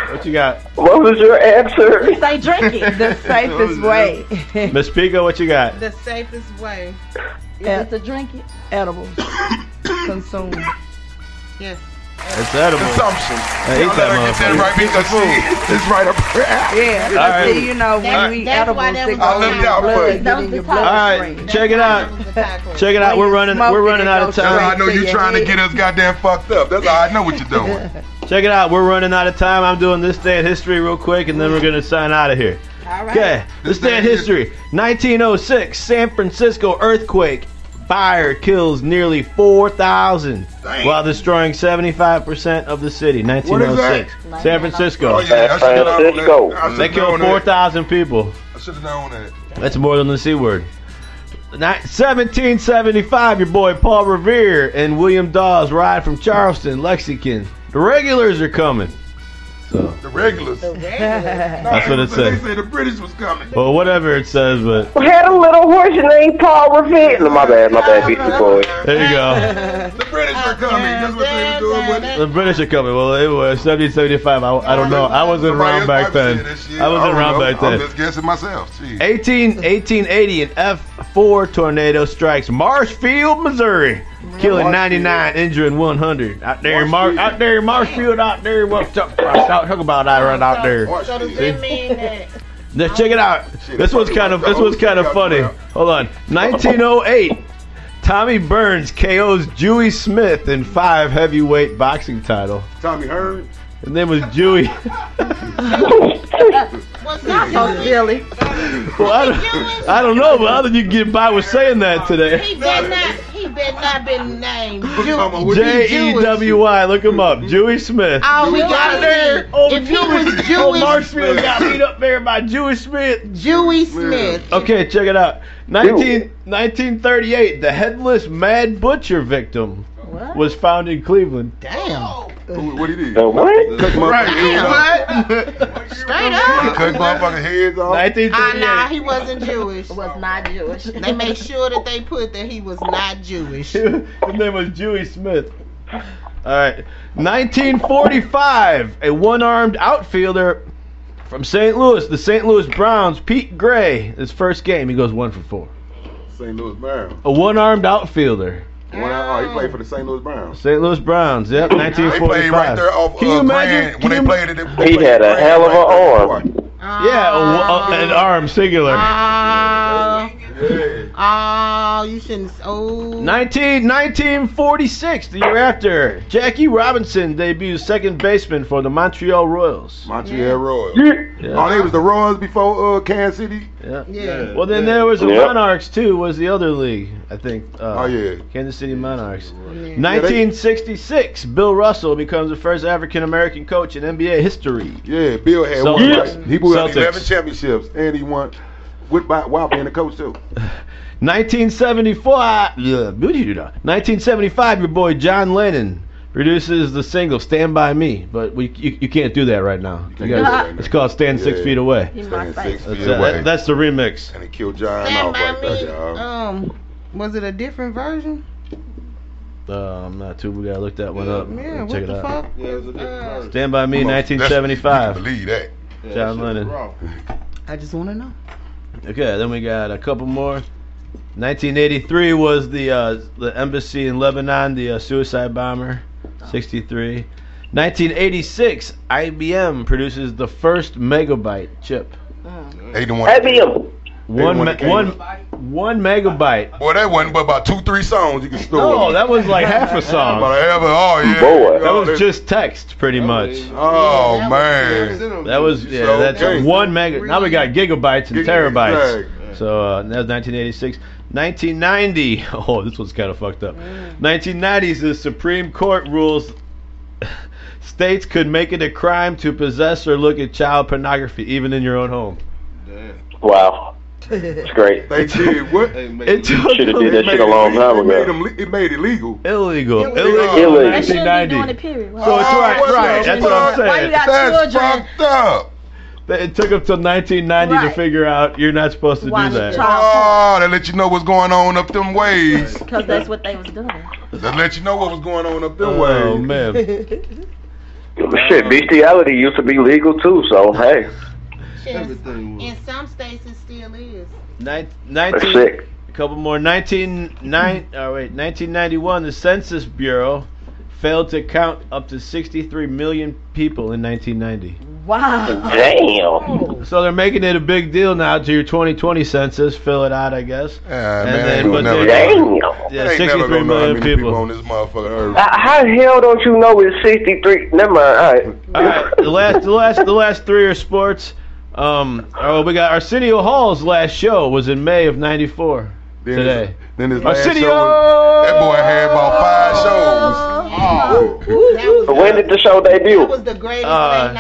Speaker 3: What you got?
Speaker 10: What was your answer?
Speaker 9: Say drink it. The
Speaker 3: safest way. Miss Pico, what you got?
Speaker 9: The safest way.
Speaker 8: Is it
Speaker 9: to drink it?
Speaker 8: Edibles. Consume.
Speaker 9: Yes.
Speaker 3: It's edible.
Speaker 7: Consumption.
Speaker 3: Hey, eat
Speaker 7: Y'all
Speaker 3: that
Speaker 7: better get that
Speaker 3: motherfucker.
Speaker 7: right because see, it's right up
Speaker 8: Yeah,
Speaker 3: All right.
Speaker 8: see, you know, when
Speaker 3: All right.
Speaker 8: we
Speaker 3: That's
Speaker 8: edibles,
Speaker 3: why that
Speaker 8: they
Speaker 3: was on
Speaker 8: go in
Speaker 3: my
Speaker 8: your
Speaker 3: blood.
Speaker 8: blood,
Speaker 3: That
Speaker 8: get
Speaker 3: was
Speaker 8: in
Speaker 3: the
Speaker 8: your
Speaker 3: top
Speaker 8: blood.
Speaker 3: All right,
Speaker 8: stream.
Speaker 3: check it out. Check it out. We're running. We're running out of
Speaker 7: That's how I
Speaker 3: time.
Speaker 7: know you trying to get us goddamn fucked up. That's how I know what you're doing.
Speaker 3: Check it out. We're running out of time. I'm doing this day in history real quick, and then we're gonna sign out of here.
Speaker 9: All right.
Speaker 3: Okay. This day in history. 1906, San Francisco earthquake. Fire kills nearly 4,000 while destroying 75% of the city. 1906, San Francisco.
Speaker 7: Oh, yeah, I should've known that. I should've
Speaker 3: They killed
Speaker 7: known that.
Speaker 3: 4,000 people.
Speaker 7: I should have known that.
Speaker 3: That's more than the C word. Ni- 1775, your boy Paul Revere and William Dawes ride from Charleston, Lexington. The regulars are coming. So,
Speaker 7: The regulars. The
Speaker 9: regulars.
Speaker 3: That's what it
Speaker 7: They
Speaker 3: said.
Speaker 7: said the British was coming.
Speaker 3: well, whatever it says, but
Speaker 10: We had a little horse named Paul Revere. No, my bad, my bad, Beastie Boys.
Speaker 3: there you go.
Speaker 7: The British were coming. That's what they were doing with it.
Speaker 3: The British are coming. Well, it was 1775. I, I don't know. I wasn't around back then. I wasn't around back
Speaker 7: Oh,
Speaker 3: then.
Speaker 7: I'm just guessing myself. Jeez.
Speaker 3: 18, 1880, an F4 tornado strikes Marshfield, Missouri, killing 99, injuring 100. Out there, in Mar- out there, in Marshfield, out there, what's up? Talk talk about that right out there.
Speaker 9: So does that mean that?
Speaker 3: Let's check it out. This one's kind of this one's kind of funny. Hold on. 1908. Tommy Burns KOs Dewey Smith in five heavyweight boxing title.
Speaker 7: Tommy Hearn.
Speaker 3: And then was Dewey.
Speaker 9: What's not supposed to
Speaker 3: Really? Well, I don't, I don't know, but I think you can get by with saying that today.
Speaker 9: He better not. He better not been named. Jew-
Speaker 3: J E W Y. Look him
Speaker 9: Mm-hmm.
Speaker 3: up. Dewey Smith.
Speaker 9: Oh, we got there. If he was Jewish,
Speaker 3: Oh, Marshfield got beat up there by Jewish Smith.
Speaker 9: Jewish Smith.
Speaker 3: Okay, check it out. 19, 1938, the headless Mad Butcher victim
Speaker 9: What?
Speaker 3: was found in Cleveland.
Speaker 9: Damn.
Speaker 7: What do you do?
Speaker 3: The what?
Speaker 7: Cut
Speaker 9: Right.
Speaker 7: motherfuckers.
Speaker 9: Straight up.
Speaker 7: Cut motherfucking heads off.
Speaker 9: Ah, nah, he wasn't Jewish. was not Jewish. They made sure that they put that he was not Jewish.
Speaker 3: His name was Dewey Smith. All right. 1945, a one armed outfielder from St. Louis, the St. Louis Browns, Pete Gray, his first game, he goes one for four.
Speaker 7: St. Louis Browns.
Speaker 3: A one-armed outfielder.
Speaker 7: When I, oh, he played for the St. Louis Browns.
Speaker 3: St. Louis Browns. Yep,
Speaker 7: They played
Speaker 3: 1945.
Speaker 7: right there off
Speaker 3: Can you
Speaker 7: uh,
Speaker 3: imagine?
Speaker 7: Grand, when they played it. They
Speaker 10: He had a hell of an arm.
Speaker 3: Yeah, a, a, an arm singular.
Speaker 8: Ah.
Speaker 9: Oh, you shouldn't. Oh.
Speaker 3: 19, 1946, the year after, Jackie Robinson debuted second baseman for the Montreal Royals.
Speaker 7: Montreal Royals. Oh, they was the Royals before uh, Kansas City.
Speaker 3: Yeah.
Speaker 7: Yeah.
Speaker 3: Well, then there was the
Speaker 7: Yep.
Speaker 3: Monarchs too. Was the other league, I think. Uh, oh yeah, Kansas City Monarchs. 1966, Bill Russell becomes the first African American coach in NBA history.
Speaker 7: Yeah, Bill had
Speaker 3: Celtics.
Speaker 7: won. like, He won
Speaker 3: Celtics.
Speaker 7: 11 championships, and he won with by, while being a coach too.
Speaker 3: 1974. yeah, 1975. Your boy John Lennon produces the single "Stand by Me," but we you, you can't do that right now. You
Speaker 7: do that
Speaker 3: gotta-
Speaker 7: right
Speaker 3: it's called "Stand Six
Speaker 7: Yeah.
Speaker 3: Feet Away."
Speaker 7: Stand six
Speaker 3: That's,
Speaker 7: feet
Speaker 3: that-
Speaker 7: away.
Speaker 3: that's the remix.
Speaker 7: And he killed John
Speaker 8: Stand
Speaker 7: off
Speaker 8: by
Speaker 7: right there,
Speaker 8: me.
Speaker 7: y'all.
Speaker 8: Um, was it a different version?
Speaker 3: Uh, I'm not too. We gotta look that one up.
Speaker 8: Yeah,
Speaker 3: Uh, Check
Speaker 8: what
Speaker 3: it
Speaker 8: the
Speaker 3: out.
Speaker 8: fuck? Uh,
Speaker 7: Yeah, it was a different version.
Speaker 3: Stand by Me,
Speaker 7: Come on, that's-
Speaker 3: 1975.
Speaker 7: you can believe that. Yeah, that
Speaker 3: John
Speaker 7: shit was
Speaker 3: Lennon.
Speaker 7: raw.
Speaker 9: I just want to know.
Speaker 3: Okay, then we got a couple more. 1983 was the uh, the embassy in Lebanon, the uh, suicide bomber. 63. 1986, IBM produces the first megabyte chip.
Speaker 7: They the one.
Speaker 3: IBM. One
Speaker 7: They the one
Speaker 3: me-
Speaker 7: that came-
Speaker 3: one one megabyte.
Speaker 7: Boy, that wasn't but about two, three songs you could store.
Speaker 3: No, that was like half a song.
Speaker 7: About half a- oh yeah.
Speaker 3: that
Speaker 7: Oh,
Speaker 3: was just text, pretty much.
Speaker 7: Oh man.
Speaker 3: That was yeah.
Speaker 7: So
Speaker 3: that's
Speaker 7: crazy.
Speaker 3: one mega. Now we got gigabytes and terabytes.
Speaker 7: Exactly.
Speaker 3: So uh, that was 1986. 1990. Oh, this one's kind of fucked up. 1990s. The Supreme Court rules states could make it a crime to possess or look at child pornography, even in your own home.
Speaker 10: Wow. It's great.
Speaker 7: They did what?
Speaker 3: It took
Speaker 10: Should have did that shit a long time
Speaker 7: It made,
Speaker 10: ago.
Speaker 7: them, le- it made it legal.
Speaker 3: Illegal.
Speaker 7: Illegal.
Speaker 10: Illegal.
Speaker 7: Illegal.
Speaker 10: That shouldn't
Speaker 6: Be doing it, period.
Speaker 3: So
Speaker 12: Oh,
Speaker 3: it's right, right. That's what I'm saying.
Speaker 6: Why you got
Speaker 7: That's
Speaker 6: children?
Speaker 7: fucked up.
Speaker 3: It took up till 1990 to figure out you're not supposed to do that.
Speaker 7: Oh, they let you know what's going on up them ways.
Speaker 6: Because that's what they was doing.
Speaker 7: They let you know what was going on up them
Speaker 3: Oh,
Speaker 7: ways.
Speaker 3: man.
Speaker 10: Shit, bestiality used to be legal too, so hey.
Speaker 8: In some states, it still is.
Speaker 3: Nin- 19,
Speaker 10: sick. Hmm.
Speaker 3: A couple more. 19, nine, oh wait, 1991, the Census Bureau failed to count up to 63 million people in 1990.
Speaker 6: Wow.
Speaker 10: Damn.
Speaker 3: So they're making it a big deal now to your 2020 census. Fill it out, I guess. and
Speaker 7: man, ain't gonna never
Speaker 3: then-
Speaker 7: know.
Speaker 3: Yeah,
Speaker 7: It ain't never
Speaker 3: 63
Speaker 7: gonna know how
Speaker 3: million
Speaker 7: many
Speaker 3: people.
Speaker 7: on this motherfucker. earth.
Speaker 10: Uh, How the hell don't you know it's 63? Never mind. All
Speaker 3: right. All right, the last, the last, the last three are sports. Um, oh, we got Arsenio Hall's last show was in May of '94.
Speaker 7: Then his-
Speaker 3: Today,
Speaker 7: then his last
Speaker 3: Arsenio.
Speaker 7: show was- that boy had about five shows.
Speaker 10: But When did the show debut?
Speaker 3: Uh,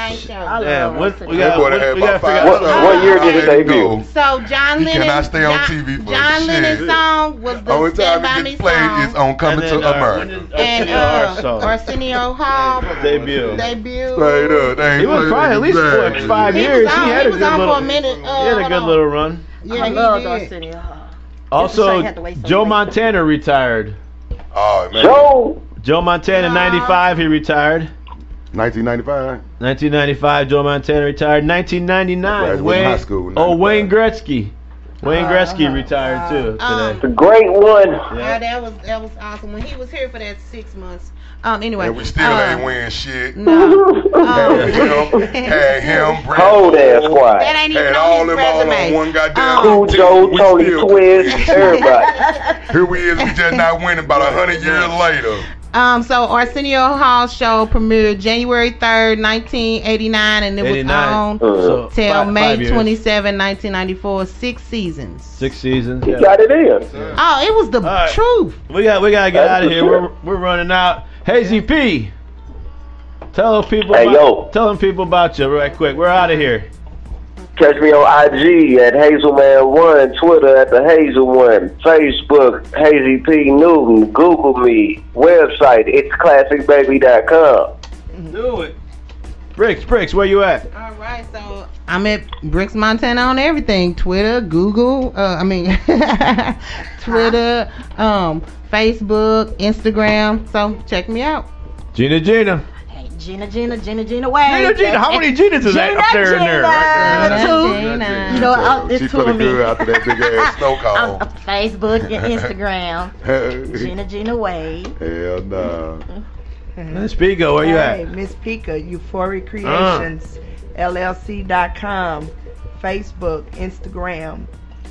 Speaker 3: damn, what, we got,
Speaker 7: boy
Speaker 3: what,
Speaker 7: that had
Speaker 3: we got to figure
Speaker 7: about five
Speaker 3: out.
Speaker 7: shows.
Speaker 10: What year did it
Speaker 7: There you
Speaker 10: debut?
Speaker 7: go.
Speaker 8: So John
Speaker 7: He
Speaker 8: Lennon.
Speaker 7: cannot stay on
Speaker 8: John,
Speaker 7: TV for
Speaker 8: John
Speaker 7: shit.
Speaker 8: Lennon's song was the
Speaker 7: Only
Speaker 8: Stand
Speaker 7: time
Speaker 8: By
Speaker 7: it
Speaker 8: Me
Speaker 7: gets played
Speaker 8: song.
Speaker 7: is on Coming to
Speaker 3: then, uh,
Speaker 7: America.
Speaker 8: and uh, Arsenio Hall
Speaker 3: Debut.
Speaker 8: debut.
Speaker 7: Straight up, they ain't
Speaker 3: He was
Speaker 7: played
Speaker 3: probably
Speaker 7: it
Speaker 3: at least for like
Speaker 7: exactly.
Speaker 3: five
Speaker 8: He was
Speaker 3: years.
Speaker 8: on-
Speaker 3: he had
Speaker 8: he
Speaker 3: a
Speaker 8: was
Speaker 3: good
Speaker 8: on for
Speaker 3: little,
Speaker 8: a minute. Uh,
Speaker 3: he had a
Speaker 8: hold
Speaker 3: good
Speaker 8: on.
Speaker 3: little run.
Speaker 8: Yeah,
Speaker 6: I
Speaker 8: he
Speaker 6: love
Speaker 8: did.
Speaker 6: Arsenio Hall.
Speaker 3: Also,
Speaker 6: Shane had to wait so
Speaker 3: Joe
Speaker 6: late.
Speaker 3: Montana retired.
Speaker 7: Oh man.
Speaker 10: Joe.
Speaker 3: Joe Montana, 95, he retired.
Speaker 7: 1995.
Speaker 3: 1995, Joe Montana retired. 1999,
Speaker 7: Graduated high
Speaker 3: Wayne,
Speaker 7: school in
Speaker 3: oh, Wayne Gretzky.
Speaker 6: Ah.
Speaker 3: Wayne Gretzky retired too
Speaker 6: Um,
Speaker 3: today.
Speaker 10: The great one.
Speaker 8: Yeah, that was that was awesome. When he was here for that six months. Um. Anyway.
Speaker 7: And we still
Speaker 8: uh,
Speaker 7: ain't winning shit.
Speaker 8: No.
Speaker 7: Had him, had him, Brad
Speaker 10: Cold ass
Speaker 7: Paul,
Speaker 10: squad.
Speaker 8: That ain't even
Speaker 7: had
Speaker 8: on
Speaker 7: all
Speaker 8: his
Speaker 7: them all on
Speaker 8: resume. Um,
Speaker 7: one goddamn
Speaker 10: Cool
Speaker 7: team.
Speaker 10: Joe,
Speaker 7: We
Speaker 10: Tony
Speaker 7: still-
Speaker 10: Twist, everybody.
Speaker 7: Here we is, we just not winning about a hundred years later.
Speaker 8: Um, so Arsenio Hall's show premiered January 3rd, 1989, and it was on
Speaker 3: So,
Speaker 8: till
Speaker 3: five-
Speaker 8: May
Speaker 3: five years.
Speaker 8: 27, 1994, six seasons.
Speaker 3: Six seasons.
Speaker 10: You got it in.
Speaker 8: Oh, it was the truth.
Speaker 3: We got we gotta get
Speaker 8: That's
Speaker 3: out of
Speaker 8: the
Speaker 3: here. We're, we're running out. Hazy P, tell people.
Speaker 10: Hey,
Speaker 3: about,
Speaker 10: yo.
Speaker 3: Tell them people about you right quick. We're out of here.
Speaker 10: Catch me on IG at Hazelman1, Twitter at the Hazel1, Facebook, Hazy P. Newton, Google me, website, it's classicbaby.com.
Speaker 3: Do it. Bricks, bricks. Where you at?
Speaker 8: All right, so I'm at Bricks Montana on everything Twitter, Google, uh, I mean, Twitter, um, Facebook, Instagram. So check me out.
Speaker 3: Gina, Gina.
Speaker 6: Gina, Gina, Gina, Gina Wag.
Speaker 3: Gina, Gina, how many Ginas is that up there in there?
Speaker 6: Gina, Gina, Two. You know, uh,
Speaker 7: she
Speaker 6: it's two
Speaker 7: put a
Speaker 6: of me.
Speaker 7: girl out to that big ass snow
Speaker 6: On
Speaker 7: cone.
Speaker 6: Facebook and Instagram. Gina,
Speaker 7: Hell
Speaker 6: Gina Wag.
Speaker 7: no.
Speaker 3: Miss Pico, where you at?
Speaker 11: Mm-hmm.
Speaker 3: Uh.
Speaker 11: Miss Pika, Euphoric Creations, LLC.com, Facebook, Instagram,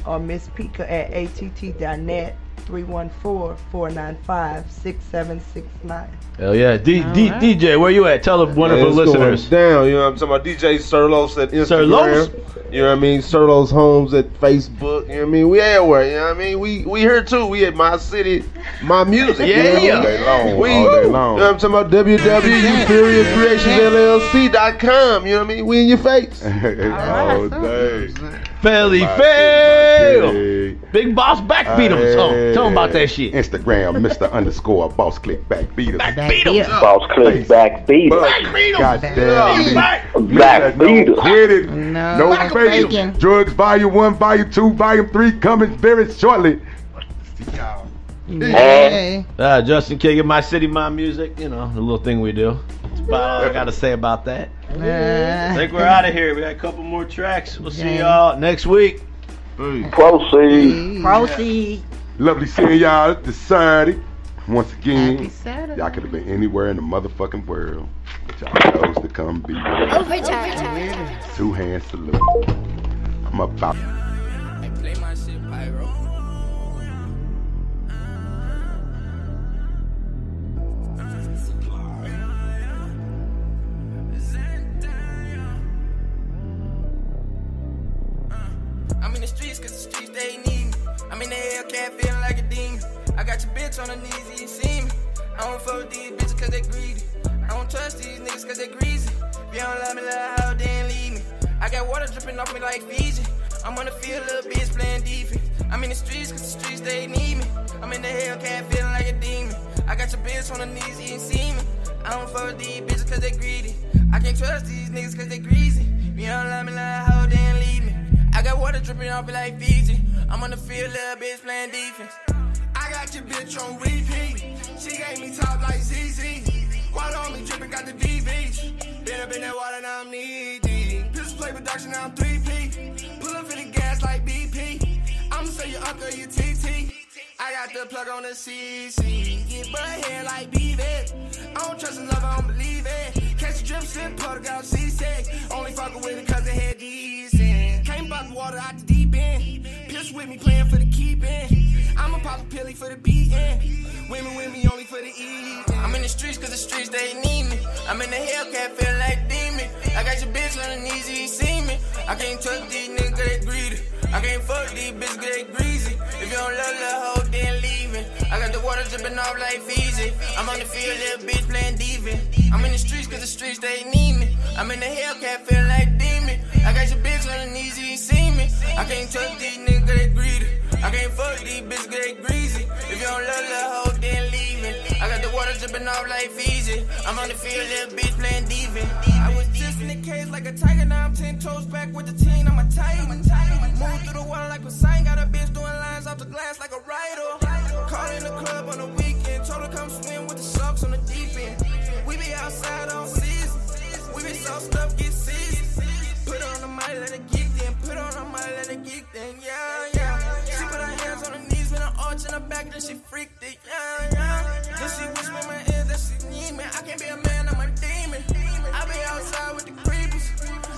Speaker 11: or Miss Pika at att.net 314-495-6769.
Speaker 3: Hell yeah. D- D- DJ, where you at? Tell the wonderful
Speaker 12: it's going
Speaker 3: listeners.
Speaker 12: down. You know what I'm talking about? DJ Serlos at Instagram. You know what I mean? Serlos Homes at Facebook. You know what I mean? We everywhere. You know what I mean? We we here too. We at my city, my music. you know what I mean?
Speaker 7: Yeah. All day long,
Speaker 12: We,
Speaker 7: all day long.
Speaker 12: You know what I'm talking about? E www.euphoriacreationsllc.com. You know what I mean? We in your face.
Speaker 7: All day.
Speaker 3: Belly
Speaker 7: My
Speaker 3: fail. Big boss backbeat him. So tell him about that shit.
Speaker 7: Instagram, Mr. underscore boss click back beat us. Back
Speaker 3: beat him.
Speaker 7: Boss click back beat us. God damn. Back beat us. Hit it. No,
Speaker 8: Michael
Speaker 7: fake.
Speaker 8: Bacon.
Speaker 7: Drugs volume one, volume two, volume three coming very shortly.
Speaker 3: Yeah. Uh, Justin Kiggin, my city, my music. You know the little thing we do. That's about all I gotta say about that. I think we're out of here. We got a couple more tracks. We'll see y'all next week.
Speaker 7: Proceed.
Speaker 6: Proceed.
Speaker 7: Lovely seeing y'all this Saturday. Once again,
Speaker 6: Saturday.
Speaker 7: y'all could have been anywhere in the motherfucking world. But y'all chose to come be with us. Two hands salute. I'm about.
Speaker 19: I play my shit pyro. I'm in the streets cause the streets they need me. I'm in the Hellcat feeling like a demon. I got your bitch on her knees, you see me. I don't fuck with these bitches cause they greedy. I don't trust these niggas cause they greasy. If you don't love me, love how then leave me. I got water dripping off me like Fiji. I'm on the field, little bitch playing defense. I'm in the streets cause the streets they need me. I'm in the Hellcat feeling like a demon. I got your bitch on her knees, you ain't see me. I don't fuck with these bitches cause they greedy. I can't trust these niggas cause they greasy. If you don't love me, love how then leave me. I got water dripping off me like Fiji. I'm on the field, little bitch playing defense. I got your bitch on repeat. She gave me top like ZZ. Water on me dripping, got the VVs. Been up in that water, now I'm knee deep. Pistol play production, now I'm 3P. Pull up for the gas like BP. I'ma say your uncle, your TT. I got the plug on the CC. Get butt head like BB. I don't trust and love, I don't believe it. Catch the drip, sip, plug out CC. Only fuckin' with it cause it had decent. Came by the water out the deep end. Piss with me, playing for the keep in. I'ma pop a pilly for the beating. Women with me only for the eating. I'm in the streets cause the streets they need me. I'm in the Hellcat, feel like demon. I got your bitch on the knees, you see me. I can't trust these niggas, they greedy. I can't fuck these bitches, they greasy. If you don't love the hoe, then leave it. I got the water dripping off like Fiji. I'm on the field, little bitch playing defense. I'm in the streets cause the streets they need me. I'm in the Hellcat, feel like demon. I got your bitch on the knees, you see me. I can't trust these niggas, they greedy. I can't fuck these bitches, they greasy. If you don't love the hoe, then leave it. I got the water dripping off like Fiji. I'm on the field, little bitch playing defense. I was just in the cage like a tiger, now I'm ten toes back with the team. I'm a titan. Move through the water like Poseidon. Got a bitch doing lines off the glass like a writer. Caught in the club on the weekend. Told her come swim with the sharks on the deep end. We be outside on season. We be sauced up, get season. Put on the mic, let it geek then. Put on the mic, let it geek then. Yeah, yeah. She put her hands on her knees with an arch in her back, then she freaked it. Yeah, yeah. Then she whispered in my ear that she need me. I can't be a man, I'm a demon. I be outside with the creepers.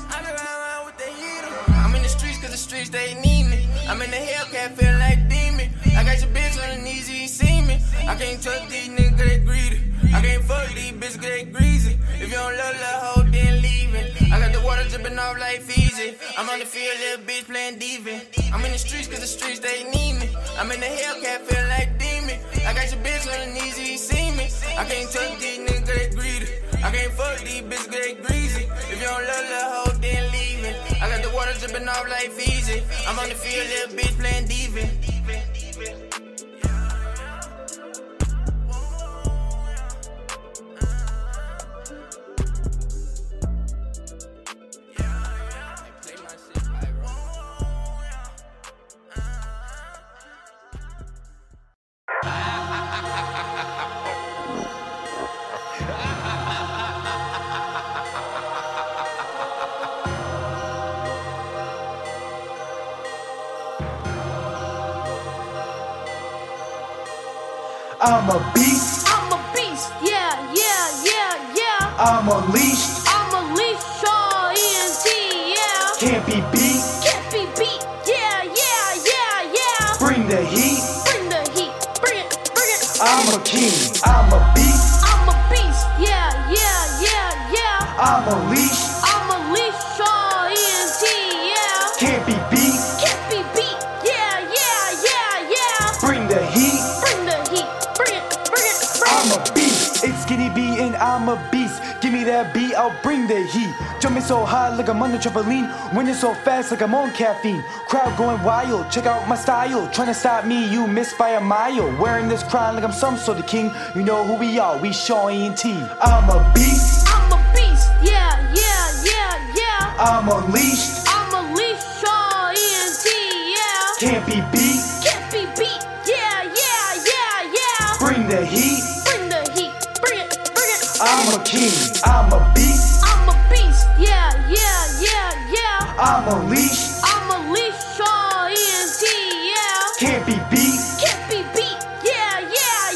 Speaker 19: I be around with the heater. I'm in the streets cause the streets they need me. I'm in the Hellcat, feel like demon. I got your bitch on the knees, you ain't see me. I can't trust these niggas, they greedy. I can't fuck these bitches, they greasy. If you don't love the hoe, then leave it. I got the water dripping off like Fiji. I'm on the field, little bitch playing defense. I'm in the streets cause the streets they need me. I'm in the Hellcat, feel like demon. I got your bitch on the knees, you ain't see me. I can't trust these niggas, they greedy. I can't fuck these bitches, they greasy. If you don't love the hoe, then leave it. I got the water dripping off like Fiji. I'm on the field, little bitch playing defense.
Speaker 15: I'm a beast.
Speaker 24: I'm a beast, yeah, yeah, yeah, yeah.
Speaker 15: I'm unleashed.
Speaker 24: I'm a leash, sure ENT, yeah.
Speaker 15: Can't be beat.
Speaker 24: Can't be beat, yeah, yeah, yeah, yeah.
Speaker 15: Bring the heat.
Speaker 24: Bring the heat, bring it, bring it.
Speaker 15: I'm a king. I'm a beast.
Speaker 24: I'm a beast, yeah, yeah, yeah, yeah.
Speaker 15: I'm unleashed.
Speaker 24: I'm a leash, sure ENT, yeah.
Speaker 15: Can't be beat.
Speaker 24: Can't be beat, yeah, yeah, yeah, yeah.
Speaker 15: Bring the heat.
Speaker 24: Bring the heat, bring it, bring it, bring it.
Speaker 15: I'm a beast. It's Skinny B and I'm a beast. Give me that beat, I'll bring the heat. Jumping so high like I'm on the trampoline. Winning so fast like I'm on caffeine. Crowd going wild, check out my style. Trying to stop me, you miss by a mile. Wearing this crown like I'm some sort of king. You know who we are, we Shaw ENT. I'm a beast.
Speaker 24: I'm a beast, yeah, yeah, yeah, yeah.
Speaker 15: I'm unleashed.
Speaker 24: I'm a leash, sure ENT, yeah.
Speaker 15: Can't be beat.
Speaker 24: Can't be beat, yeah, yeah, yeah, yeah.
Speaker 15: Bring the heat.
Speaker 24: Bring the heat, bring it, bring it.
Speaker 15: I'm a king. I'm a beast.
Speaker 24: I'm a beast, yeah, yeah, yeah, yeah.
Speaker 15: I'm unleashed.
Speaker 24: I'm a E leash, sure ENT, yeah.
Speaker 15: Can't be beat.
Speaker 24: Can't be beat, yeah, yeah, yeah,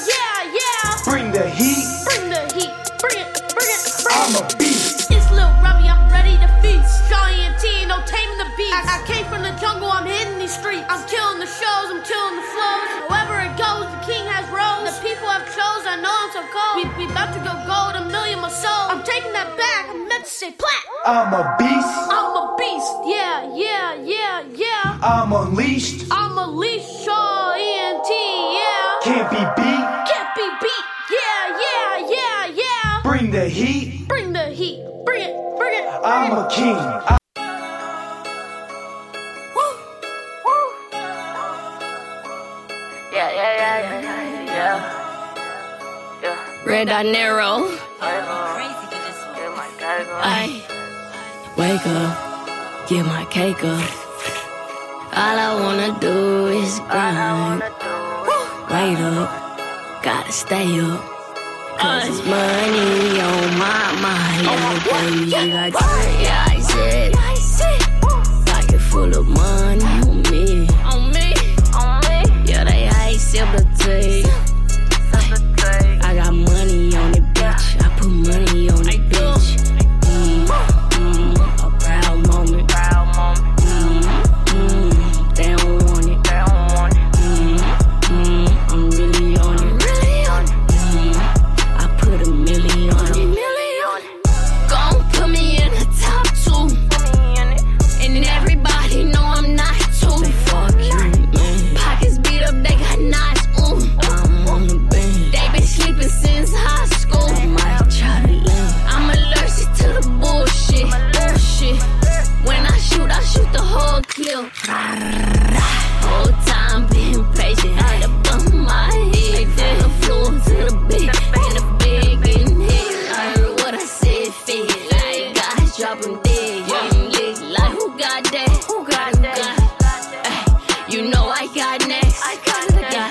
Speaker 24: yeah.
Speaker 15: Bring the heat.
Speaker 24: Bring the heat, bring it, bring it, bring it.
Speaker 15: I'm a beast.
Speaker 24: It's Lil Robbie, I'm ready to feast. Giant T, no taming the beast. I, I came from the jungle, I'm hitting these streets. I'm killing the shows, I'm killing the flows. Wherever it goes, the king has rose. The people have chose, I know I'm so cold. We, we about to go gold, a million or so. I'm taking that back, I meant to say plat.
Speaker 15: I'm a beast.
Speaker 24: I'm a beast, yeah, yeah, yeah, yeah.
Speaker 15: I'm unleashed.
Speaker 24: I'm a leash, sure, ENT, yeah.
Speaker 15: Can't be beat.
Speaker 24: Can't be beat, yeah, yeah, yeah, yeah.
Speaker 15: Bring the heat.
Speaker 24: Bring the heat, bring it, bring it.
Speaker 15: I'm a king. I-
Speaker 24: Yeah, yeah, yeah, yeah, yeah.
Speaker 25: Red dot narrow. I wake up, get my cake up. All I wanna do is grind. Wait up, gotta stay up. Cause it's money on my mind. Yeah, baby, I got yeah, I said. Pocket full of money on me.
Speaker 24: On me, on me.
Speaker 25: Yeah, they ice up the tea. I got money on it, bitch. I put money on it, bitch. Mm, mm, a proud moment. Mm, mm, they don't want it. Mm, mm, I'm really on it. Mm, I put a million on it. Gon' put me in the top two. And everybody know I'm not too. fuck you, Pockets beat up, they got knots, ooh. I'm on the bench. They been sleeping since high school. Might try to lean. I'm allergic to the bullshit. Bullshit. When I shoot, I shoot the whole clip. Whole time being patient. Had to bump my head. From the floor to the bed. And the bed getting hit. I heard what I said, fit. Like, guys drop 'em dead. Getting lit. Like, who got that? Who got that? Ay, Eh, You know I got next. I got it. Ay,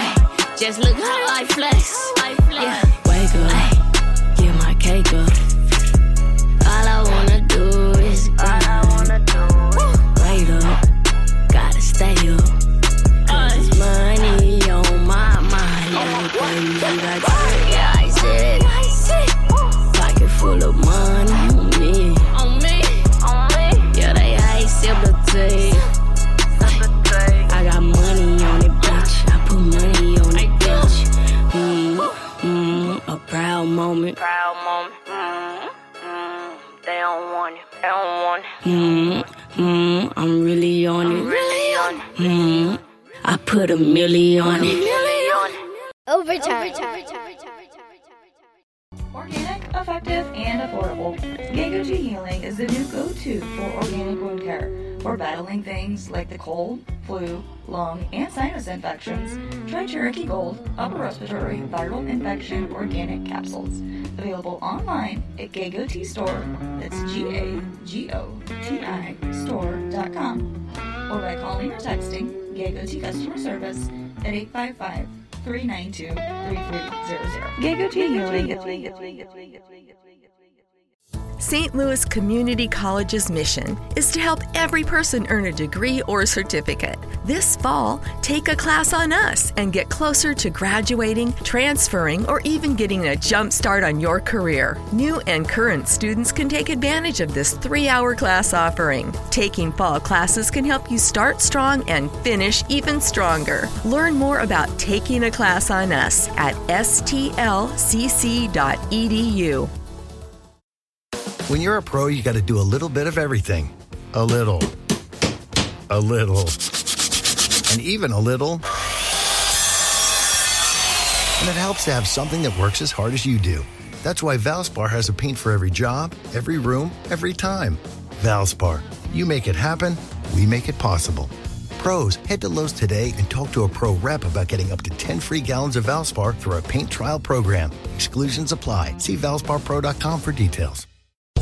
Speaker 25: Eh, Just look how I flex. Eh. Yeah. Wake up, get my cake up. All I wanna do is grind. Wait up, gotta stay up. Cause it's money on my mind. Yeah, baby, like, yeah, Oh, I said. Pocket full of money on me.
Speaker 24: On me, on me.
Speaker 25: Yeah, they ice up the tea. I got money on it, bitch. I put money on it, bitch. Mm, mm, a proud moment. Proud moment.
Speaker 24: Mm-hmm. They don't want it, they don't want it.
Speaker 25: Mm, mm, I'm really on it.
Speaker 24: Really on it.
Speaker 25: Mm, I put a million on it.
Speaker 24: Overtime.
Speaker 13: Organic, effective, and affordable. Ginkgo G Healing is the new go-to for organic wound care for battling things like the cold, flu, lung, and sinus infections. Try Cherokee Gold Upper Respiratory Viral Infection Organic Capsules. Available online at Gago Tea Store. That's G-A-G-O-T-I store.com. Or by calling or texting Gago Tea Customer Service at 855 392 3300.
Speaker 24: Ginkgo Tea Healing.
Speaker 26: St. Louis Community College's mission is to help every person earn a degree or certificate. This fall, take a class on us and get closer to graduating, transferring, or even getting a jump start on your career. New and current students can take advantage of this three hour class offering. Taking fall classes can help you start strong and finish even stronger. Learn more about taking a class on us at E stlcc.edu.
Speaker 27: When you're a pro, you got to do a little bit of everything. A little. A little. And even a little. And it helps to have something that works as hard as you do. That's why Valspar has a paint for every job, every room, every time. Valspar. You make it happen, we make it possible. Pros, head to Lowe's today and talk to a pro rep about getting up to 10 free gallons of Valspar through our paint trial program. Exclusions apply. See valsparpro.com for details.